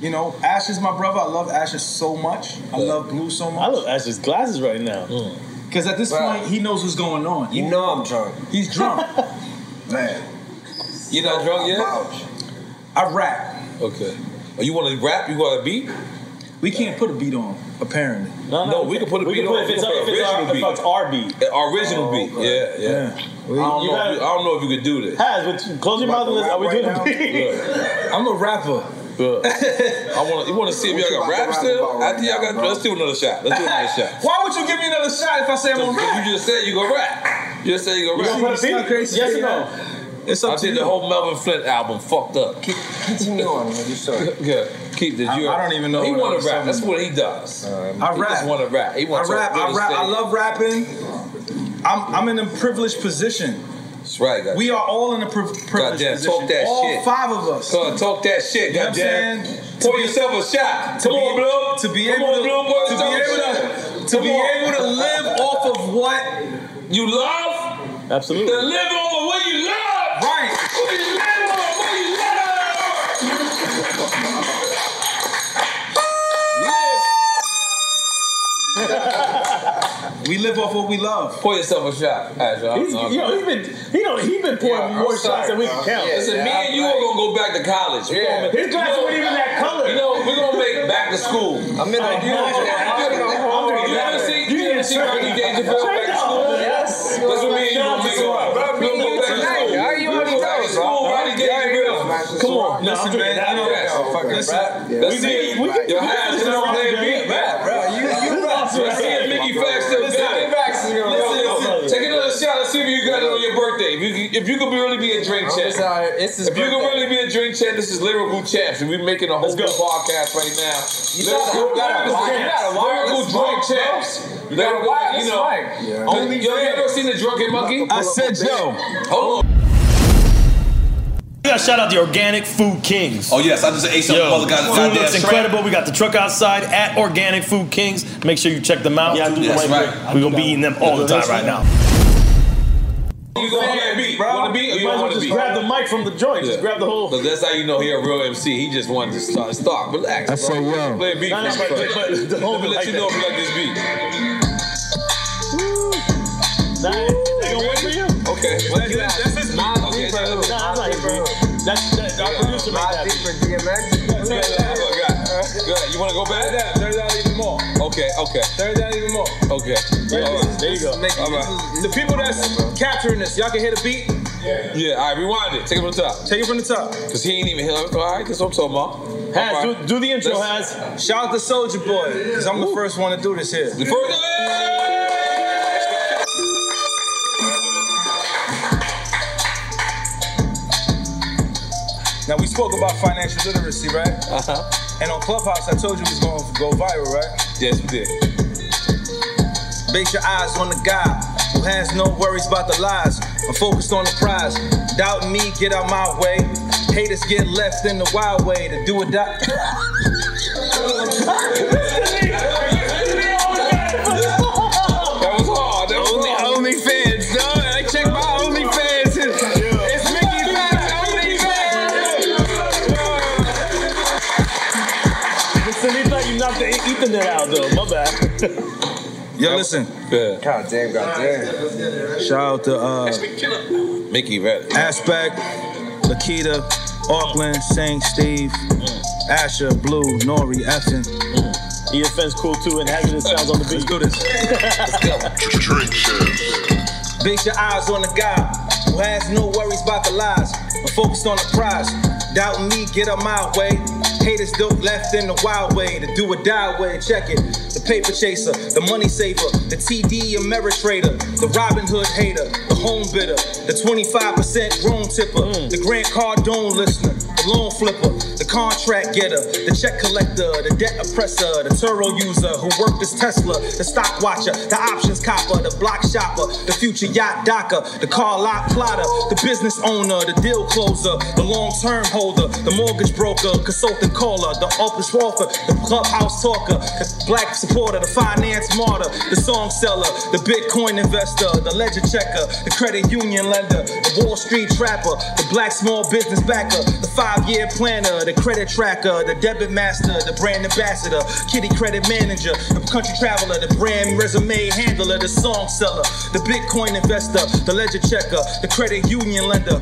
You know, Ash is my brother. I love Ashes so much. I love Blue so much. I love Ash's glasses right now. Because at this point, he knows what's going on. You know I'm drunk. He's drunk. Man. You not drunk yet? I rap. Okay. Oh, you want to rap? You want a beat? We can't put a beat on, apparently. No, no, we, can put a we beat can on. put- if it's We can our- put if it's our- original if it's our beat. Our Original beat. Oh, Yeah, yeah. I, don't You know gotta- if you, I don't know if you could do this. Has, but close your mouth and listen. Are we doing a beat? I'm a rapper. I want you want to see if What you y'all got about to rap rap still. about I think right y'all now, got. bro? Let's do another shot. Let's do another shot. Why would you give me another shot if I say I'm gonna rap? You just said you gonna rap. You just said you You gonna gonna rap. put a beat? Yes or no? It's up I to did you. the whole Melvin Flint album fucked up. Keep, continue on. You sorry. Yeah, keep the. I- you- I don't even know He what I want was to rap. talking That's about. what he does. I He rap. just want to rap. He I wants rap. to I rap. I love rapping. I'm I'm in a privileged position. That's right, guys. We are all in a priv- privileged Goddamn, position. talk that all shit. five of us. Come on, talk that shit, You know what I'm goddamn. saying? Pour yourself a shot. Come on, Blue. To be Come able on, to, Blue. Pour to be yourself a able shot. to, to be Come on. able to live off of what you love. Absolutely. To live on what you love. Right. What you live on, what you We live off what we love. Pour yourself a shot. All right, y'all. He's, Okay. yo, he's been he don't he been pouring Yeah, I'm more sorry, shots than we bro. can count. Yeah, Listen, me and you are gonna go back to college. Yeah. His glasses weren't even that color. You know, we're gonna make back to school. I'm in I'm drinking- I'm drinking- I'm drinking- You ever see you ever see Rodney Dangerfield Drink back to school? up. Yes. That's what me and you gonna Shout out to make. We're Ciroc. gonna go back to Tonight, school. y'all, you We're gonna go already back to know, bro. school, Rodney You already Dangerfield. know. Come on, Nah, I'm listen, drinking man. that. You know Yes. that. Fuck it. Listen, Yeah. let's We see. can- we can- Your we can hands finish is this on round, playing man. beat, man. Bro, you- you Let's lost right see if here. Mickey Fax still Listen, got it. Mickey Fax is gonna- Listen, Yo, listen, yo, Take yo. another shot. Let's see if you got it on your birthday. If you can- if you could be really be a drink I'm champ. just out here. It's his If you can birthday. really be a drink champ, this is lyrical champs, and we're making a whole new podcast right now. You Lyrical- gotta- you gotta lyrical wire- you champs. gotta wire Lyrical this drink mic, bro. champs. You gotta Lyrical, wire you this know. mic. Yeah. Only Only yo, you drink. ever seen the drunken monkey? I said yo. Hold on. We gotta shout out the Organic Food Kings. Oh, yes, I just ate some Yo, mother god- food goddamn looks shrimp. incredible. We got the truck outside at Organic Food Kings. Make sure you check them out. Yeah, That's right. We're gonna be eating them all the time right now. You gonna want to beat? Want to beat? Or you might as don't well want to just beat? grab the mic from the joint. Just grab the whole. But that's how you know he a real MC. He just wanted to start. Stop. Relax. I bro. say yo. Play a beat. No, no, for me but- first. but- but Let don't me be let like you that. know if you like this beat. Okay. That's, that's, that's my okay, that's, that's, that's, that's our producer made that. Good. Good. You want to go back? Turn it out even more. Okay. Okay. Turn it out even more. Okay. All right. There you go. All right. The people that's capturing this, y'all can hear the beat. Yeah, all right, rewind it. Take it from the top. Take it from the top. Because he ain't even here. All right, that's what I'm talking about. Has, All right. do, do the intro, Let's- Has. Shout out to Soldier Boy, because I'm the first one to do this here. The first Now we spoke about financial literacy, right? Uh-huh. And on Clubhouse, I told you it was gonna go viral, right? Yes, we did. Base your eyes on the guy who has no worries about the lies. I'm focused on the prize. Doubt me, get out my way. Haters get left in the wild way to do or die. That was hard. That was only, hard. Only fans, uh, dog. I check my only fans. It's Mickey Fans, only fans. But since they thought you knocked the Ethernet out, though, my bad. Yo, listen. God damn, god damn. Shout out to uh, Mickey Red. Aspect, Lakita, Auckland, St. Steve, Mm. Asher, Blue, Nori, Effin. EFN's Mm. cool too, and hazardous sounds on the beat. Let's do this. Drink Base your eyes on the guy who has no worries about the lies, but focused on the prize. Doubt me, get out my way. Haters dope left in the wild way, the do or die way. Check it. The paper chaser, the money saver, the TD Ameritrader, the Robin Hood hater, the home bidder, the 25% room tipper, the Grant Cardone listener, the loan flipper, the contract getter, the check collector, the debt oppressor, the Turo user who worked as Tesla, the stock watcher, the options copper, the block shopper, the future yacht docker, the car lot plotter, the business owner, the deal closer, the long term holder, the mortgage broker, consultant caller, the office walker, the clubhouse talker, the black supporter, the finance martyr, the song seller, the Bitcoin investor, the ledger checker, the credit union lender, the Wall Street trapper, the black small business backer, the five year planner, the credit tracker, the debit master, the brand ambassador, kitty credit manager, the country traveler, the brand resume handler, the song seller, the Bitcoin investor, the ledger checker, the credit union lender.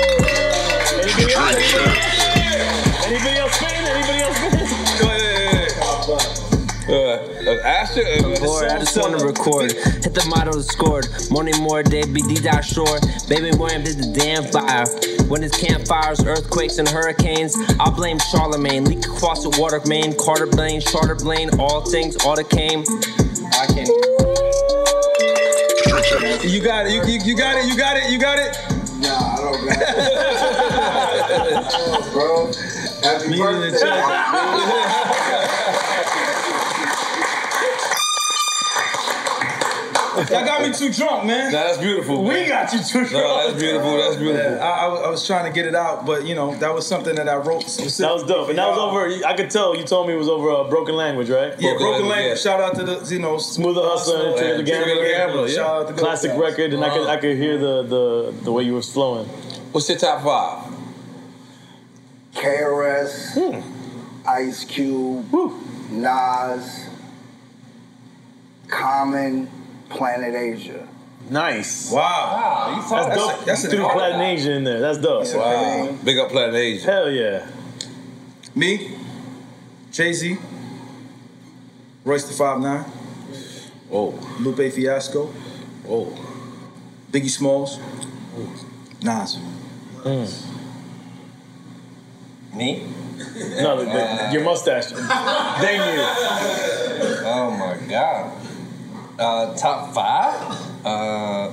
Anybody else? Anybody else spin? Anybody else spin? Uh, Asher, uh, Boy, I just want to record. Hit the motto scored. Morning more day, BD dot shore. Baby William did the damn fire. When it's campfires, earthquakes, and hurricanes, I blame Charlemagne. Leak across the water main, Carter Blaine, Charter Blaine, all things, all that came. I can't. You got it. You, you, you got it. You got it. You got it. Nah, I don't got it. bro. Happy Y'all got me too drunk, man. Nah, that's beautiful. We got you too drunk. No, that's beautiful. That's beautiful. Yeah, I, I was- I was trying to get it out, but you know that was something that I wrote specifically. That was dope. And that was over. I could tell you told me it was over uh, broken language, right? Yeah, broken language. Shout out to the you know Smoother Hustler and Trigger the Gambler. Shout out to those Classic guys. record, and I could I could hear the the the way you were flowing. What's your top five? KRS, Ice Cube, Nas, Common, Planet Asia. Nice. Wow. Wow. That's dope. That's threw Planet Asia in there. That's dope. Wow. Big up Planet Asia. Hell yeah. Me, Jay Z, Royce the Five Nine. Oh. Lupe Fiasco. Oh. Biggie Smalls. Nas. Mm. Me? No, the, the, your mustache. Dang you. Oh my god. Uh, top five? Uh,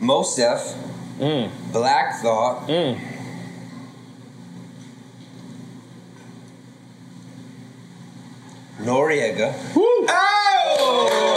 Mosef, Mm. Black Thought, Noriega. Oh!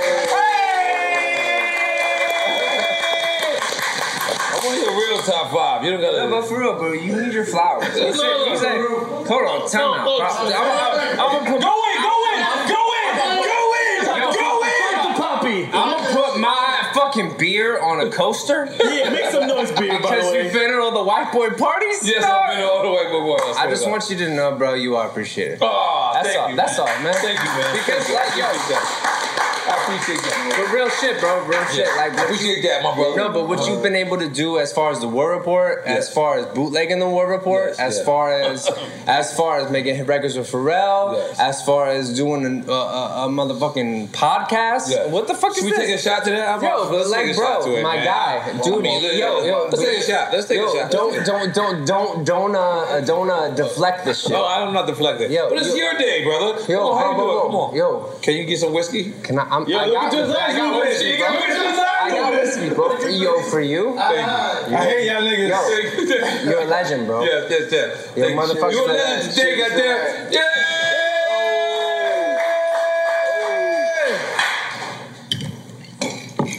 I want your real top five. You don't gotta. No, but for real, bro, you need your flowers. He said, he said, hold on, time out. bro. I'm, I'm, I'm gonna put, Go in, go in, go in, go in, go in. the puppy. I'm gonna put my fucking beer on a coaster. Yeah, make some noise, beer. By the Because way. you've been at all the white boy parties. Yes, dog. I've been all the way before. swear I to just God. want you to know, bro, you are appreciated. Oh, that's thank all. you, That's all, man. Thank you, man. Because, Thank you. like, yo, I appreciate that. I appreciate that. man. but real shit, bro. Real shit. Yeah. Like, I appreciate that, my brother. Uh, No, but what you've been able to do as far as the war report, as far as bootlegging the war report, Yes, as yeah. far as as far as making hit records with Pharrell, Yes. as far as doing an- a, a, a motherfucking podcast. Yeah. What the fuck Should is we this? take a shot to that? I'm yo, off. but Let's like, take a shot to bro, it, my man. guy, Well, dude, I mean, yo, yo, let's take a shot. Let's take a yo, shot. Don't, don't, don't, don't, don't, uh, don't uh, deflect this shit. Oh, I'm not deflecting. Yo, but it's yo- your day, brother. Yo, Come on, how bro, you bro, doing? bro. Come on. Yo, Can you get some whiskey? can I? I'm, Yo, I look got at your this. eyes, I got you this, bitch. bro. Look at your I got this, bro. For yo, for you. Thank you. I hate y'all niggas. Yo, you're a legend, bro. Yeah, yeah, yeah. You're a Thank you. motherfucker. You a legend today, goddamn. Yeah.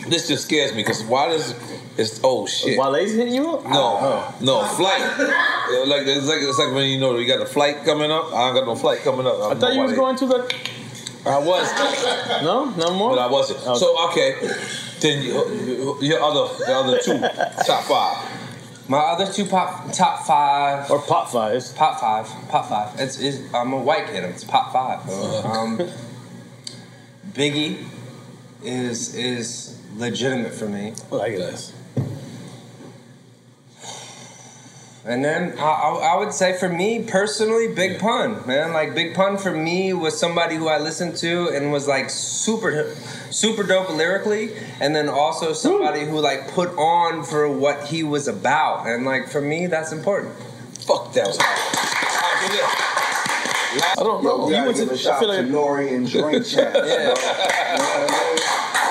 This just scares me because why does it's oh shit? Wale's hitting you up? No, Uh-huh. no flight. Yeah, like it's like it's like when you know you got a flight coming up. I ain't got no flight coming up. I thought you was going to the. I was. No, no more. But I wasn't. So okay, then you, your other the other two top five. My other two pop top five or pop fives. Pop five, pop five. It's, it's I'm a white kid. It's pop five. Uh-huh. Um, Biggie is is legitimate for me. like this. And then I, I, I would say for me personally, Big Pun, man. Like Big Pun for me was somebody who I listened to and was like super, super dope lyrically, and then also somebody who like put on for what he was about. And like for me, that's important. Fuck that. I don't know. You went to shop to Nori and drink chat.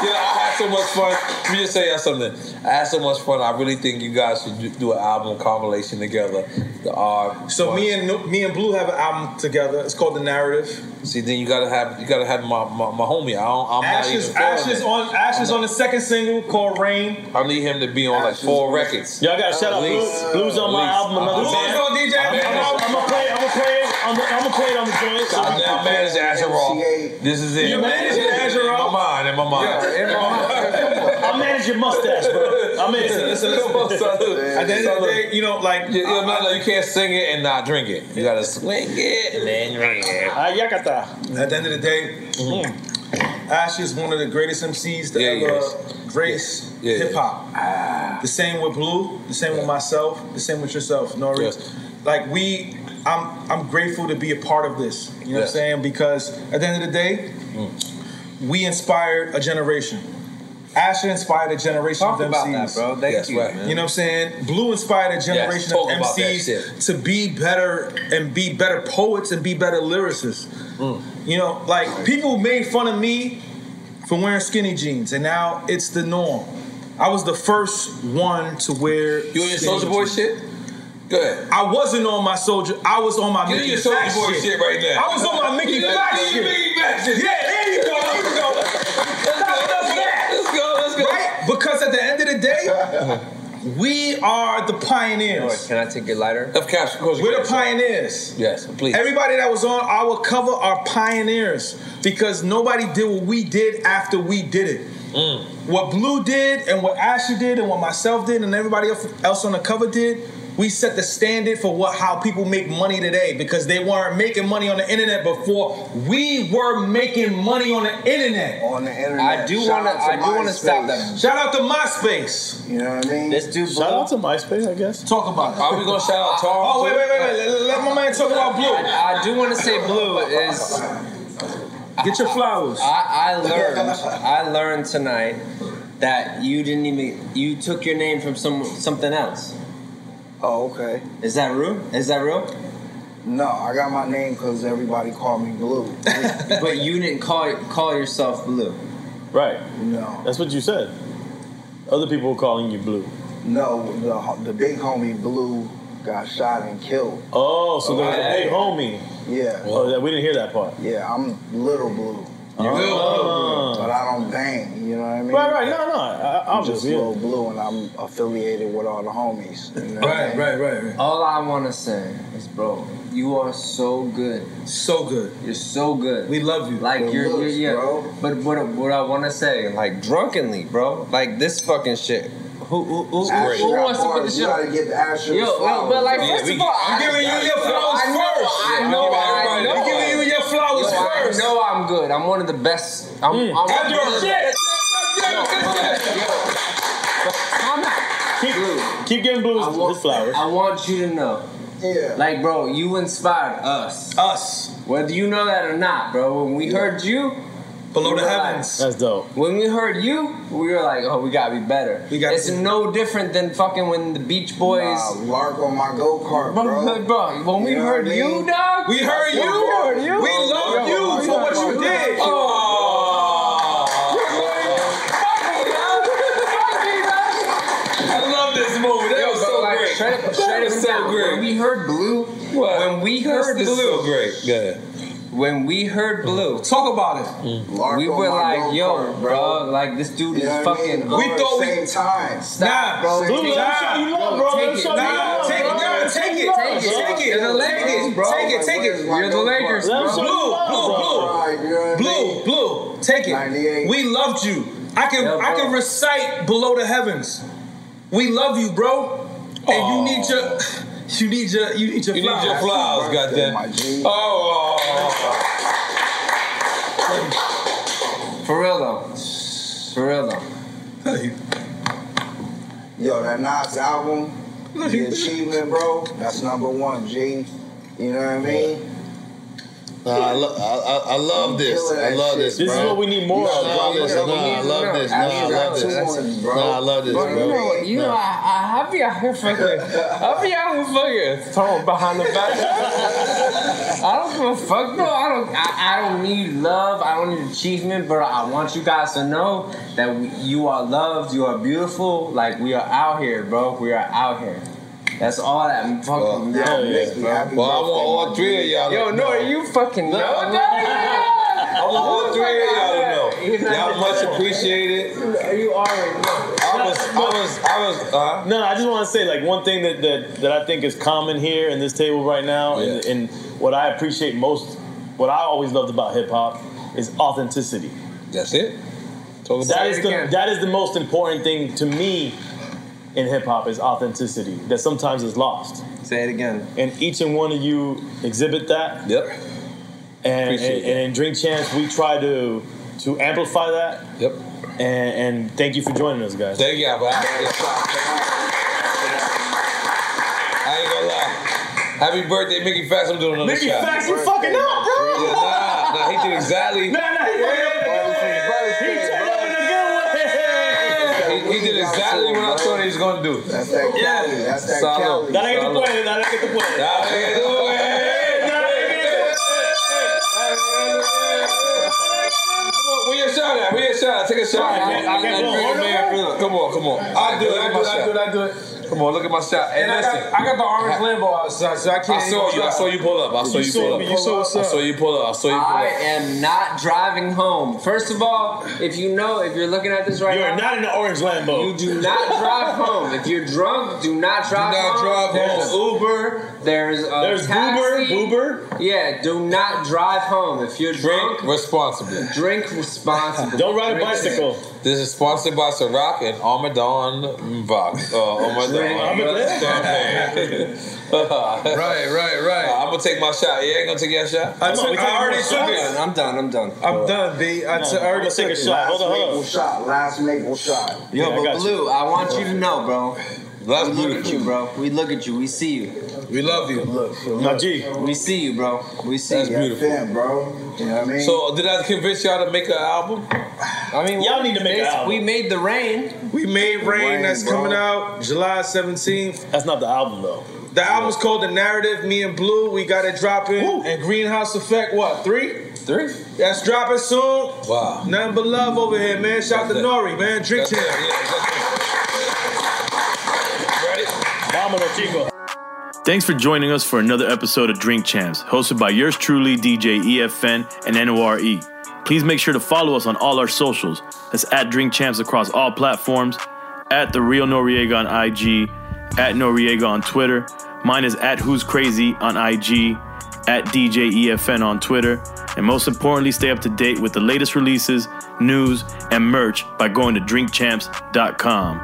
Yeah, I had so much fun. Let me just tell y'all something. I had so much fun. I really think you guys should do- do an album compilation together. The uh, R. So me and me and Blue have an album together. It's called The Narrative. See, then you gotta have you gotta have my my, my homie. I don't, I'm Ashes, not even feeling Ashes it. on Ashes on the second single called Rain. I need him to be on like four records. Y'all gotta shout out Blue. Blue's on my album, another Blue's man. on DJ. I'm- I'm- I'm gonna play. I'm gonna play. it. I'm gonna I'm gonna play it on the joint. So I'm that man is Azeroth. This is it. You manage it, Azeroth? In my mind, in my mind. I manage your mustache, bro. I'm in. Listen, listen, listen. At the end of the day, you know, like uh, You, you, know, like, you can't sing it and not drink it. You gotta swing it and then drink it. Ayakata. At the end of the day, Mm. Ash is one of the greatest MCs to ever grace Yeah, hip hop. The same with Blue. The same with myself. The same with yourself, Nori. Like we, I'm, I'm grateful to be a part of this. You know what I'm Yes. saying? Because at the end of the day, Mm. we inspired a generation. Asher inspired a generation Talk of MCs. about that, bro. Thank Yes, you, right. man. You know what I'm saying? Blue inspired a Yes, generation talk of about that MCs to be better and be better poets and be better lyricists. Mm. You know, like people made fun of me for wearing skinny jeans, and now it's the norm. I was the first one to wear. You on your Soulja Boy shit? Good. I wasn't on my soldier. I was on my Get Mickey your Soulja Fax Boy shit right now. I was on my Mickey Yeah, Fax yeah, shit. Mickey Fax shit. Yeah, there you go. There you go. Let's go. Let's go. Right? Because at the end of the day, we are the pioneers. Can I take your lighter? Of course, of course. We're the pioneers. Yes, please. Everybody that was on our cover are pioneers because nobody did what we did after we did it. What Blue did and what Asher did and what myself did and everybody elf- else on the cover did, we set the standard for what how people make money today because they weren't making money on the internet before we were making money on the internet. On the internet. I do Shout wanna- out to I do wanna MySpace. stop that. Shout out to MySpace. You know what I mean? This dude, Shout out to MySpace, I guess. Talk about it. Are we gonna shout out Tara? Oh wait, wait, wait, wait. Let, let my man talk about Blue. I, I do want to say Blue is. Get your flowers. I, I learned. I learned tonight that you didn't even. You took your name from some something else. Oh, okay. Is that real? Is that real? No, I got my name because everybody called me Blue. but you didn't call call yourself Blue. Right. No. That's what you said. Other people were calling you blue. No, the, the big homie Blue got shot and killed. Oh, so there was a big Right. homie. Yeah. Oh, that- we didn't hear that part. Yeah, I'm Little Blue. You're Little Oh. Blue. But I don't bang, you know what I mean? Right, right. No, no. I, I- I'm just obviously, Little yeah. Blue and I'm affiliated with all the homies. you know what I Right, mean? right, right, right. All I want to say is, bro, you are so good. So good. You're so good. We love you. Like Good you're, you're, looks, yeah. bro. But what, what I want to say, like drunkenly, bro, like this fucking shit. Who, who, who, Asher who got wants to put bars. this You shit? gotta get the Asher Yo, flowers, yo, but like bro. first of all, I'm I- giving you your flowers I know, first. I know, I Everybody, know. I'm giving you your flowers Yo, first. I know I'm good. I'm one of the best. I'm, I'm After one of the shit. I'm not. Keep, keep getting blues I want, his flowers. I want you to know. Yeah. Like, bro, you inspired us. Us. Whether you know that or not, bro. When we heard you, Below we the were like- heavens. That's dope. when we heard you, we were like, oh, we gotta be better. We gotta it's be- no different than fucking when the Beach Boys. Nah, Lark on my go kart, bro, bro. bro, when we You know heard what I you, mean? dog. We heard you. We heard you. We love Yo, you for what you did. Oh. Oh. Fuck me, dog. try to, try to That's so remember, great. When we heard blue, when we That's heard just blue, so great. When we heard blue, talk about it. We Largo were like, Margot yo, Carter, bro, like this dude You know is what I mean? fucking. We thought we- Same time. Stop, Nah, bro. Blue, let him show you love, bro. Let him show you love, Take bro. it, nah, take it, Take it, take take it. it. You're the Lakers, bro. Take it, take it. You're the Lakers, Let bro. him show you love, bro. Right, you know what I Blue, blue, take it. We loved you. I can I can recite below the heavens. We love you, bro. And you need your you need your you need your You flowers. need your flowers, goddamn. Oh, For real though. For real though. Yo, that Nas album, the achievement, bro. That's number one, G. You know what I mean? Nah, I, lo- I, I, I love this. I love this. This is bro. what we need more Nah, of, bro. I love this. Nah, I love this. Nah, I love this. Nah, I love this, Bro, you know, bro. you know, I, I have you out here fucking. I be out here fucking thrown behind the back. I don't give a fuck, bro. I don't. I, I don't need love. I don't need achievement, but I want you guys to know that we, you are loved. You are beautiful. Like we are out here, bro. We are out here. That's all that fucking matters, bro. Well, I want all three of y'all. Yo, no, are you fucking no, no, I want all three of y'all to know. Y'all much appreciated. You already know. I was, I was, I was. Uh, no, I just want to say like one thing that, that that I think is common here in this table right now, and, and what I appreciate most, what I always loved about hip hop is authenticity. That's it. Talk about That it is the again. that is the most important thing to me in hip hop is authenticity that sometimes is lost. Say it again. And each and one of you exhibit that. Yep. And and, Appreciate and in Drink Chance, we try to to amplify that. Yep. And, and thank you for joining us, guys. Thank y'all, bro. I I ain't gonna lie. Happy birthday, Mickey Fax. I'm doing another Mickey shot. Fax, you fucking up, bro. Nah, nah, he did exactly. Nah, nah, he turned up in a good way. He, he did exactly what I thought he was gonna do. That's that Cali. That's that Cali. Dale que tú puedes, dale que tú puedes. Dale que tú We a shot at. We a shot at. Take a shot. I can't- I can't And do drink it. a man feel it. Come on, come on. I do it. I do it. I do it. I do it. Come on, look at my shot. Hey, And I got- listen. I got the orange Lambo outside, so I can't I saw even you. I drive. saw you pull up. I saw You you saw pull up. me, you saw what's I up. saw you pull up. I saw you pull I up. am not driving home. First of all, if you know, if you're looking at this right You now, are not in the orange Lambo. You do not drive home. If you're drunk, do not drive not home. drive There's home. Uber. There's a There's taxi. Uber, Yeah, do not drive home if you're drunk. responsibly. Drink responsibly. Drink- This is sponsored by Ciroc and Armadon Vodka. Uh, Armadon. right, right, right. I'm gonna Uh, take my shot. You ain't gonna take your shot. I took- I already took it. I'm done. I'm done. I'm done, B. I t- I already took it. Last maple shot. Last maple shot. Yo, but Blue, I want you to to know, bro. we look at you, bro. We look at you. We see you. We love you. Now, G. We see you, bro. We see That's you. beautiful. bro. You know what I mean? So did I convince y'all to make an album? I mean, y'all need to make an album. We made the rain. We made rain. Rain, that's bro. coming out July 17th. That's not the album though. The album's called The Narrative. Me and Blue, we got it dropping. And Greenhouse Effect, what three? Three. That's dropping soon. Wow. Nothing but love over here, man. Shout to Nori, man. Drink champ. Vámonos, chicos. Thanks for joining us for another episode of Drink Champs, hosted by yours truly, DJ EFN and NORE. E. Please make sure to follow us on all our socials. That's at Drink Champs across all platforms, at The Real Noriega on IG, at Noriega on Twitter. Mine is at Who's Crazy on IG, at DJ EFN on Twitter. And most importantly, stay up to date with the latest releases, news, and merch by going to drinkchamps.com.